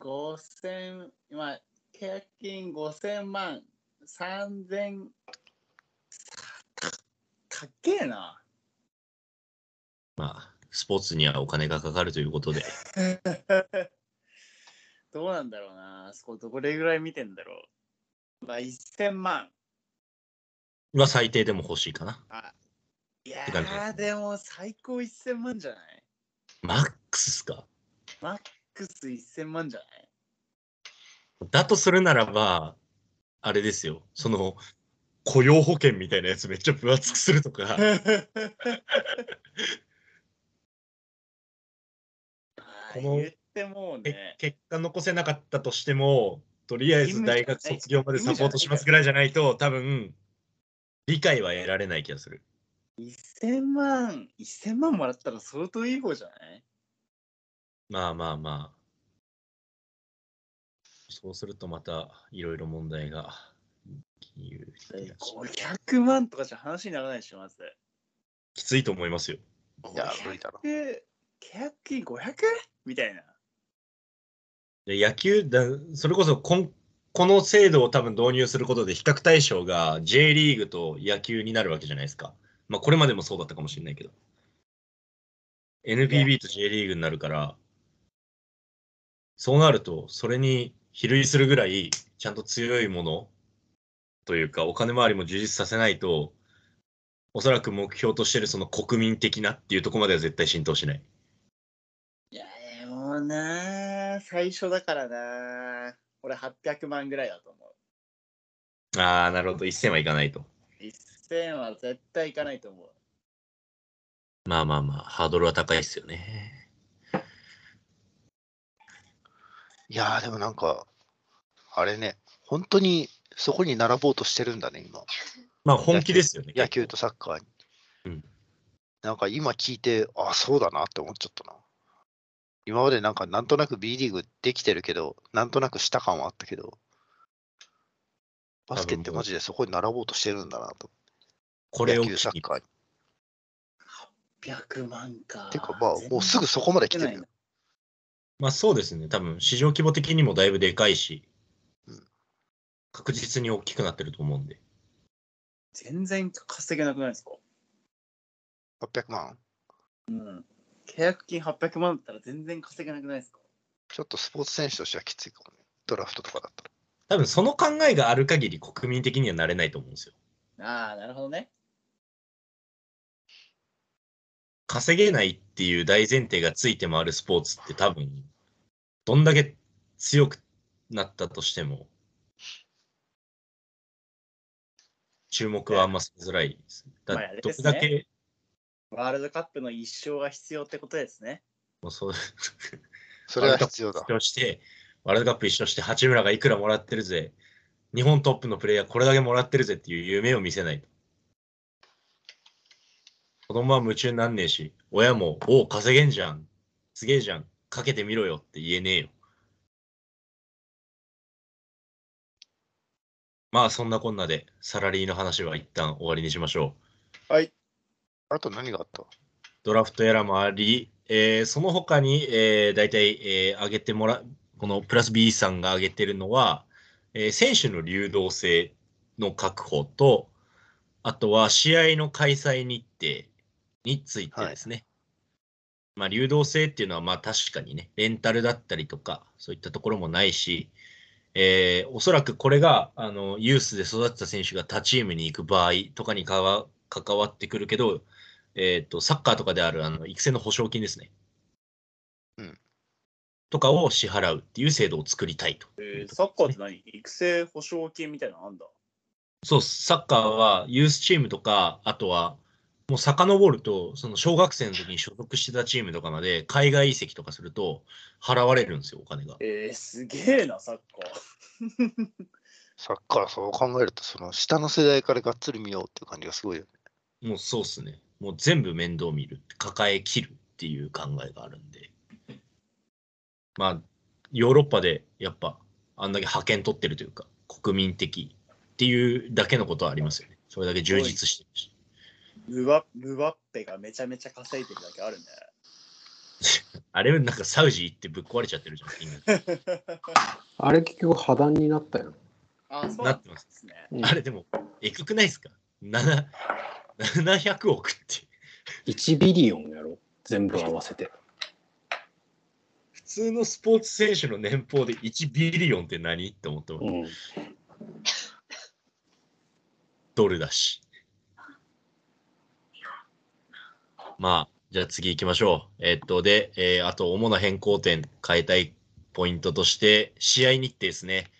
5000、まあ、契約金5000万、3000、たたっけえな。
まあ、スポーツにはお金がかかるということで。
どうなんだろうな。そこどれぐらい見てんだろう。まあ、1000万。
まあ、最低でも欲しいかな。
いや
て感じです
ー、でも最高1000万じゃない
マックスっすか。
マックス1000万じゃない
だとするならば、あれですよ。その、雇用保険みたいなやつめっちゃ分厚くすると か。
あ
こ
ー
の
言ってもう
け
ね、
結果残せなかったとしても、とりあえず大学卒業までサポートしますぐらいじゃないと、多分理解は得られない気がする。
1000万、1000万もらったら相当いい方じゃない
まあまあまあ。そうするとまたいろいろ問題が。金融的な
?500 万とかじゃ話にならないでしょ、まず。
きついと思いますよ。
いや、無理だろ。
で、契約金 500? みたいな。
で野球だ、それこそこんこの制度を多分導入することで比較対象が J リーグと野球になるわけじゃないですか。まあこれまでもそうだったかもしれないけど。NPB と J リーグになるから、そうなるとそれに比類するぐらいちゃんと強いものというかお金回りも充実させないと、おそらく目標としてるその国民的なっていうところまでは絶対浸透しない。
いや、でもなー、最初だからなー。俺800万ぐらいだと思う。
ああ、なるほど。一線はいかないと。
1000は絶対いかないと思う。
まあまあまあ、ハードルは高いですよね。
いやー、でもなんか、あれね、本当にそこに並ぼうとしてるんだね、今。
まあ本気ですよね。
野球とサッカーに。
うん
なんか今聞いて、あ、そうだなって思っちゃったな。今までなんかなんとなく B リーグできてるけど、なんとなくした感はあったけど、バスケってマジでそこに並ぼうとしてるんだなと。
これを
野球、サッカーに。
800万か。
てかまあ、もうすぐそこまで来てるよ。
まあそうですね。多分市場規模的にもだいぶでかいし
うん、
確実に大きくなってると思うんで。
全然稼げなくないですか
800万
うん。契約金800万だったら全然稼げなくないですか
ちょっとスポーツ選手としてはきついかもね。ドラフトとかだったら。
多分その考えがある限り国民的にはなれないと思うんですよ。
ああ、なるほどね。
稼げないっていう大前提がついて回るスポーツって多分、どんだけ強くなったとしても、注目はあんまされづらいです。だ
まああれ
ど
で
れ
すね
だけ、
ワールドカップの一勝が必要ってことですね。
もうそう
それは必要だ
ワールドカップ。一勝して、ワールドカップ一勝して、八村がいくらもらってるぜ、日本トップのプレイヤーこれだけもらってるぜっていう夢を見せないと。子供は夢中になんねえし、親も、おお、稼げんじゃん、すげえじゃん、かけてみろよって言えねえよ。まあそんなこんなでサラリーの話は一旦終わりにしましょう。
あと何があった
ドラフトエラーもあり、えーその他に、えー、大体、えー上げてもらこのプラス B さんが上げてるのは、えー選手の流動性の確保と、あとは試合の開催日程についてですね。まあ、流動性っていうのは、まあ確かにね、レンタルだったりとか、そういったところもないし、えーおそらくこれがあのユースで育った選手が他チームに行く場合とかにかわ関わってくるけど、えー、とサッカーとかであるあの育成の保証金ですね。
うん
とかを支払うっていう制度を作りたいと。
えーサッカーって何育成保証金みたいなのあんだ。
そうっす、サッカーはユースチームとか、あとはもう遡ると、その小学生の時に所属してたチームとかまで海外移籍とかすると払われるんですよ、お金が。
えー、すげえな、サッカー。
サッカーそう考えると、その下の世代からがっつり見ようっていう感じがすごいよね。
もうそうっすね。もう全部面倒見る、抱えきるっていう考えがあるんで。まあ、ヨーロッパでやっぱあんだけ派遣取ってるというか、国民的っていうだけのことはありますよね。それだけ充実してるし。
ムバムバッペがめちゃめちゃ稼いでるだけあるね。
あれなんかサウジ行ってぶっ壊れちゃってるじゃん、今。
あれ結局破談になったよ。
あ、そう
なってます
すね。
うん
あれでも、えくくないですか7 ?700 億って。
1ビリオンやろ全部合わせて。
普通のスポーツ選手の年俸で1ビリオンって何って思ってます。
うん。
ドルだし。まあ、じゃあ次行きましょう。えっと、で、えーあと主な変更点変えたいポイントとして、試合日程ですね。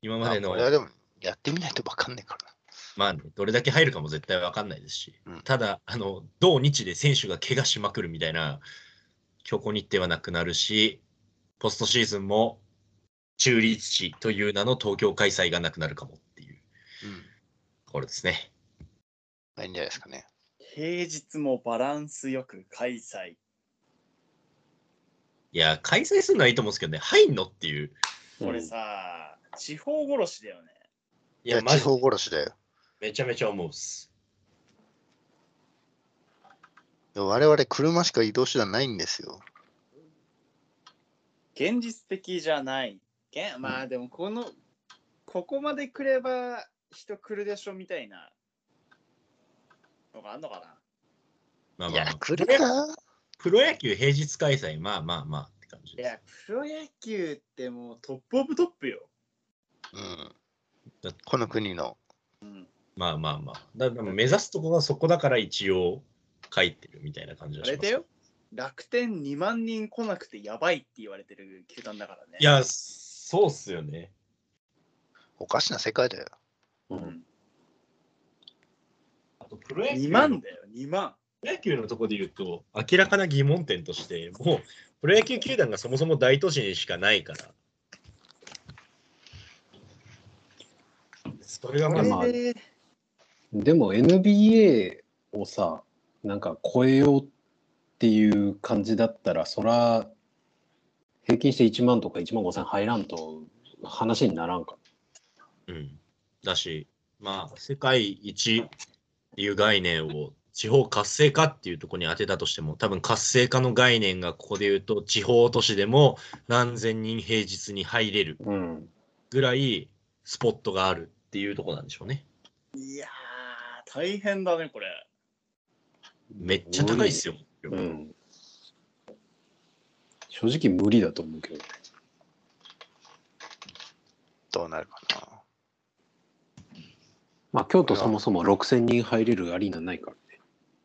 今まで
あ
の
これ、はでも、やってみないと分かんないからな。
まあね、どれだけ入るかも絶対わかんないですし、
うん
ただ、あの、同日で選手が怪我しまくるみたいな強行日程はなくなるし、ポストシーズンも中立地という名の東京開催がなくなるかもっていう
うん。
ところですね。
まあ、いいんじゃないですかね。
平日もバランスよく開催。
いや、開催するのはいいと思うんですけどね、入んのっていう。
これさ、地方殺しだよね。
い
いや、
や、マ
地
ジで
方殺しだよ。
めちゃめちゃ思うっす。
でも我々、車しか移動手段ないんですよ。
現実的じゃない。げんまあでもこの、ここまで来れば人来るでしょみたいなのがあんのかな。
まあ
い
まあ
や
まあ、
来るか
プロ野球平日開催、まあまあまあって感じ
い
です
や。、プロ野球ってもうトップオブトップよ。
うん
だって。
この国の。
まあまあまあ。だから目指すところはそこだから一応書いてるみたいな感じが
あ
し
れ
ます。
だよ。楽天2万人来なくてやばいって言われてる球団だからね。
いや、そうっすよね。
おかしな世界だよ。
うん、
あとプロ野球
2
の
万だよ、2万。
プロ野球のところで言うと、明らかな疑問点として、もうプロ野球球団がそもそも大都市にしかないから。それがまあ、
まあ
これで
でも NBA をさなんか超えようっていう感じだったらそら平均して1万とか1万5,000入らんと話にならんか。
うん。だし、まあ、世界一っていう概念を地方活性化っていうところに当てたとしても、多分活性化の概念がここで言うと、地方都市でも何千人平日に入れる
うん。
ぐらいスポットがあるっていうところなんでしょうね。
いやー、大変だね、これ。
めっちゃ高いっすよ。
うん。正直無理だと思うけど。
どうなるかな。
まあ京都そもそも6,000人入れるアリーナないか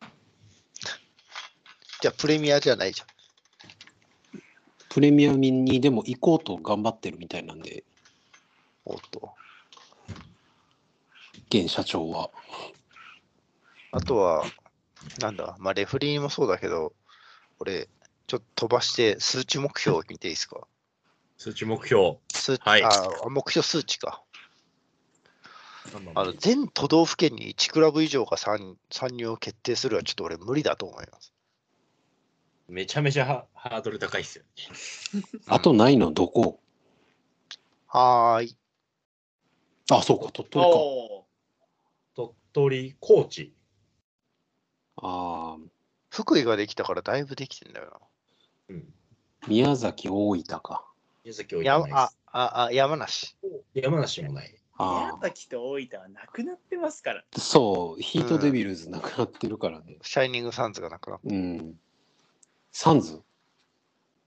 らね。
じゃあ、プレミアじゃないじゃん。
プレミアムにでも行こうと頑張ってるみたいなんで
おっと。
現社長は。
あとは、なんだ、まあ、レフェリーもそうだけど、俺、ちょっと飛ばして数値目標を見ていいですか
数値目標。
数
はい
あ目標数値か。あの全都道府県に1クラブ以上が参参入を決定するはちょっと俺無理だと思います。
めちゃめちゃハハードル高いっすよ。
あとないのどこ
はーい。
あそうか鳥取か。
お
鳥取、高知。
ああ
福井ができたからだいぶできてんだよ
うん。
宮崎大分か。
宮崎を
な。
行
山
かないっ
あ
す
ああ山梨。
山梨もない。
ー
あ
宮崎と大分はなくなってますから。
あそうヒートデビルズなくなってるからね。
シャイニングサンズがなくなった。
うん。サンズ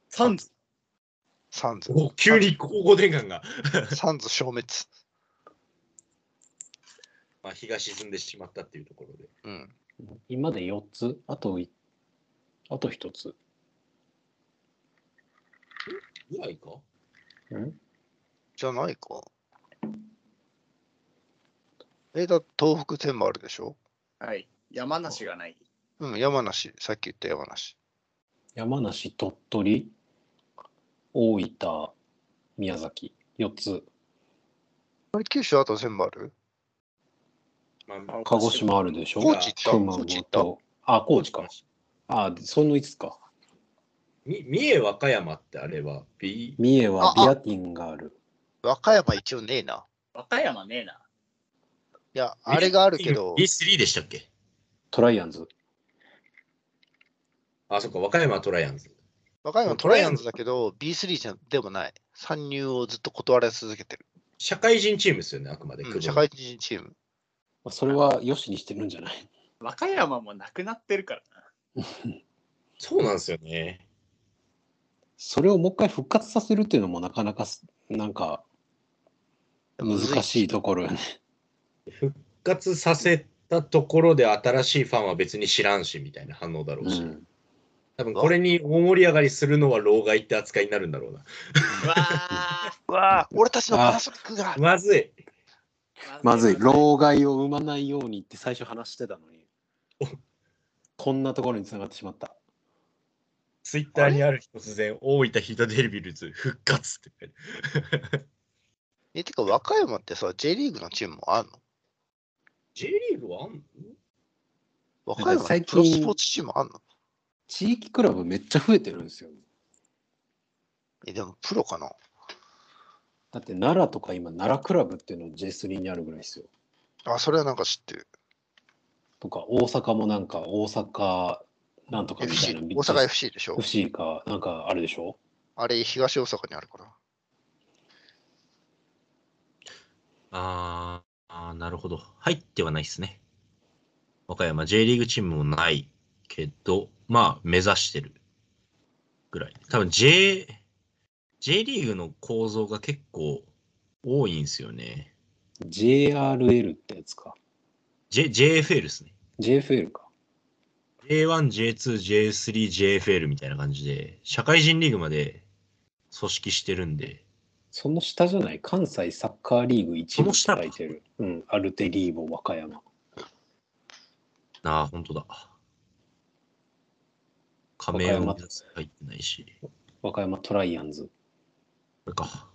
サンズ。
サンズ。
お急に高校伝感が、
サンズ消滅。
まあ、日が沈んでしまったっていうところで。
うん。
今で4つ、あとい、あと1つ。
ぐらいか
ん
じゃないか。え、だって東北全部あるでしょ
はい。山梨がない。
うん、山梨。さっき言った山梨。
山梨、鳥取、大分、宮崎、4つ。
あれ、九州あと全部ある
まあ、
鹿児島あるでしょ
高知行った
熊
高知行った
本。あ、高知か。あ、その5つか。
み三重和歌山ってあれは B
三重は
ああ
ビアティンがある。
和歌山一応ねえな。
和歌山ねえな。
いや、あれがあるけど、
B3 でしたっけ
トライアンズ。
あ、そっか、和歌山はトライアンズ。
和歌山トライアンズだけど、B3 じゃでもない。参入をずっと断られ続けてる。
社会人チームですよね、あくまで。
うん
久保
社会人チーム。
まあそれはよしにしてるんじゃない
和歌山もなくなってるからな。
そうなんですよね。
それをもう一回復活させるっていうのもなかなかす、なんか、難しいところよね。
復活させたところで新しいファンは別に知らんしみたいな反応だろう
う
し、
ん。
多分これに大盛り上がりするのは老害って扱いになるんだろうな。
うわあ。
うわあ、俺たちのパナソニックが。
まずい。
まずい。
ロ
老害を生まないようにって最初話してたのに。 こんなところに繋がってしまった。
ツイッターにある日突然、大分ヒートデルビルズ復活って書いてある。
え、てか、和歌山ってさ、J リーグのチームもあるの
J リーグはあんの
和歌山
最
に
近
プロスポーツチームあんの
地域クラブめっちゃ増えてるんですよ。
え、でもプロかな
だって奈良とか今奈良クラブっていうの J3 にあるぐらいですよ。
あ、それはなんか知ってる。
とか大阪もなんか大阪なんとかみたい
FC、
な
大阪 FC でしょ
FC かなんかあるでしょ
あれ、東大阪にあるから。
あーあー、なるほど。入ってはないですね。和歌山 J リーグチームもないけど、まあ、目指してるぐらい。多分 J、J リーグの構造が結構多いんですよね。
JRL ってやつか
J、JFL ですね。
JFL か
J1、J2、J3、JFL みたいな感じで、社会人リーグまで組織してるんで、
その下じゃない関西サッカーリーグ1
そ
部
の
って
下
書いてるうんアルテリーボ和歌山
ああ、本当だ。加盟を目指す入ってないし。
和歌山トライアンズ
これか。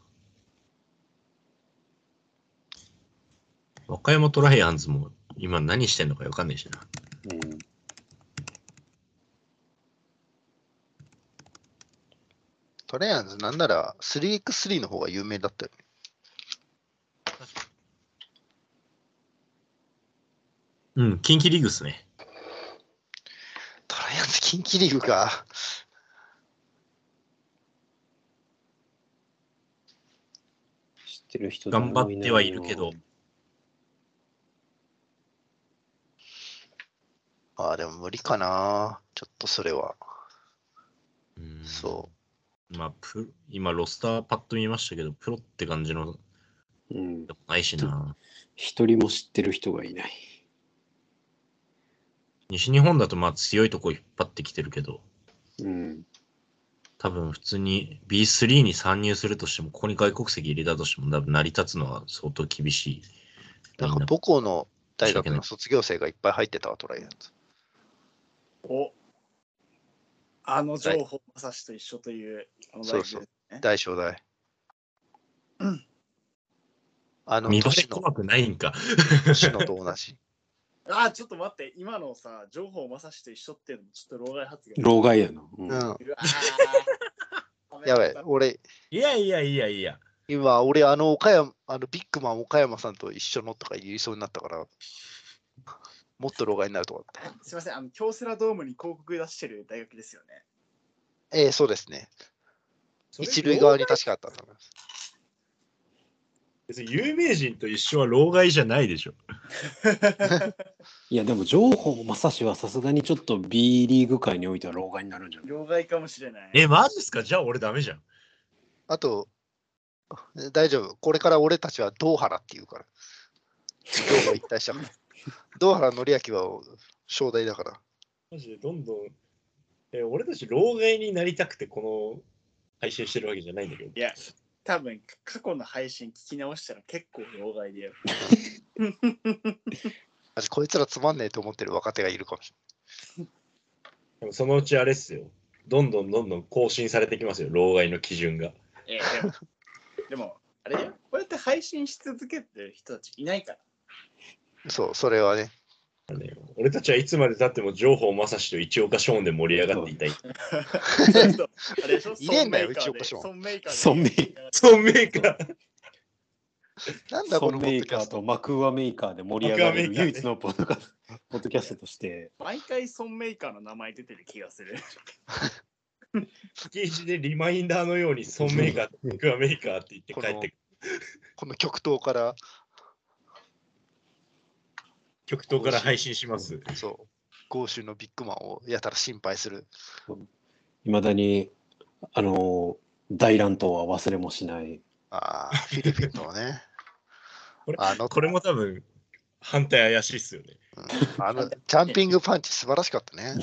和歌山トライアンズも今何してんのか分かんないしな。
うん
とりあえず、なんなら 3x3 の方が有名だったよね。
うん、近畿リーグっすね。
トライアンズ近畿リーグか。
知ってる人
頑張ってはいるけど、
ああ、でも無理かな。ちょっとそれは。
うん。
そう
まあ、プロ今、ロスターパッと見ましたけど、プロって感じの
うん
でもないしな。
一人も知ってる人がいない
西日本だとまあ強いとこ引っ張ってきてるけど、
うん
多分普通に B3 に参入するとしても、ここに外国籍入れたとしても、多分成り立つのは相当厳しい。
う。なんか母校の大学の卒業生がいっぱい入ってたわ、トライアンズ。
おあの情報まさしと一緒という、あの
そ
大
う
事
そう
ですね。
大正大。
うん。
あの
見栄え
年の、
怖くないんか。
年のと同じ。
あー、ちょっと待って、今のさ、情報まさしと一緒っていうのもちょっと老害発言。
老害やな、うん
うん。
うわー
やばい、俺、
いやいやいやいや。
今、俺、あの、岡山、あの、ビッグマン岡山さんと一緒のとか言いそうになったから、もっと老害になると思った。
すいません、あの京セラドームに広告出してる大学ですよね。
ええそうですね。
それ
一塁側に確かあったと思います。
別に有名人と一緒は老害じゃないでしょ。
いやでも情報まさしはさすがにちょっと B リーグ界においては老害になるんじゃない
両替かもしれない。
え、マジっすかじゃあ俺ダメじゃん。
あと、大丈夫。これから俺たちはドーハラって言うから。ドーハ一体したから。ドーハラのりあきは正代だから。
マジでどんどん、え俺たち老害になりたくてこの配信してるわけじゃないんだけど
い、や、多分過去の配信聞き直したら結構老害でよ。
あこいつらつまんねえと思ってる若手がいるかもし
でもそのうちあれっすよ。どんどんどんどん更新されてきますよ、老害の基準が。
えーでも、でもあれだよ。こうやって配信し続けてる人たちいないから。
れない。そう、そ れはね。
俺たちはいつまでたっても情報正しと一岡ショーンで盛り上がっていたい。
そうそうあれでしょ
いねえんだ
ソンメーカーで
ようちの子ショーン
ソンメーカーで
ソンメー
そうメーカー
なんだ
ソ
こ
ン
のポ
メ
ッ
ー
ドキ
カ
ャ
ー
スト。
とマクワメーカーで盛り上がれる
マクワメーカーね
唯一のポッドカスポッドキャストとして、
毎回ソンメーカーの名前出てる気がする。
聞き石でリマインダーのようにソンメーカーと僕はメーカーって言って帰ってくる。
この極東から、
極東から配信します。
そう、豪州のビッグマンをやたら心配する。
いまだに、あの、大乱闘は忘れもしない。
ああ、フィリピンのね
これ。
あの
これも多分反対怪しいっすよね。
うんあのジャンピングパンチ素晴らしかったね。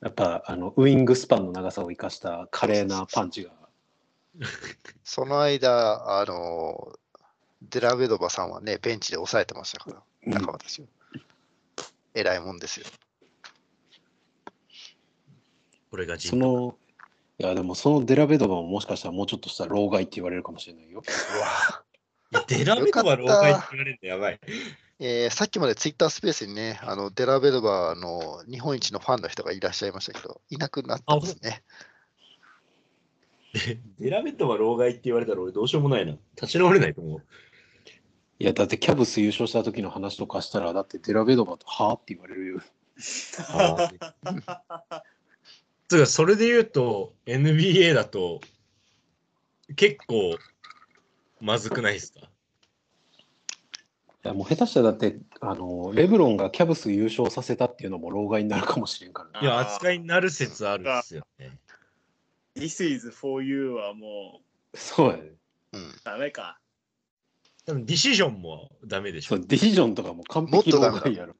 やっぱ、あの、ウイングスパンの長さを生かした華麗なパンチが。
その間、あのデラベドバさんはね、ベンチで抑えてましたから、中
うん
私を。えらいもんですよ。
これが
そ
人
の、いや、でもそのデラベドバももしかしたらもうちょっとしたら老害って言われるかもしれないよ。
デラメドバ老害って言われるのやばい。
えーさっきまでツイッタースペースにね、あのデラベドバの日本一のファンの人がいらっしゃいましたけど、いなくなったんですね。
デラメドバ老害って言われたら俺どうしようもないな。立ち直れないと思う。
いや、だってキャブス優勝した時の話とかしたら、だってデラベドバとはあって言われるよ。
つうか、それで言うと、NBA だと、結構、まずくないですか
いやもう下手したらだってあのレブロンがキャブス優勝させたっていうのも老害になるかもしれんからね。
いや、
あー
扱いになる説あるっすよね。
This is for you はも
そうやね。
うん
うダメか。
多分ディシジョンもダメでし
そ
ょ
う。ディシジョンとかも完璧老害 やろ。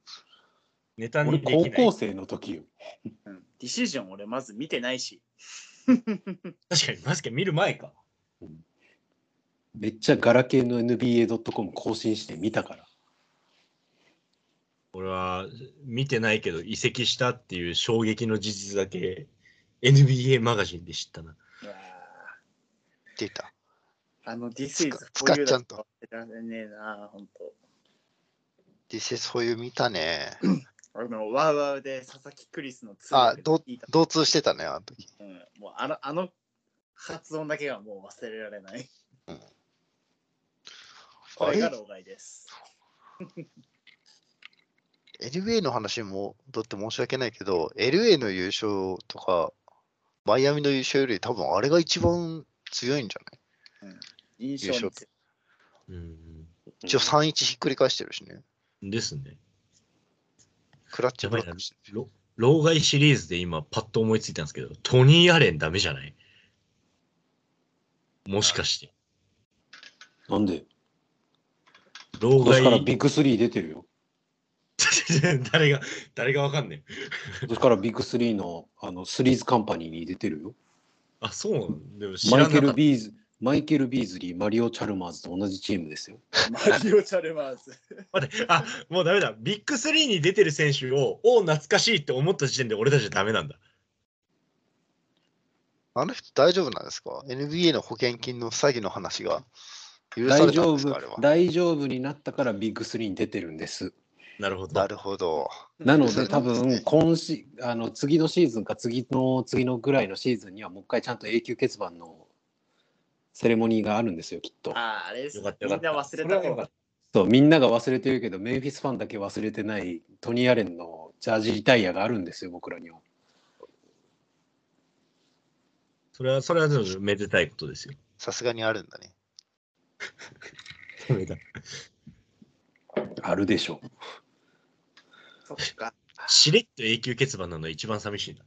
ネタ
俺
に
高
できない。
校
確
生の時よ。
うんディシジョン俺まず見てないし。
かに、バスケ見る前か。
めっちゃガラケーの NBA.com 更新して見たから。
俺は、見てないけど、移籍したっていう衝撃の事実だけ、NBA マガジンで知ったな。
うわー
出た。
あの This is
つか
for
使
you
っち
だ
ゃう
と
と
忘れられねえな、本当。
This is for you 見たね。
あの、ワウワウで佐々木クリスのツ
あ
ー、
ど
聞いた、
同通してたね、あの時。
うん、もうあの、あの発音だけがもう忘れられない。こ
あ
れ
れ
が老害です。
LA の話もだって申し訳ないけど、LA の優勝とか、マイアミの優勝より多分あれが一番強いんじゃない
印象について
うん。
一応3-1ひっくり返してるしね。
ですね。
クラッチ
や
ブ
ば
ロ
い
ッ
な
クして。
ろ老害シリーズで今パッと思いついたんですけど、トニー・アレンダメじゃないもしかして。
なんで
老
今年
害
からビッグスリー出てるよ。
誰が、誰がわかんねえ。
今年からビッグスリーのあのスリーズカンパニーに出てるよ。
あ、そうなのでも知
マ
ら
イ
な
ケ
か
ル・
った。
ビーズ、マイケル・ビーズリー、マリオ・チャルマーズと同じチームですよ。
マリオ・チャルマーズ。
待って、あ、もうダメだ。ビッグスリーに出てる選手を、お懐かしいって思った時点で俺たちはダメなんだ。
あの人大丈夫なんですか ?NBA の保険金の詐欺の話が許されたんですかあれは。
大丈夫になったからビッグスリーに出てるんです。
なるほど。
なるほど。
なの
そう
で
な
多
んですね
分今シあの次のシーズンか次の次のぐらいのシーズンにはもう一回ちゃんと永久欠番のセレモニーがあるんですよきっと。
ああ、あれです。
よ
み
かったよ
ん
かった。
な忘れ
それ
た
はよか
頃
っ
そうみんなが忘れてるけどメンフィスファンだけ忘れてないトニー・アレンのジャージリタイアがあるんですよ僕らには。
それは、それはでもめでたいことですよ。
さすがにあるんだね。
ダメだ
あるでしょう。
そっか。
しれっと永久欠番なの一番寂しいな。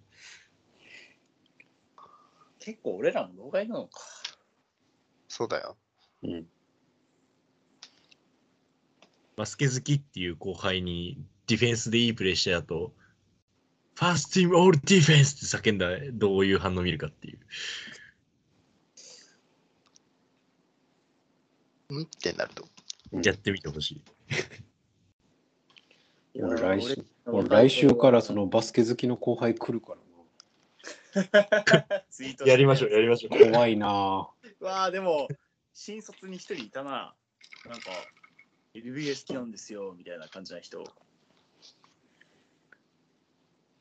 結構俺らも老害なのか。
そうだよ。
うん。
バスケ好きっていう後輩にディフェンスでいいプレーした後、ファーストチームオールディフェンスって叫んだらどういう反応見るかっていう。
んってなると。
うん
やってみてほしい。
俺来週俺来週からそのバスケ好きの後輩来るから
ツイート
やりましょう、やりましょう。
な。怖いな
う。わあ、でも、新卒に一人いたな。なんか、NBA 好きなんですよ、みたいな感じな人。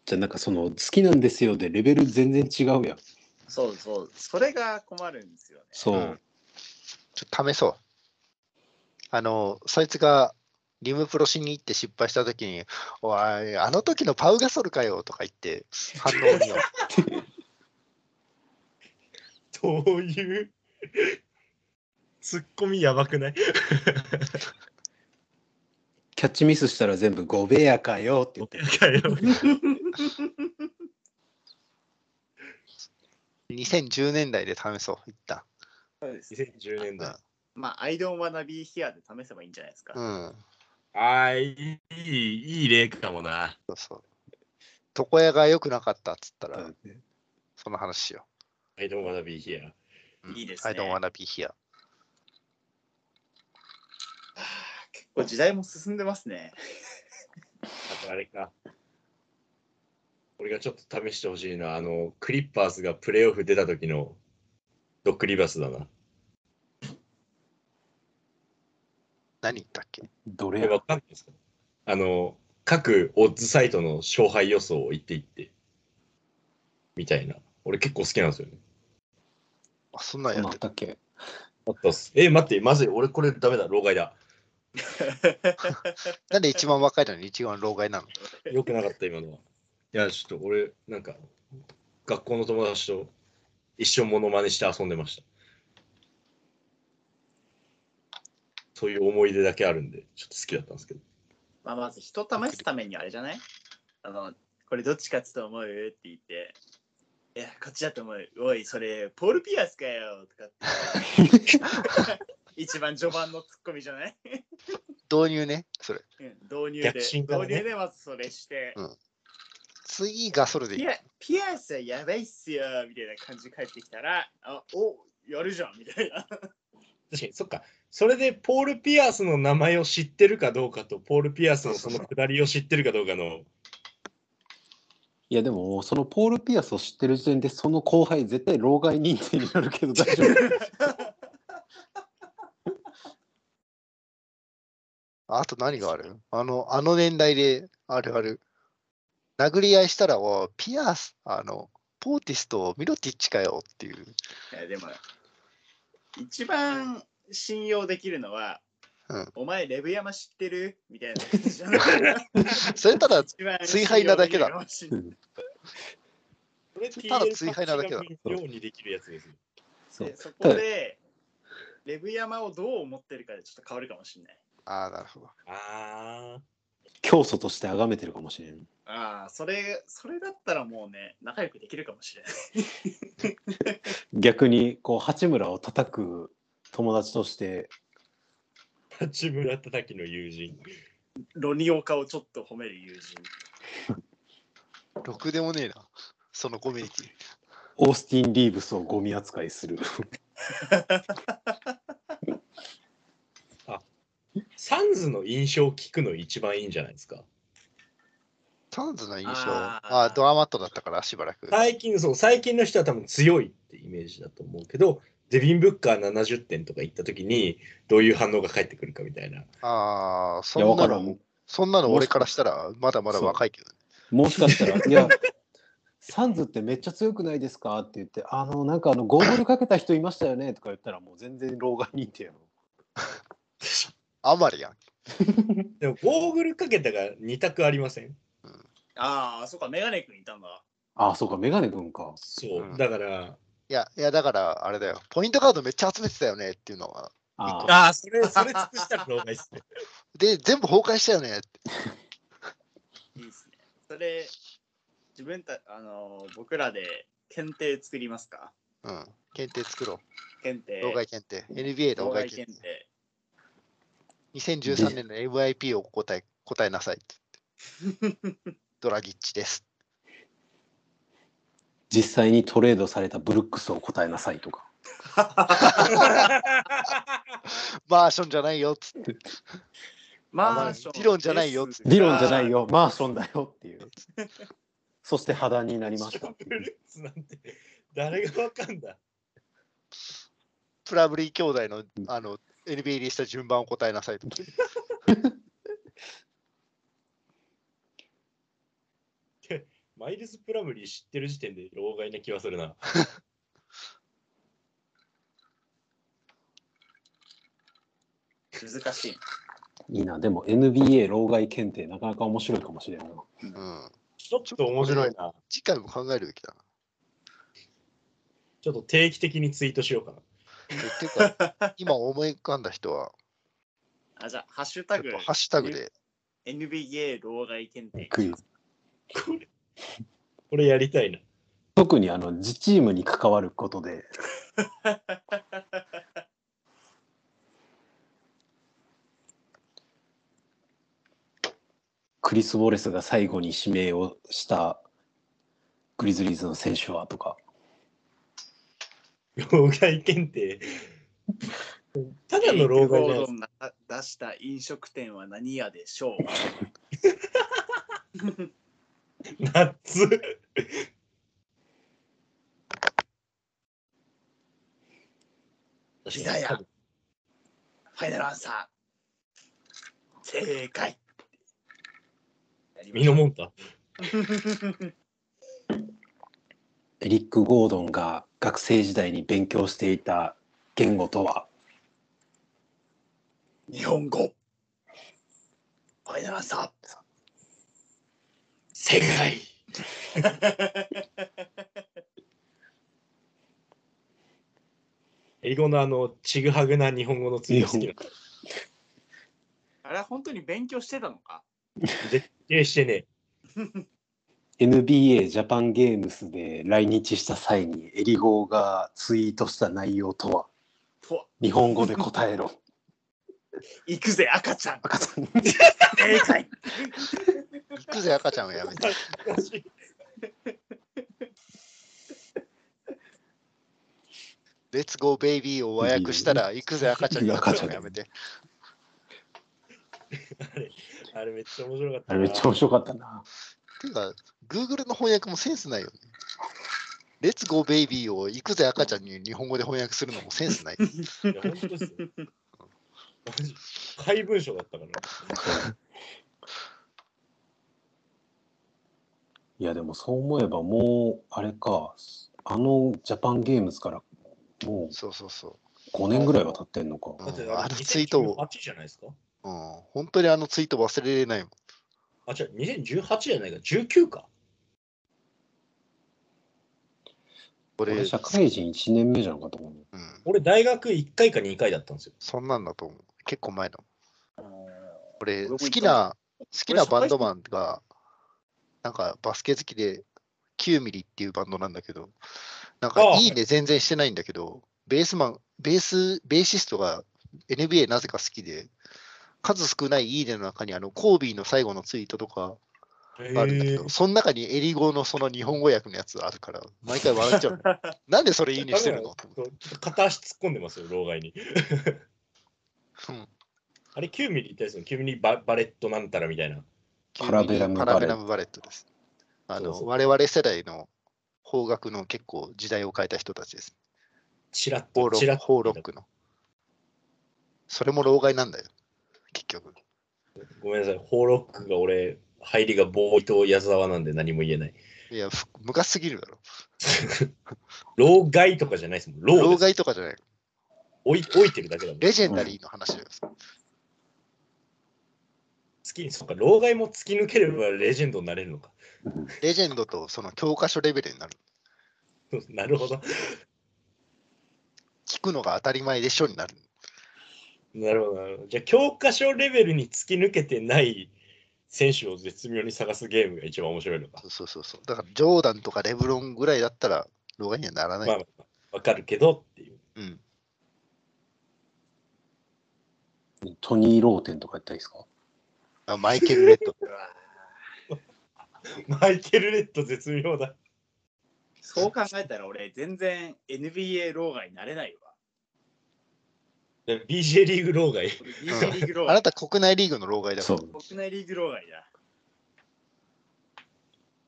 じゃあなんかその好きなんですよでレベル全然違うやん。
そうそう、それが困るんですよね。
そう。
うんちょっと試そう。あの、そいつがリムプロしに行って失敗したときに、おい、あの時のパウガソルかよとか言って、反応見よう。
どういう ツッコミやばくない
キャッチミスしたら全部ゴベやかよって言って。
2010年代で試そう、一旦。
そうです。
?2010 年代。
まあ、アイドンワナビーヒアで試せばいいんじゃないですか。
うん。
ああ、いい、いいいい例かもな。
そうそう。床屋が良くなかったっつったら、
うん
その話しよ
I don't wanna be here.
う。うん
いいですね
I don't wanna be here.
結構時代も進んでますね。
あとあれか。俺がちょっと試してほしいのは、あの、クリッパーズがプレーオフ出た時のドックリバースだな。
何言ったっけ
ど
こ
れ
れ
や
わかんないですかあの、各オッズサイトの勝敗予想を言っていって、みたいな。俺結構好きなんですよね。
あ、そんなん
そん
や
な
っ
んあ
て。
ったたっけ
あったっす。え、待って、まずい。俺これダメだ。老害だ。
なんで一番若いのに一番老害なの
よくなかった、今のは。いや、ちょっと俺、なんか、学校の友達と一生モノマネして遊んでました。そういう思い出だけあるんで、ちょっと好きだったんですけど。
まあ、まず人試すためにあれじゃないあの、これどっち勝つと思うって言って、いや、こっちだと思う。おい、それ、ポール・ピアスかよとかって。一番序盤のツッコミじゃない、
導入ね、それ。
うん導入で、
逆
導
進からね
入でまずそれして、
次がそれでいい
ピ。アピアスはやばいっすよみたいな感じで帰ってきたら、あおやるじゃんみたいな。
確かに、そっか。それで、ポール・ピアースの名前を知ってるかどうかと、ポール・ピアースのそのくだりを知ってるかどうかの、
いやでももうそのポール・ピアスを知ってる時点でその後輩絶対老害認定になるけど大丈 夫
あと何があるあの、あの年代であるある。殴り合いしたら、おいピアス、あの、ポーティスとミロティッチかよってい
い
う。
やでも一番信用できるのは、
うん
お前レブ山知ってるみたいな感じじゃない
それ ただ、
一番
追敗なだけだ
信用できるかもしんない
それ
ただ追敗なだけだ
TL パッチが見るようにできるやつですよ。
そう
でそこでレブ山をどう思ってるかでちょっと変わるかもしれない。
ああ、なるほど。
あー。
教祖として崇めてるかもしれん
ああ、それ、それだったらもうね、仲良くできるかもしれない。
逆にこう八村を叩く友達として
八村叩きの友人。
ロニオカをちょっと褒める友人。
ろくでもねえな、そのコミュニティ。
オースティン・リーブスをゴミ扱いする
サンズの印象を聞くの一番いいんじゃないですか。
サンズの印象、
あ
あ
ー
あドアマットだったから、しばらく。
最近、そう、最近の人は多分強いってイメージだと思うけど、デビン・ブッカー70点とか行った時に、どういう反応が返ってくるかみたいな。
ああ、
い
そ
やわ
んな
からん
の、そんなの俺からしたら、まだまだ若いけどね。
もしかした ら「いやサンズってめっちゃ強くないですか?」って言って「あのなんかあのゴーグルかけた人いましたよね」とか言ったらもう全然老害認定やろ
あまりやん。
でも、ゴーグルかけたが2択ありません
ああ、そっか、メガネ君いたんだ。
ああそうかメガネ君か
そうう。
ん
だから、
いや、いやだから、あれだよ。ポイントカードめっちゃ集めてたよねっていうのは。
ああ
ああ、それ、それ尽くしたら老害っす ね。
で、全部崩壊したよねって。
いいですね。それ、自分た、あのー僕らで検定作りますか
うん。検定作ろ
検
う。
定。
老害検定。NBA 老
老
害
害
検
検
定。
定。
2013年の MIP を答え、答えなさいって言って。ドラギッチです。
実際にトレードされたブルックスを答えなさいとか。
マーションじゃないよっつって。
マンション。
理論じゃないよ
です
理論じゃない。よ、マーションだよって いう。そして破談になりました。
ブルースなんて誰がわかんだ
プラブリー兄弟のあの NBA 入りした順番を答えなさいとか。
マイルス・プラムリー知ってる時点で老害な気はするな。
難しい。
いいな、でも NBA 老害検定なかなか面白いかもしれんな。
うん。
ちょっと面白いな。
次回も考えるべきだ な。
ちょっと定期的にツイートしようかな。
えっていうか、今思い浮かんだ人は、
あ、じゃあ、ハッシュ
や
タ
っ
グ
ぱ、ハッシュタグで
NBA 老害検定。
クイズ。
これやりたいな。
特にあの自チームに関わること でクリス・ウォレスが最後に指名をしたグリズリーズの選手はとか
老害 検定。ただの老害じゃ
エリッ
な
クゴ
い
ードンが出した飲食店は何屋でしょう
ナッツ。
ピザ屋ファイナルアンサー。正解。
身のもんた。
エリック・ゴードンが学生時代に勉強していた言語とは
日本語。ファイナルアンサー。
正解。英語のあの、ちぐはぐな日本語のツイート好きな。
あれは本当に勉強してたのか
絶対してねえ。
NBA ジャパンゲームスで来日した際にエリゴーがツイートした内容とは
とは
日本語で答えろ
行くぜ、赤ちゃん。
赤ちゃん
正解。
行くぜ赤ちゃんをやめて。レッツゴーベイビーを和訳したら、行くぜ赤ちゃんになっちゃうのやめて。
あれめっちゃ面白かった
あ
な。
れめっちゃ面白かったな
ていうか、Google の翻訳もセンスないよね。レッツゴーベイビーを行くぜ赤ちゃんに日本語で翻訳するのもセン スない。
いや本当ですよマジ怪文書だったから。
いやでもそう思えばもうあれかあのジャパンゲームズからもう
そうそうそ
5年ぐらいは経ってんの
う。
か
う
だって
ん、あ
あ
の
れ
ツイートを、
2018じゃないですか
うん、本当にあのツイート忘れれないもん。
あ、違う、2018じゃないか、19か。
これ、う
俺
ん、
社会人1年目じゃなかったもんね
俺、大学1回か2回だったんですよ。
そんなんだと思う。結構前だもん。これ、
俺も
好
行った
きな、好きなバンドマンが、なんかバスケ好きで、9ミリっていうバンドなんだけど、なんか
ああ
いいね全然してないんだけど、ベースマン、ベース、ベーシストが NBA なぜか好きで、数少ないいいねの中にあのコービーの最後のツイートとかあるんだけど、その中にエリゴのその日本語訳のやつあるから、毎回笑っち ゃうの。なんでそれいいねしてるのと思っ
そうちょっと片足突っ込んでますよ、老害に。
てうん
あれ、9ミリってやつの、9ミリババレットなんたらみたいな。
パラベラムバレット
パラベラムバレットです。あ
そ
の
うそう
我々世代の方角の結構時代を変えた人たちです。
チラッ
ホー
と、
ロ
チ
ッ
ラ
ク
ッと。
ホーロックの。それも老害なんだよ、結局。
ごめんなさい、ホーロックが俺、入りがボーイと矢沢なんで何も言えない。
いや、ふ昔すぎるだろ。
老害とかじゃないですもん。老
老
害
害とかじゃない。
老い老いてるだけだもん。好
レジェンダリーの話だよ。
きに、そっか、老害も突き抜ければレジェンドになれるのか。
レジェンドとその教科書レベルになる。
なるほど。
聞くのが当たり前でしょになる。
なるほどなるほど。じゃあ、教科書レベルに突き抜けてない選手を絶妙に探すゲームが一番面白いのか。
そうそうそう。だから、ジョーダンとかレブロンぐらいだったら、老害にはなら
ま
な
あ
い。
まあまあ、
わかるけどっていう。
うん。
トニー・ローテンとかやったらいいですか
あマイケル・レッド。
マイケル・レッド絶妙だ。
そう考えたら俺、全然 NBA 老害になれないわ。
で BJ リーグ老害。
俺 BJ リーグ老
あな
害。
た国内リーグの老害だか
そ
ら。
う。
国内リーグ老害だ。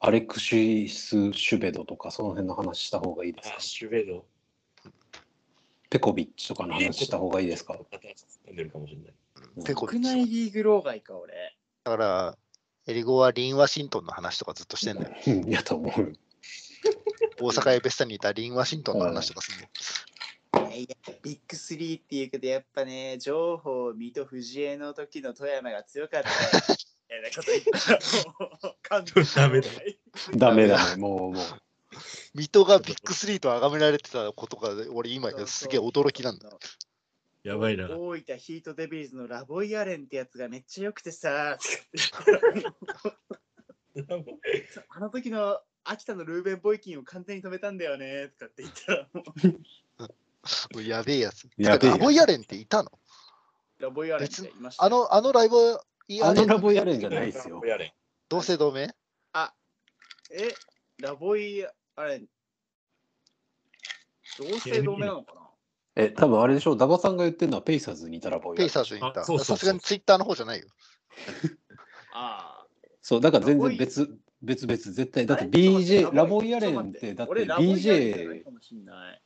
アレクシス・シュベドとか、その辺の話した方がいいです
あ
か、
シュベド。
ペコビッチとかの話した方がいいです か
また住んでるかもしれない。
ペコビ
国
ッチ
内リーグ老害か、俺。
だから、エリゴはリン・ワシントンの話とかずっとしてんだよ。
うんやと思う。
大阪エベスタにいたリン・ワシントンの話とかすんだよ。
いやいや、ビッグスリーっていうけど、やっぱね、情報、水戸、藤江の時の富山が強かったよ。えなこと言ったらもう完全に
ダメだ
ダメだね、もうもう。
水戸がビッグスリーと崇められてたことが、俺今
そうそう
すげえ驚きなんだ。
やばい な。
大分ヒートデビルズのラボイアレンってやつがめっちゃ良くてさ、あの時の秋田のルーベン・ボイキンを完全に止めたんだよねとかって言ったら、も
もうやべえやつ。
やべえやつ
ラボイアレンっていたの
うラボイアレンっていました
あ
よ。
の、あのライブ、い
あのラ
イ
ボやれんじゃないですよ。
やれ。
同姓同名
え、ラボイアレン、同姓同名なのかな
え、多分あれでしょ、ダバさんが言ってるのはペイサーズにいたラボやれ
ペイサーズに行った。
あそうそうそう
さすがにツイッターの方じゃないよ。
ああ。
そう、だから全然別、別々、絶対。だって BJ、ラボイヤレンって、だって
俺ラボイアレンじゃない
BJ、
かもしんない。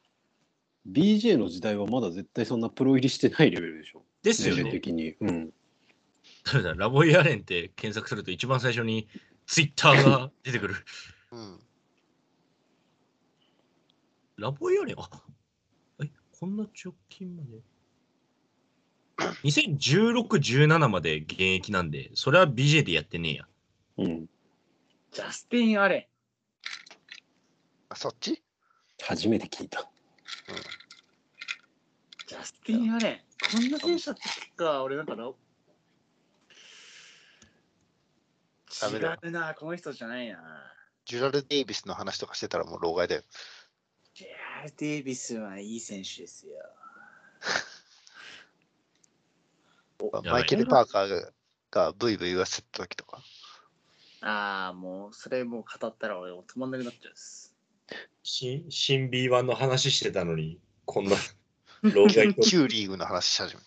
BJ の時代はまだ絶対そんなプロ入りしてないレベルでしょ。
ですよ
年齢
ね。
的に。うん。
誰だラボイアレンって検索すると一番最初にツイッターが 出てくる。
うん。
ラボイアレンあえ、こんな直近まで。2016、17まで現役なんで、それは BJ でやってねえや。
うん。
ジャスティン・アレン。
あそっち
初めて聞いた。
ジャスティン・アレン。こんな選手だったか、俺なんかな。
ダメだよ
違うな、この人じゃないな。
ジュラル・デイビスの話とかしてたらもう老害だよ。
ジェラル・デイビスはいい選手ですよ。
ばい
マイケル・パーカーがブイブイ言わせてた時とか。
ああ、もう、それもう語ったら俺もう止まんなくなっちゃうです。
新新 B1 の話してたのに、こ んな老害と。
旧リーグの話し始め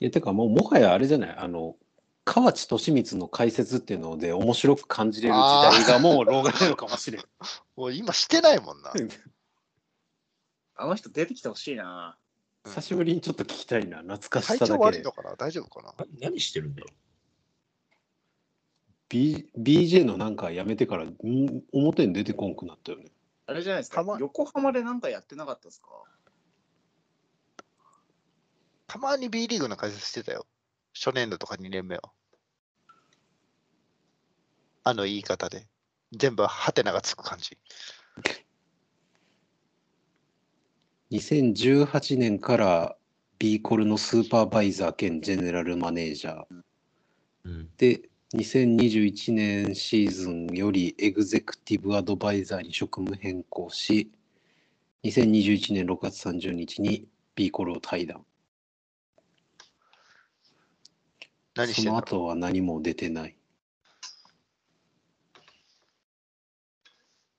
いや、てかもう、もはやあれじゃない、あの、河内俊光の解説っていうので面白く感じれる時代がもう老害なのかもしれん。
もう今してないもんな。
あの人出てきてほしいな。
久しぶりにちょっと聞きたいな、懐かし
体
さ
調
だ
悪
け
いの。かな大丈夫かな
な何してるんだろ
B、BJ のなんかやめてから、ん表に出てこんくなったよね。
あれじゃないです
た
か
ま。
横浜でなんかやってなかったですか
たまに B リーグの解説してたよ。初年度とか2年目は。あの言い方で。全部ハテナがつく感じ。
2018年から B コルのスーパーバイザー兼ジェネラルマネージャー
うん、
で2021年シーズンよりエグゼクティブアドバイザーに職務変更し2021年6月30日に B コルを退団
何して
そ
ん
の
だろ
後は何も出てないう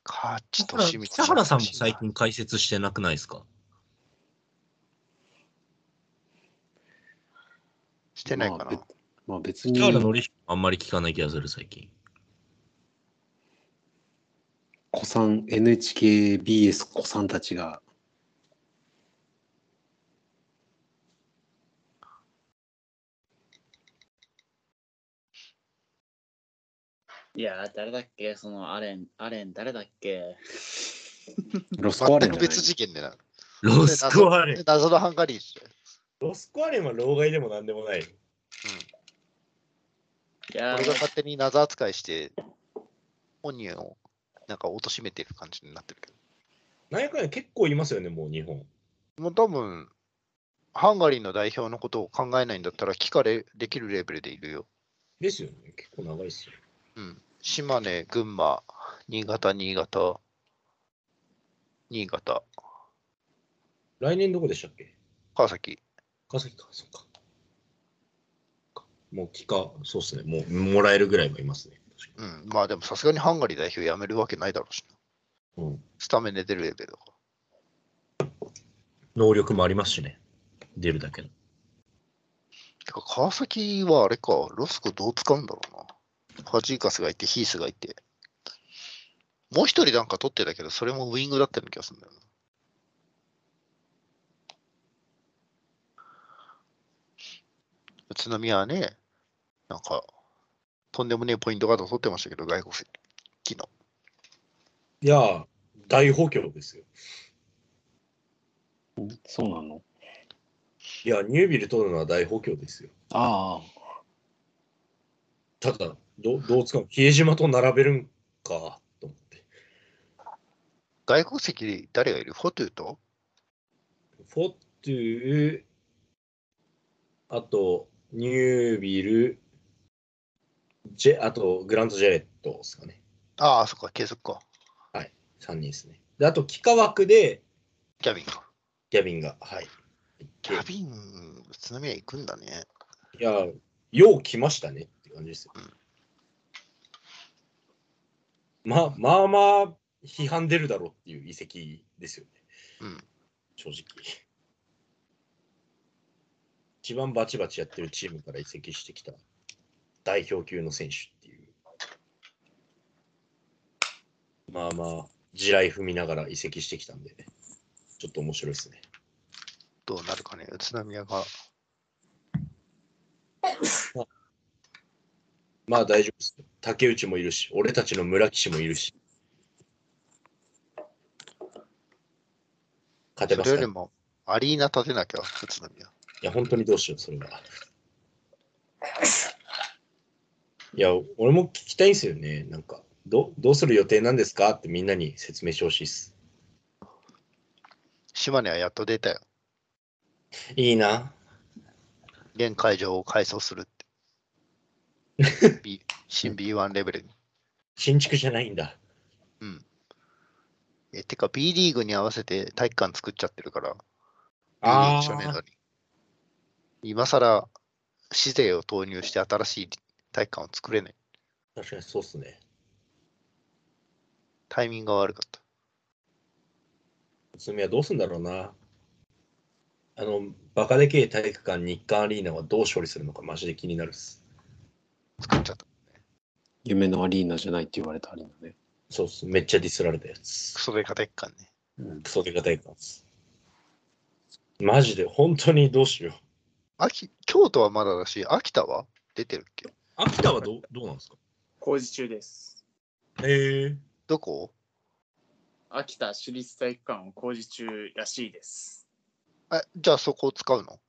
カーチと清水
北原さんも最近解説してなくないですか
してないかな
まあ。別まあ別
北原
に
紀彦あんまり聞かない気がする最近。
子さん NHKBS 子さんたちが
いやー、誰だっけそのアレン、アレン誰だっけ
ロスコアレンじゃな
全く
い
別事件でな。
ロスコアレン
で謎のハンガリーで。
う。ロスコアレンは老害でもなんでもない。
いやー
俺が勝手に謎扱いして、本人をなんか貶としめてる感じになってるけ
なんやかんや結構いますよね、もう日本。
ど。もう多分、ハンガリーの代表のことを考えないんだったら、帰化れできるレベルでいるよ。
ですよね、結構長いですよ。
うん。島根、群馬、新潟、新潟、新潟、
来年どこでしたっけ
川崎。
川崎か、そっか。もう帰化、そうですね。もうもらえるぐらいはいますね。
うん。まあでもさすがにハンガリー代表辞めるわけないだろうしな。
うん
スタメンで出るレベルだから。
能力もありますしね。出るだけの。
てか川崎はあれか、ロスコどう使うんだろうな。ファジーカスがいて、ヒースがいて。もう一人なんか取ってたけど、それもウイングだったような気がするんだよな。宇都宮はね、なんか、とんでもねえポイントガード取ってましたけど、外国籍昨日。
いやー、大補強ですよ。
そうなの
いや、ニュービル取るのは大補強ですよ。
ああ、
ただ、どどう使うの比江島と並べるんか、と思って。
外国籍誰がいるフォトゥと
フォットゥ、あと、ニュービル、ジェあと、グラント・ジェレットですかね。
ああ、そっか、継続か。
3人ですね。で、あと、幾何枠で、
ギャビンか。
ギャビンが、はい。
ギャビン、宇都宮行くんだね。
いや、よう来ましたねって感じですよ。ままあまあ、批判出るだろうっていう遺跡ですよね。
うん。
正直。一番バチバチやってるチームから移籍してきた代表級の選手っていう。まあまあ、地雷踏みながら移籍してきたんで、ちょっと面白いですね。
どうなるかね、宇都宮が。
まあ大丈夫です。竹内もいるし、俺たちの村木氏もいるし。勝て
そ
ま
れ
すか
より
ら
も、アリーナ建てなきゃ、宇都宮。
いや、本当にどうしよう、それは。いや、俺も聞きたいんですよね。なんか、どどうする予定なんですかってみんなに説明してほしいです。
島根はやっと出たよ。
いいな。
現会場を改装す るって。B 新 B1 レベルに。
新築じゃないんだ。
え、てか B リーグに合わせて体育館作っちゃってるから、B リー
あ
グ初年
あ
度に。今更、市税を投入して新しい体育館を作れない。
ー、確かにそうっすね。
タイミングが悪かった。
宇都宮どうすんだろうな。あの、バカでけえ体育館、日韓アリーナはどう処理するのか、マジで気になるっす。
作っちゃった。
夢のアリーナじゃないって言われたアリーナね。
そうっす。めっちゃディスられたやつ
ク。ソデカ体育館ね。
クソデカ体育館っす。マジで、本当にどうしよう。
秋、京都はまだだし、秋田は出てるっけ
秋田はどうどうなんですか
工事中です。
へえ。
どこ
秋田市立体育館を工事中らしいです。
あ、じゃあそこを使うの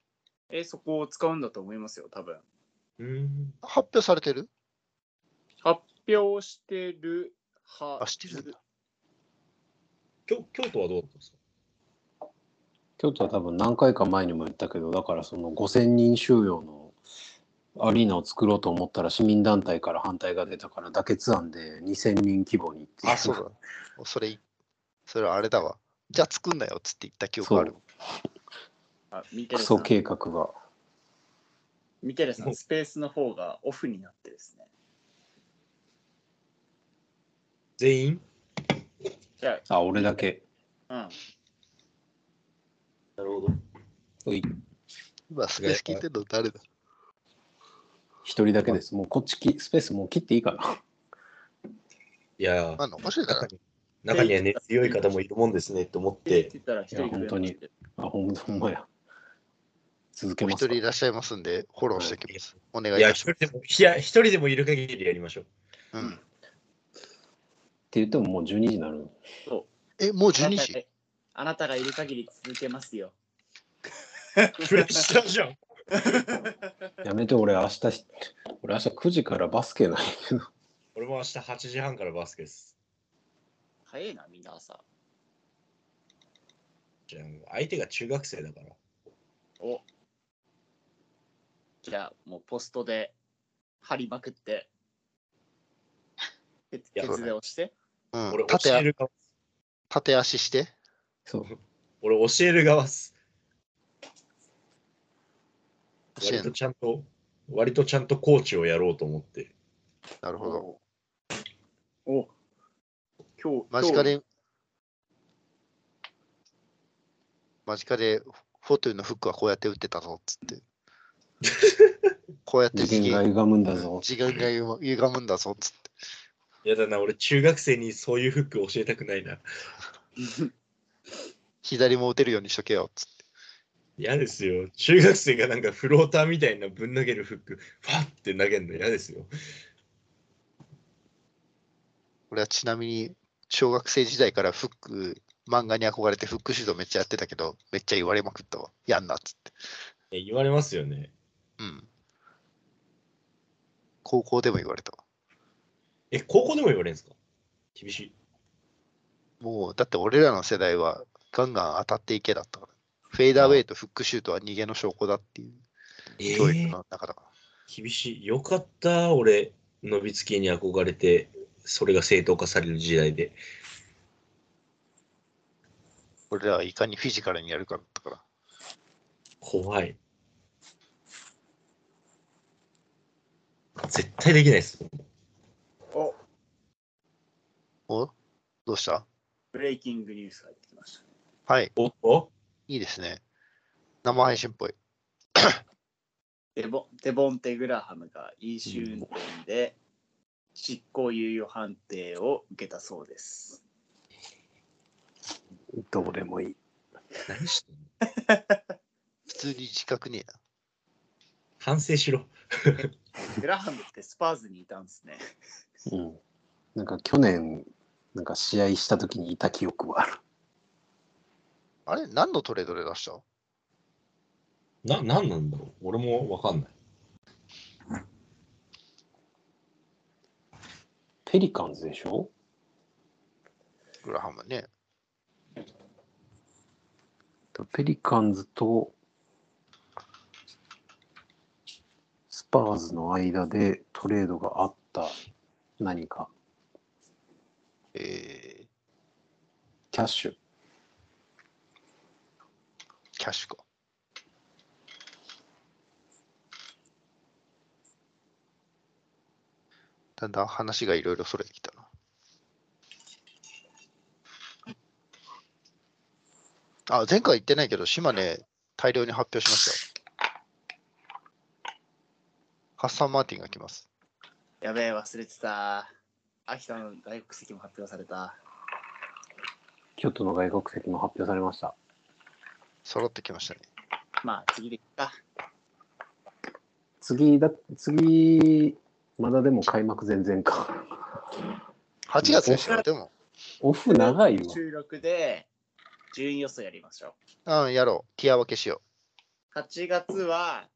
えーそこを使うんだと思いますよ、多分。
うん。
発表されてる
発表してるは
あ、してるんだ。
京京都はどうだったんですか
京都は多分何回か前にも言ったけど、だからその5000人収容のアリーナを作ろうと思ったら市民団体から反対が出たから妥結案で2000人規模にってい
あ、そうだ。それ、それあれだわ。じゃあ作んなよっつって言った記憶ある。
あ見て
ク
るさ
ソ
ん
計画が。
見てるさん、スペースの方がオフになってですね。
全員
じゃ
あ、俺だけ。
あ、うん。
なるほど。
はい
今スペース聞いてんの誰だ
一人だけです。もうこっちきスペースもう切っていいかな。
いやー
あの、面白いだ
中に中にはね、強い方もいるもんですねと思っ
って
て、
言ったら一人増えました
いや本あ、ほん ほんまや。続け
お
ま
一
す
人
か
いらっしゃいますんで、フォローしておきます。お願い
い
い
や、
たし
一人でも、いや、一人でもいる限りやりましょう。
ます。う
っ
ん、
て言ってももう12時になる。
え、もう
あ
12
なたが
時
あなたがいる限り続けますよ。
プレッシャーじゃん。
やめて、俺明日し、俺明日9時からバスケないけど。
俺も明日8時半からバスケです。
早いな、みんな朝。
じゃあ相手が中学生だから。
おじゃあ、もうポストで張りまくって、ケツ
いや
ケツで押して。
うん
俺、教え
縦
る側
縦足して。
そう。
俺教える側っす。
教え
割
んの
とちゃんと、割とちゃんとコーチをやろうと思って。
なるほど。
おお今日、
間近
今日
で、間近で、フォトゥのフックはこうやって打ってたぞっつって。こうやって
次元が
次
歪むんだぞ。
時間がゆま歪むんだぞっつって。
やだな、俺中学生にそういうフック教えたくないな。
左も打てるようにしとけよっつって。
嫌ですよ。中学生がなんかフローターみたいなぶん投げるフック、ファって投げるの嫌ですよ。
俺はちなみに、小学生時代からフック、漫画に憧れてフック指導めっちゃやってたけど、めっちゃ言われまくったわ。やんなっつって。
え言われますよね。
うん。高校でも言われたわ。
え、高校でも言われるんですか厳しい。
もう、だって俺らの世代はガンガン当たっていけだったから。フェイダーウェイとフックシュートは逃げの証拠だっていう教育の中だから。
厳しい。よかった、俺、伸びつきに憧れて、それが正当化される時代で。
俺らはいかにフィジカルにやるかだったから。
怖い。絶対できないです。
お
おどうした
ブレイキングニュースが入ってきましたね。
はい、
おお
いいですね。生配信っぽい。
デボデボンテ・グラハムが飲酒運転で執行猶予判定を受けたそうです。
どうでもいい。
何してんの
普通に自覚ねえな。
反省しろ。
グラハムってスパーズにいたんですね。
うん。なんか去年、なんか試合した時にいた記憶はある。
あれ何のトレードで出した
な、何なんだろう俺もわかんない。
ペリカンズでしょ
グラハムね。
ペリカンズとスパーズの間でトレードがあった何か、
えー、
キャッシュ。
キャッシュか。だんだん話がいろいろそれてきたな。あ、前回言ってないけど、島根、大量に発表しましたよ。ハッサン・マーティンが来ます。
やべえ、忘れてた。秋田の外国籍も発表された。
京都の外国籍も発表されました。
揃ってきましたね。
まあ、次でいっか。
次だ、次、まだでも開幕前々 か。
8月でしたよ、でも。
オフ長 いわ。
収録で順位予想やりましょ
うん、やろう。ティア分けしよ
う。8月は、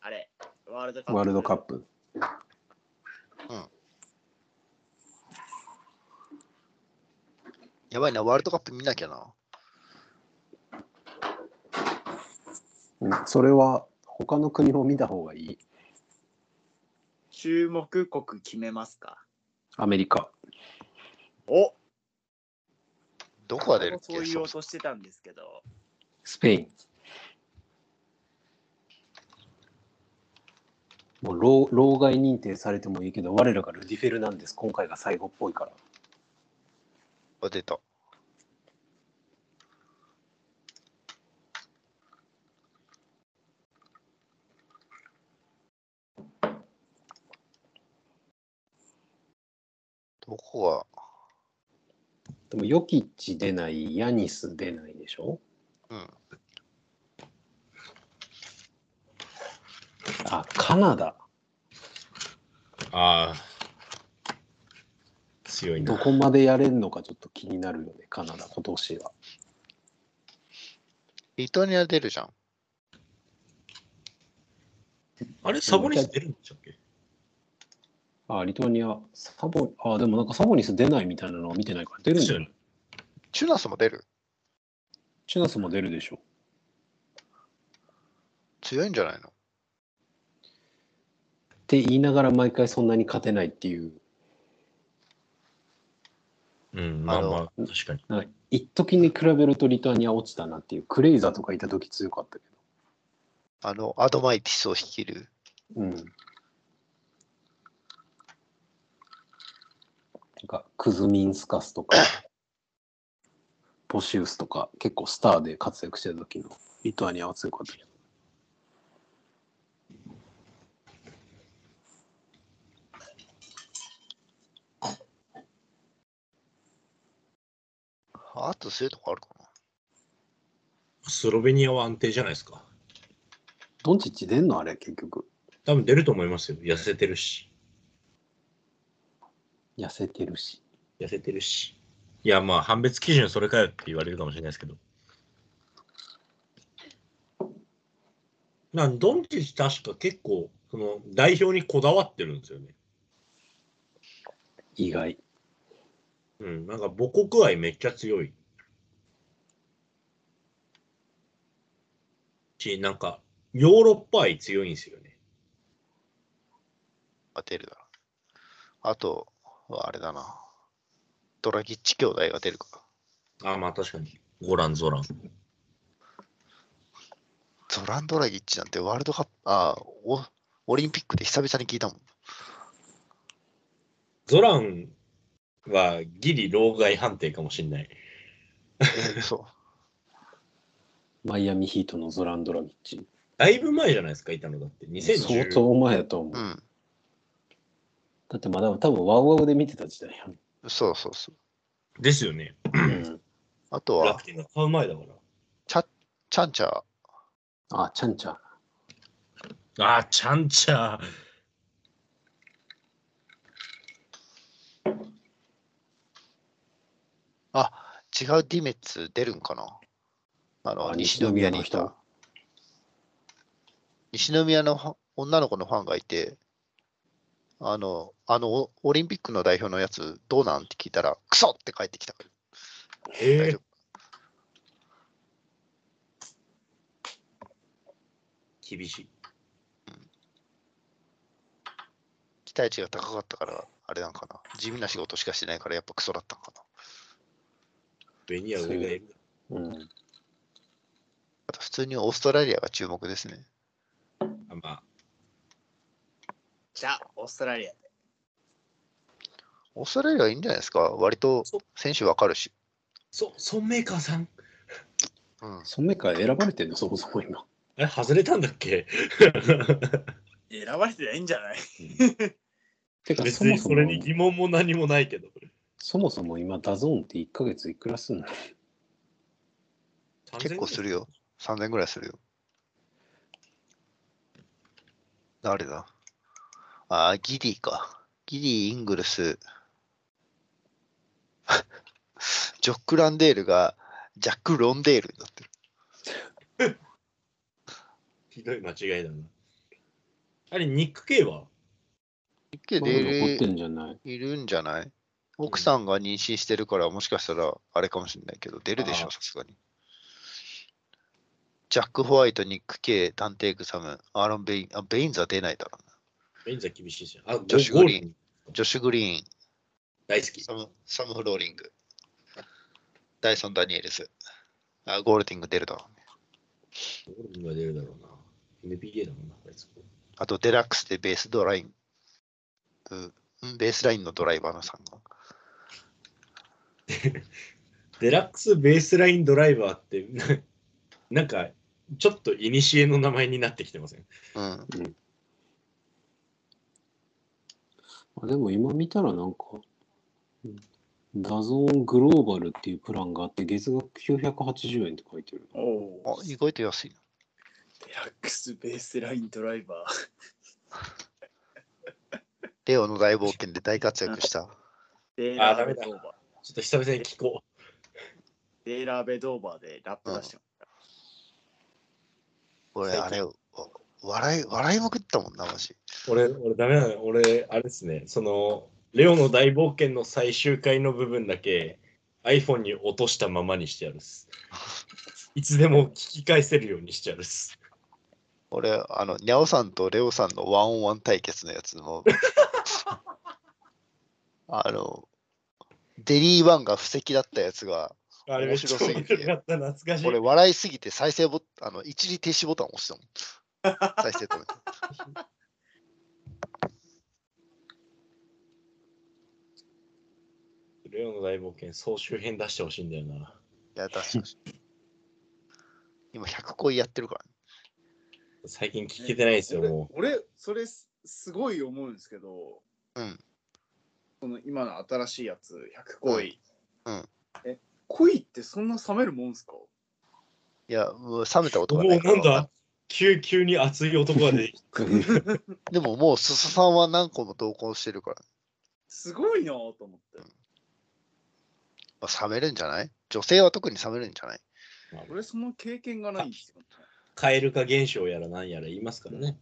あれ、ワールドカップ。
ワールドカップ。
う。やばいな、ワールドカップ見なきゃな。
うんそれは他の国も見た方がいい。
注目国決めますか。
アメリカ。
お
どこが出るっけ
そう言
そ
お
も
う
そ
と
も
してたんですけど、
スペイン。もう老老害認定されてもいいけど、我らがルディフェルなんです。今回が最後っぽいから。
あ出た。どこが
でも、ヨキッチ出ない、ヤニス出ないでしょ
うん。
あ、カナダ。
ああ。強い
ど
な。
こまでやれるのかちょっと気になるよね、カナダ、今年は。
リトアニア出るじゃん。
あれ、サボニス出るんでしたっけ
あ、リトアニア、サボ、あ、でもなんかサボニス出ないみたいなのは見てないから、出るんじゃない
チュナスも出る
チュナスも出るでしょ。
強いんじゃないの
って言いながら毎回そんなに勝てないっていう
うん、まあまあ、確かに。
なんか一時に比べるとリトアニア落ちたなっていうクレイザーとかいた時強かったけ
あの、アドマイティスを率いる。
どうんなんかクズミンスカスとかポシウスとか結構スターで活躍してた時のリトアニアは強かったけど
あとそういうとこあるかな。
スロベニアは安定じゃないですか。
ドンチッチ出んのあれ結局
多分出ると思いますよ。痩せてるし。
痩せてるし
痩せてるし。いや、まあ、判別基準それかよって言われるかもしれないですけど。なんドンチッチ確か結構、その代表にこだわってるんですよね。
意外
うん、なんか母国愛めっちゃ強い。し、なんか、ヨーロッパ愛強いんですよね。
当てるだろ。あと、あれだな。ドラギッチ兄弟が出るか。
あ、まあ確かに。ゴラン、ゾラン。
ゾランドラギッチなんてワールドカップ、あお、オリンピックで久々に聞いたもん。
ゾランはギリ老害判定かもしれない。
えそ
マイアミヒートのゾランドラミッチ
だいぶ前じゃないですか、いたのだって。
相
2010
当前だと思う、
う。うん。
だってまだ多分ワウワウで見てた時代やん
そうそうそう。
ですよね。
うん
あとは
楽、天が買う前だか
チャンチャー。
あ、ちゃんちゃん。
ら。あー、ちゃんちゃ。
違うディメッツ出るんかなあの、
あ
西宮にい
西宮の
た。西宮のファン女の子のファンがいて、あの、あの、オオリンピックの代表のやつ、どうなんって聞いたら、クソって帰ってきた。大
え
丈
ー
夫、
厳しい。
期待値が高かったから、あれなんかな。地味な仕事しかしてないから、やっぱクソだったんかな。
ベニア上がいる。
うん。
あと、普通にオーストラリアが注目ですね。
あまあ、
じゃあ、オーストラリアで。
オーストラリアはいいんじゃないですか割と
そう
選手わかるし。
そ、ソンメーカーさん。
うん。
そのメーカー選ばれてんの、そもそも今。
え、外れたんだっけ
選ばれてないんじゃない
てか、そ
別
も
に
そ
そ
も
れ、に疑問も何もないけど。
そもそも今、ダゾーンって1ヶ月いくらすんの
結構するよ。3000ぐらいするよ。誰だあー、ギディか。ギディ、イングルス。 ジョック・ランデールがジャック・ロンデールになってる。
ひどい間違いだな。あれ、ニック系は
ニッケ
まだ残って
デー
んじゃない
ルいるんじゃない奥さんが妊娠してるから、もしかしたらあれかもしれないけど、出るでし
あ
ょ、
ー
さすがに。ジャック・ホワイト、ニック・ケイ、探偵グサム、アーロン・ベイン、あ、ベインズは出ないだろう
ベンザ厳しいですよ。あ、
女子
ゴ
五輪
ゴール
な。ジョシュ・グリーン、
大好き。
サムサム・フローリング。ダイソン・ダニエルス。あゴールディング出るだろうね。
ゴールディングは出るだろうな。NBA だもんな、あいつ。
あと、デラックスでベースドライン。うん、ベースラインのドライバーのさんが。
デラックスベースラインドライバーって、ななんか、ちょっと古の名前になってきてません。
うん。
あでも今見たらなんか、うんダゾーングローバルっていうプランがあって、月額980円って書いてる。
おお
あ、。意外と安いな。
デラックスベースラインドライバー。
レオの大冒険で大活躍した。
デーラ
あー
ー
ダ
ベ
メ
ド
だ
ーバー。
ちょっと久々に聞こう。
デーラーベドーバーでラップ出してました。
俺、あれ、わ笑い、笑いまくったもんな、マジ。
俺、俺ダメだね。俺、あれですね。その、レオの大冒険の最終回の部分だけ iPhone に落としたままにしてあるっす。いつでも聞き返せるようにしてあるっす。
俺、あの、ニャオさんとレオさんのワン オンワン対決のやつも、あの、デリーワンが布石だったやつが、
あれめっちゃ面白かった、懐かしい。
俺笑いすぎて再生ボタン、あの、一時停止ボタン押したも ん。再生止めて。
レオの大冒険総集編出してほしいんだよな。
いや、確かに。今、100恋やってるから、ね。
最近聞けてないですよ、も
俺俺それすすごい思うんですけど、
うん
その今の新しいやつ100恋、
うん
え恋ってそんな冷めるもんすか
いや、もう冷めた
う。
音
も
が
う
ないから
なんだ急急に熱い男が出てき
でももう、すすさんは何個も同梱してるから、
すごいなぁと思って、
まあ、冷めるんじゃない女性は特に冷めるんじゃない
俺その経験がないんですよ、ね、
カエル化現象やらなんやら言いますからね。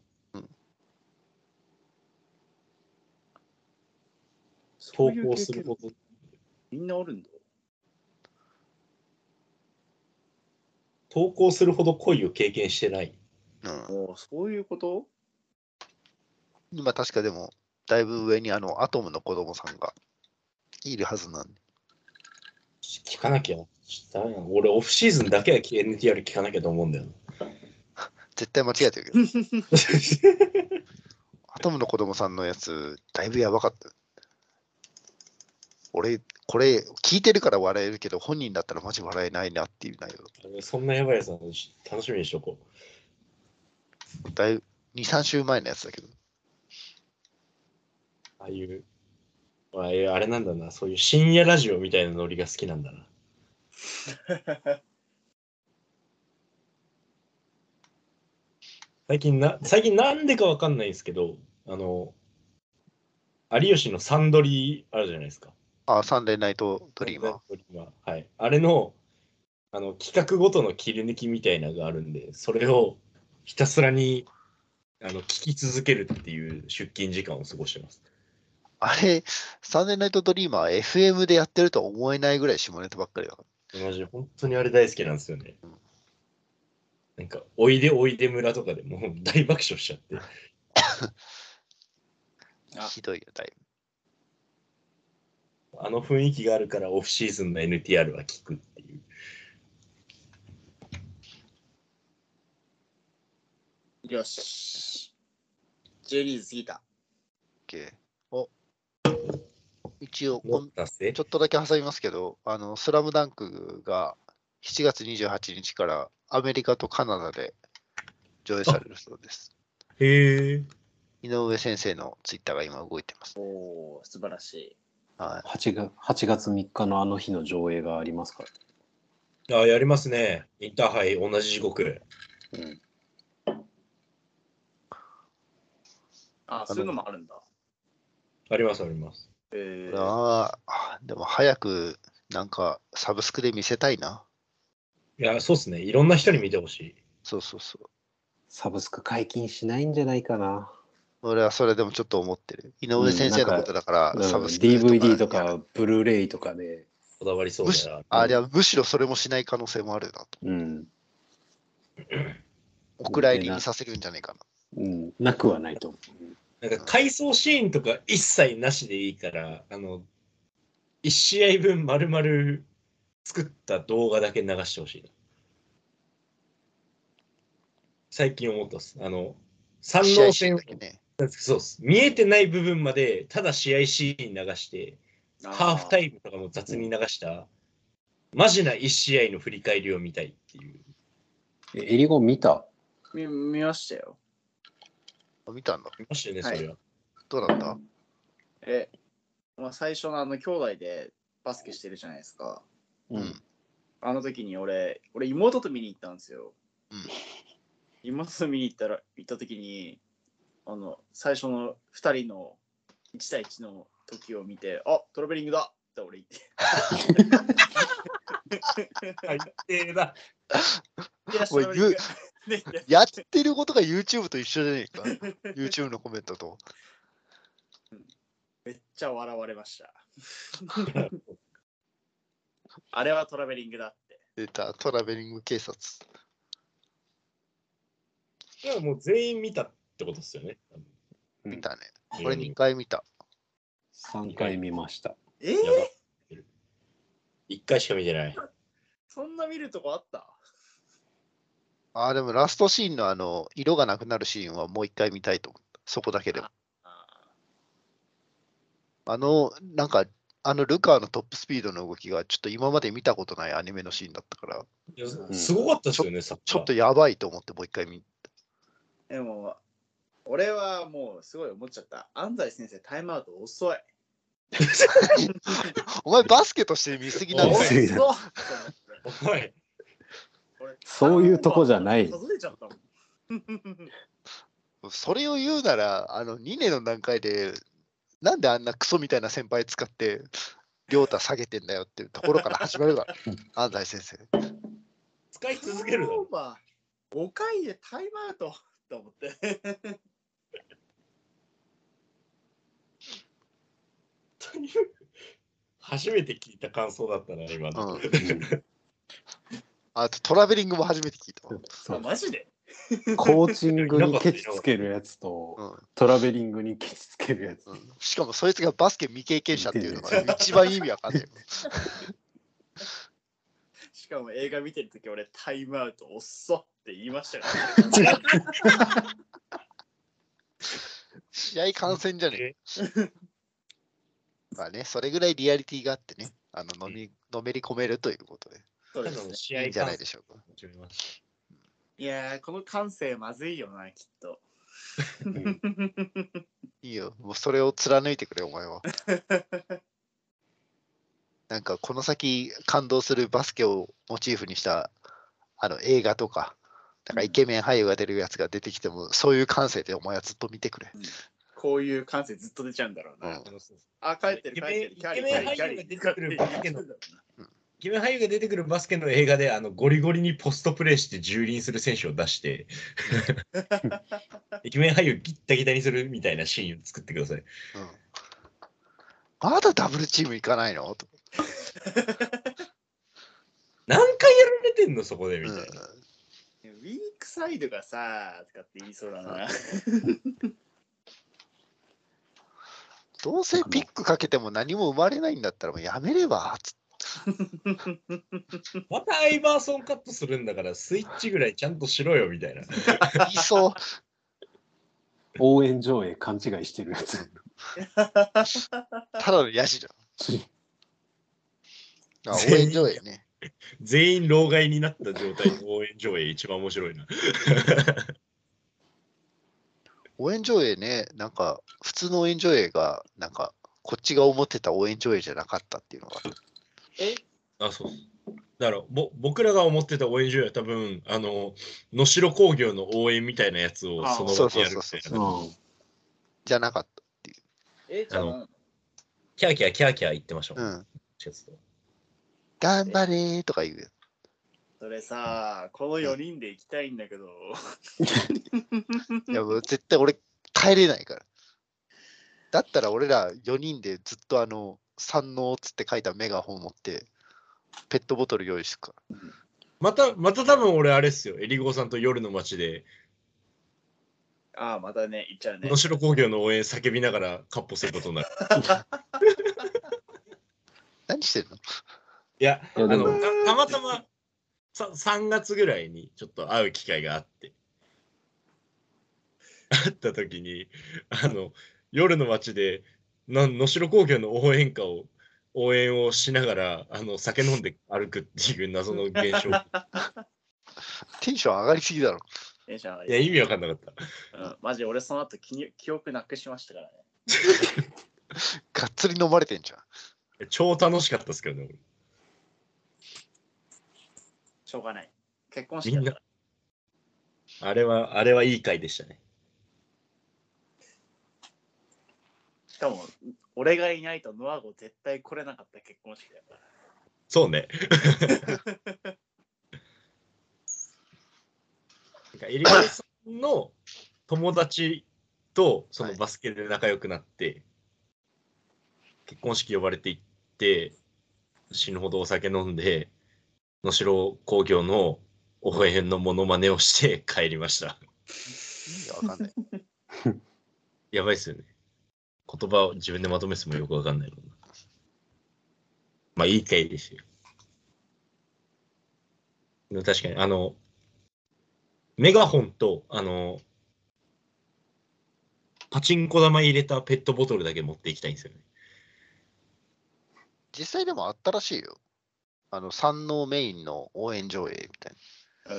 そ
投
ういう
稿
経
す
験
ること。
みんなあるんだ
投稿するほど恋を経験してない。
うん。
おーそういうこと
今、確かでも、だいぶ上にあの、アトムの子供さんがいるはずなんで。
聞かなきゃ。ダメだな俺、オフシーズンだけは NTR 聞かなきゃと思うんだよな。
絶対間違えてるけど。アトムの子供さんのやつ、だいぶやばかった。俺、これ、聞いてるから笑えるけど、本人だったらマジ笑えないなっていう内容。
そんなやばいやつなのし楽しみにしとこう。
だいぶ、2、3週前のやつだけど。
ああいう、ああいうあれなんだな、そういう深夜ラジオみたいなノリが好きなんだ な。最近な、最近なんでかわかんないんですけど、あの、有吉のサンドリーあるじゃないですか。
あ、サンデーナイトドリーマー。
ドリーマーはい。あれの、あの、企画ごとの切り抜きみたいなのがあるんで、それをひたすらに、あの、聞き続けるっていう出勤時間を過ごしてます。
あれ、サンデーナイトドリーマー、FM でやってるとは思えないぐらい下ネタばっかりだから。
マジで本当にあれ大好きなんですよね。なんか、おいでおいで村とかでもう 大爆笑しちゃって。
あ
ひどいよ、だいぶ。
あの雰囲気があるからオフシーズンの NTR は聞くっていう。
よし J リーグ過ぎた
OK お一応、こ
持っ
ん
たせ
ちょっとだけ挟みますけど、あの、スラムダンクが7月28日からアメリカとカナダで上映されるそうです。
へえ。
井上先生のツイッターが今動いてます。
おー素晴らしい
はい。
8月 ,8 月3日のあの日の上映がありますから
あ、やりますね。インターハイ同じ時刻。
うん、
あそういうのもあるんだ
ありますあります。
えー、
ああ、でも早くなんかサブスクで見せたいな。
いや、そうっすね。いろんな人に見てほしい。
そうそうそう。
サブスク解禁しないんじゃないかな
俺はそれでもちょっと思ってる。井上先生のことだから、
うん
サブスク
DVD と。かブルーレイとかで、
こだわりそう
むし
だな。
あ、でもむしろそれもしない可能性もあるなと。
うん
お蔵入りにさせるんじゃないかな。
うん、なくはないと思
なんか回想シーンとか一切なしでいいから、あの、1試合分丸々作った動画だけ流してほしいな。最近思ったっす。あの、三
試
能
合中
戦
だ、けね。
そうっす。見えてない部分まで、ただ試合シーン流して、
あ
ハーフタイムとかも雑に流した、マジな1試合の振り返りを見たいっていう。
う。え、エリゴ見た
見見ましたよ
見たんだ。
見ましたよね、それは。
どうだった
え、まあ、最初のあの兄弟でバスケしてるじゃないですか
うん
あの時に俺、俺妹と見に行ったんですよ。
うん
妹と見に行ったら、行った時に、あの、最初の2人の1対1の時を見て、あトラベリングだって俺言って。
最低だ。
いらっしゃ
お
い
い
トラベリン
ゆ
グで
やってることが YouTube と一緒じゃねえか。YouTube のコメントと。
めっちゃ笑われま した。あれはトラベリングだって。
出た、トラベリング警察。
いや、もう全員見たってことですよね。
見たね。これ2回見た。
3回見ました。
えー
やばい一回しか見てない。
そんな見るとこあった
ああ、でもラストシーンのあの、色がなくなるシーンはもう一回見たいと思った。そこだけでも。
あー
あの、なんか、あのルカーのトップスピードの動きが、ちょっと今まで見たことないアニメのシーンだったから、
いや
ん
すごかったですよね、さ
ちょっとやばいと思って、もう一回見、
でも、俺はもうすごい思っちゃった。安西先生、タイムアウト遅い。
お前バスケとして見すぎなんだよ
おい
遅い
遅い
お前
俺
そういうとこじゃない
外れちゃったもん。
それを言うなら、あの2年の段階で、なんであんなクソみたいな先輩使って、亮太下げてんだよっていうところから始ま るから、安西先生。
使い続ける
ターン
の
オ。ーバー5回でタイムアウトと思って。
初めて聞いた感想だったな、今の。
うん、 あとトラベリングも初めて聞いたわ。
そう
マジで
コーチングにケチつけるやつ
う
と
ん
トラベリングにケチつけるやつ
うんしかもそいつがバスケ未経験者っていうのが一番意味わかん ない。
しかも映画見てるとき俺タイムアウト遅って言いましたよ、
試合観戦じゃねえ。まあね、それぐらいリアリティがあってね、あののみのめり込めるということで、
そう
た
で
だ
すね
の試
いい
合
んじゃない
観
でしょうか。
始めまし
いやー、この感性まずいよな、きっと。
いいよ、もうそれを貫いてくれ、お 前は。なんかこの先感動するバスケをモチーフにしたあの映画とか、なんかイケメン俳優が出るやつが出てきても、そういう感性でお前はずっと見てくれ。
こういう感性ずっと出ちゃうんだろう
う
な。
ん
た。
あ、帰ってる、帰ってる。
イ
キャリ
ケ
ー
メンイケメン俳優が出てくるわけのイケメン俳優が出てくるバスケの映画で、あのゴリゴリにポストプレーして蹂躙する選手を出して、 イケメン俳優ギッタギタにするみたいなシーンを作ってください。
うんまだダブルチーム行かないのと、
何回やられてんの、そこでみ
う
たい
ん
な。
ウィークサイドがさ、とかって言いそうだな。
どうせピックかけても何も生まれないんだったらもうやめればつって
またアイバーソンカットするんだから、スイッチぐらいちゃんとしろよみたいな。
言い そう。
応援上映勘違いしてるやつ
ただのヤジだ。あ応援上映ね。
全員老害になった状態の応援上映、一番面白いな。
応援上映ね、なんか普通の応援上映が、なんかこっちが思ってた応援上映じゃなかったっていうのがある。
え、
あ、そうそうだからぼ僕らが思ってた応援上映は多分、あの、能代工業の応援みたいなやつを
あ
その
そ
場
う
でや
そう
る
そう
み
そ
たい
う
うん
な。
じゃなかっ
え、じゃあ、
キャーキャーキャーキャー言ってました
た。
もん、
うん。
チェスト
頑張れーとか言うよ。
それさ、この4人で行きたいんだけど。
いやもう絶対俺帰れないから。だったら俺ら4人でずっとあの、三能っつって書いたメガホン持って、ペットボトル用意してくか
また、また多分俺あれっすよ。エリゴーさんと夜の街で、
ああ、またね、行っちゃうね
能。代工業の応援叫びながらカッポすることになる。
ら。何してんの
いや、
いや
あ
で
の
も
たたまたまさ3月ぐらいにちょっと会う機会があって 会った時にあの夜の街でな能代工業の応援歌を応援をしながらあの酒飲んで歩くっていう謎の現 象い
テンション上がりすぎだろ。
えじゃあ、
や意味わかんなかった
うん、マジ俺その後記に記憶なくしましたからね。
がっつり飲まれてんじゃん。
超楽しかったですけどね俺
しょうがない。結婚式
み
だ
ん
か
な
ら。
あれはあれはいい回でしたね
しかも、俺がいないとノアゴ絶対来れなかった結婚式だから。
そうねなんかエリカさんの友達とそのバスケで仲良くなって、結婚式呼ばれて行って死ぬほどお酒飲んで能代工業の応援のモノマネをして帰りました
意味がわかんない。
やばいっすよね言葉を自分でまとめてもよくわかんないもんなまあいい回ですよ確かに、あの、メガホンと、あの、パチンコ玉入れたペットボトルだけ持っていきたいんですよね。
実際でもあったらしいよ。あの、山王メインの応援上映みたい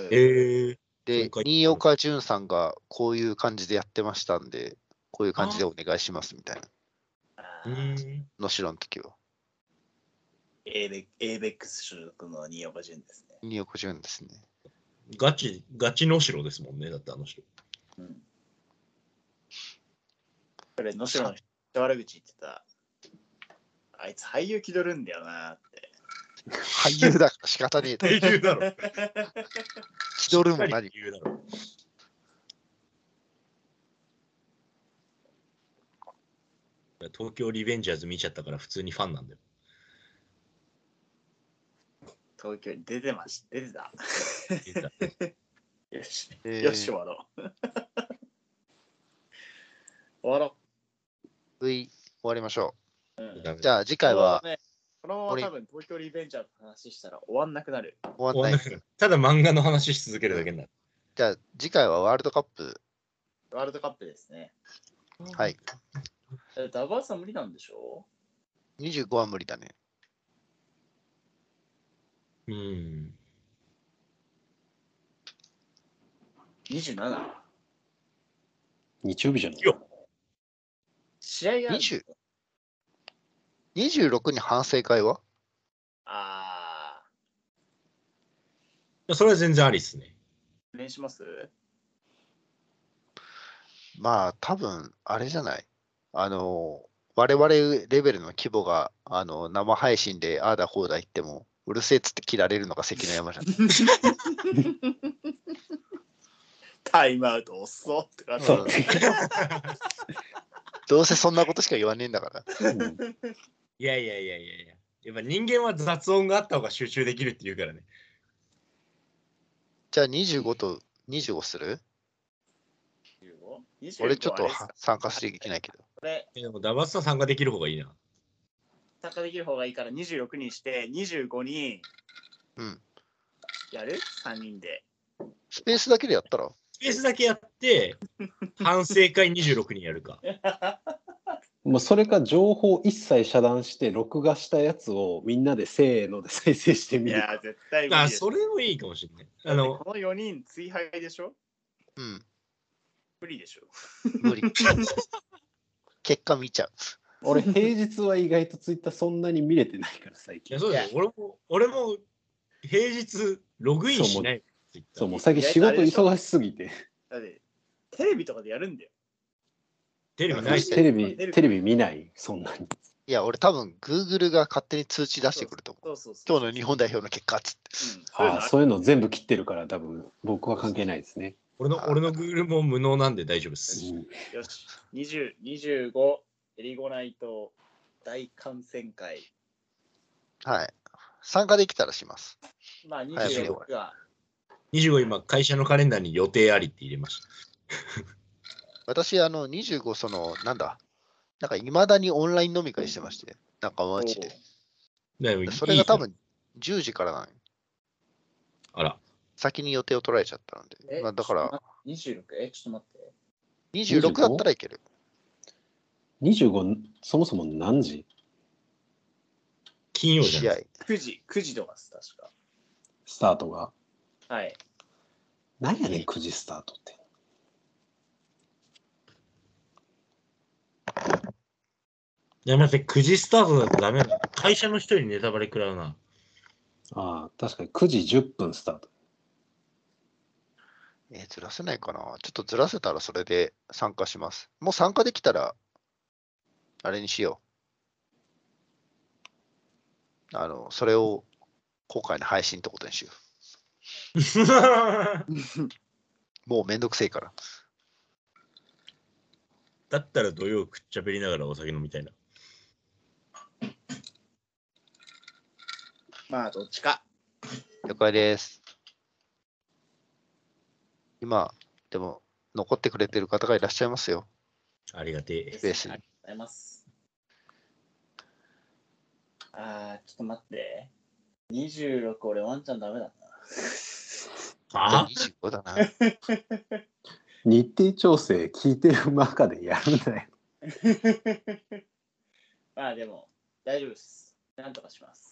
な。
ええ
で
今、回
新岡淳さんがこういう感じでやってましたんで、こういう感じでお願いしますみたいな。
うん。
のしろの時は。
エーベエーベックス所属の新岡潤ですね。
新岡淳ですね。
ガチ、ガチの城ですもんね、だってあの人。
うん。これ、能代の人悪口言ってた。あいつ俳優気取るんだよなって。
俳優だから仕方ねえと。
英雄だろ。
気取るも 何も
言うだろ。東京リベンジャーズ見ちゃったから普通にファンなんだよ。
東京に出てました。出てた。
出た
よし、
えー
よ し、終わろう。終わろ
うい終わりましょ
う。うん、
ダメ
う。じゃあ次回
このま
は
まね、このまま多分東京リベンジャーズの話したら終わんなくなる。
終
終
わ
わん
んな。
ないくなる ただ漫画の話し続けるだけになる。
じゃあ次回はワールドカップ。
ワールドカップですね。
はい。
えダバーさん無理なんでしょ
25は無理だね。
うん。
?27。
日曜日じゃない
いや
試合がある
20 26に反省会は
あ
それは全然ありっすね。
ー、練習します
まあ多分あれじゃないあの我々レベルの規模があの生配信でああだこうだ言ってもうるせえっつって切られるのが関の 山じゃない、
タイムアウト遅っって感じ。
うんどうせそんなことしか言わねえんだから
うん
いやいやいやいやいや。やっぱ人間は雑音があった方が集中できるって言うからね。
じゃあ25と25する俺ちょっとは参加していけないけど
これ、
えでもダバスさん参加できる方がいいな。
参加できる方がいいから26にして、25に
うん
やる ?3 人 で。
スペースだけでやったら
スペースだけや って、反省会26にやるか。
もうそれか情報一切遮断して録画したやつをみんなでせーので再生して
い
みる
や、絶対無理
あ、
です
それもいいかもしれない。あ
だって
の、
この4人追敗でしょ
うん
無理でしょ
無理結果見ちゃう
俺平日は意外とツイッターそんなに見れてないから最
い
近
やそうですよ俺も、俺も平日ログインしない。Twitter
そうもう最近仕事忙しすぎて
だって、テレビとかでやるんだよ。
テレビないっすよ
テレビテレビ見ないそんなに
いや俺多分 Google が勝手に通知出してくると思う
そうそうそう。
今日の日本代表の結果っつって
うんそういう
あ
の
あ
あ
そういうの全部切ってるから多分僕は関係ないですね、
俺の、俺の Google も無能なんで大丈夫です。
うん
るよし、20 25、エリゴナイト大感染会。
はい。参加できたらします。
まあ
早くね
26が
25今、会社のカレンダーに予定ありって入れました。
私、あの、25、その、なんだ、なんか、いまだにオンライン飲み会してまして、仲間内で。
でも
それが多。
いい
分、10時からなのよ
あら、
先に予定を取られちゃったの
え
で。まあ、だから、
26、え、ちょっと待って。
26だったらいける。
25そもそも何時
金曜じゃ
試
な
合
い。。
9時、9時とかです、確
スタートが
か。はい。
何やねん9時スタートって
いや、待って、9時スタートだとダメだ。会社の人にネタバレ食らうな。
ああ確かに9時10分スタート
えーずらせないかな。ちょっとずらせたらそれで参加します。もう参加できたら、あれにしよう。あの、それを、今回の配信ってことにしよう。もうめんどくせえから。
だったら土曜食っちゃべりながらお酒飲みたいな。
まあ、どっちか。
了解です。今、でも、残ってくれてる方がいらっしゃいますよ。
ありがてえ。
ベースに
ありがとうございます。あー、ちょっと待って。26、俺ワンチャンダメだな。
あ
?25 だ な。
日程調整聞いてる中でやるんだよ。
まあでも、大丈夫です。なんとかします。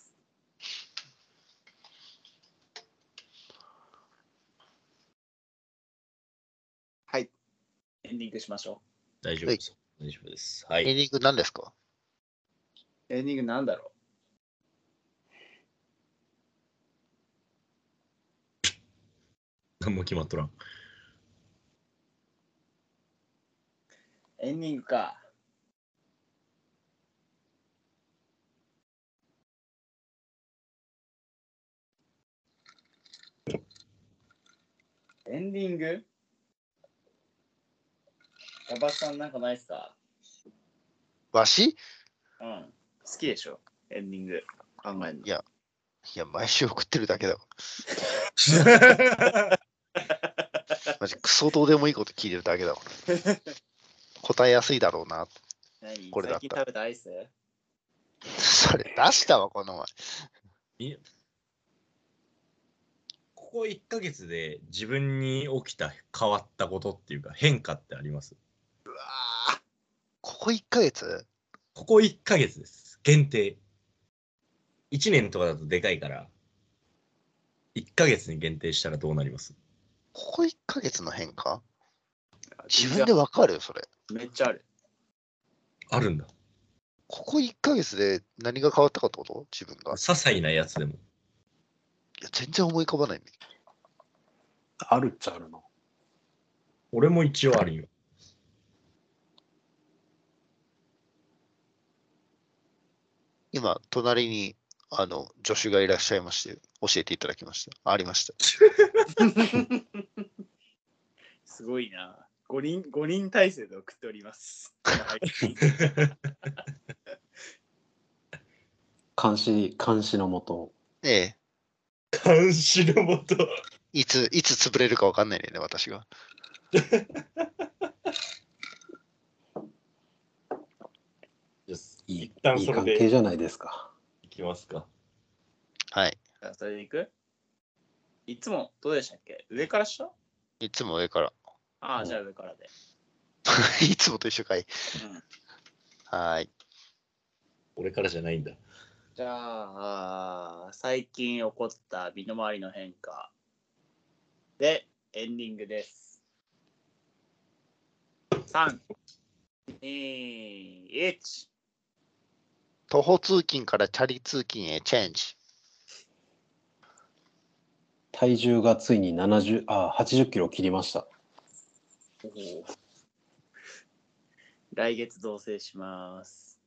はい。
エンディングしましょ
大丈夫です。大丈夫です。は
エン
い。
ディング何ですか
う。エンディングなんだろ
何も決まっと らん。
うエンディングか。エンディングヤバさんなんかないっすか
わしい
うん。好きでしょエンディング考えるの。
や、毎週送ってるだけだわ。マジクソどうでもいいこと聞いてるだけ だわ。答えやすいだろうな。
何
これだった
最近食べたアイス
それ出したわ、この前。
ここ1ヶ月で自分に起きた変わったことっていうか変化ってあります
ここ1ヶ月
ここ1ヶ月です。限定。1年とかだとでかいから、1ヶ月に限定したらどうなります
ここ1ヶ月の変化自分でわかるよ、それ。
めっちゃある。
あるんだ。
ここ1ヶ月で何が変わったかってこと自分が。
些
い
細なやつでも。
や、全然思い浮かばないんだけど。
あるっちゃあるの。
俺も一応あるよ。
今、隣に、あの、助手がいらっしゃいまして、教えていただきました。ありました。
すごいな。5人五人体制で送っており ます。
監視、監視のもと。
ええ。
監視のもと。
いつ、いつ潰れるかわかんないんだよね、私が。
いい
一旦
いい
それ
関
で
係じゃないですか。
いきますか。
はい。
あそれでいくいつもどうでしたっけ上から下
いつも上から。
う
ああ、
ん
じゃあ上からで。
いつもと一緒かい。
うん
はーい。
俺からじゃないんだ。
じゃああー、最近起こった身の回りの変化でエンディングです。3、2、1。
徒歩通勤からチャリ通勤へチェンジ。
体重がついに70あ80キロを切りました
来月同棲します。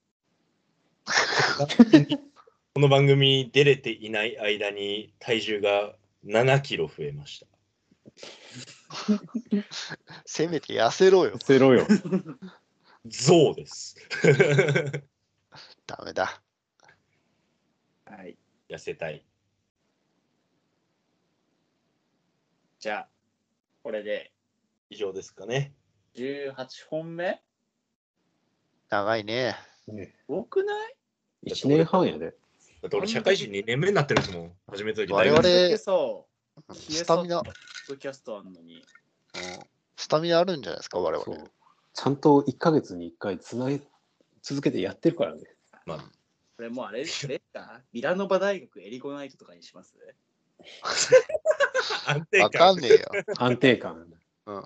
この番組出れていない間に体重が7キロ増えました。
せめて痩せろよ。
ゼ ロよ
ゾウです。
ダメだ。
はい。
痩せたい。
じゃあ、これで
以上ですかね。
18本目
長いね。
多くない
1年半やで
だって俺社会人2年目になってるんですもん。初めて時
我々
大学
れそ
うん
消えそう
スタミナ、うん
う、ポッドキャストあんのに。
スタミナあるんじゃないですか、我
そう
々。
ちゃんと1ヶ月に1回つなげ続けてやってるからね
これもうあれですかミラノバ大学エリゴナイトとかにします
安定
わか
感
んねえよ。
安定感
うん、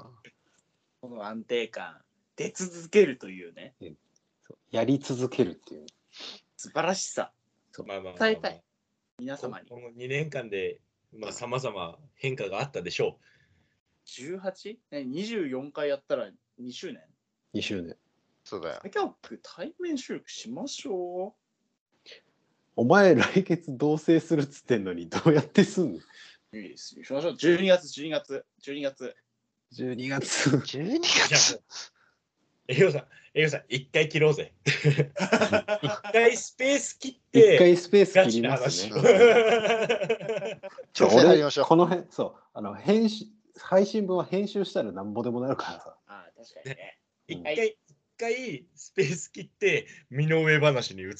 この安定感、出続けるというね、
そうやり続けるっていう
素晴らしさ、
まあまあまあまあ
伝えたい皆様に
こ。の2年間で、まあ、さまざま変化があったでしょ
18? ね、24回やったら2周年。
2周年
そうだよ。
キャップ対面収録しましょ
お前来月同棲するっつってんのにどうやってすんの
う。いいですよしましょう。12月、12月、12月。
12月
12
う。じゃあ
月
もう、栄養さん、栄養さん、一回切ろ うぜ。一回スペース切っ
1
て、
回スペース
ガ
切
チ
り
な
ます
話。
ね
ガチ 調整入りま
俺
しょう。
この辺そうあの編集配信分は編集したらなんぼでもなるからさ
ああ、確かにね。
一
は
回、一回スペース切って、身の上話に移る。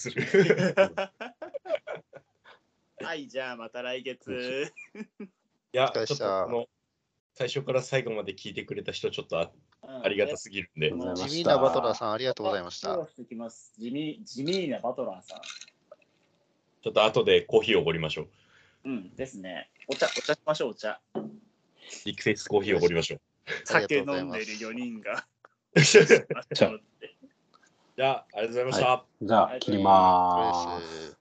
はい、じゃあまた来月。
いや、
お疲れ
ちょ
様
っとこの最初から最後まで聞いてくれた人、ちょっとあありがたすぎるんで、
うん
地味なバトラーさん、ありがとうございまし
フォロ
た。
ーしてきます。地味、地味なバトラーさん。
ちょっと後でコーヒーをおごりましょう。
うん、ですね。お茶、お茶しましょう、お茶。
リクセスコーヒーをおごりましょう。
あり
酒
がと
飲
うござい
ん
ます
でる4人が。
じゃあ、ありがとうございました。
じゃあ切りまーす。
とりあえず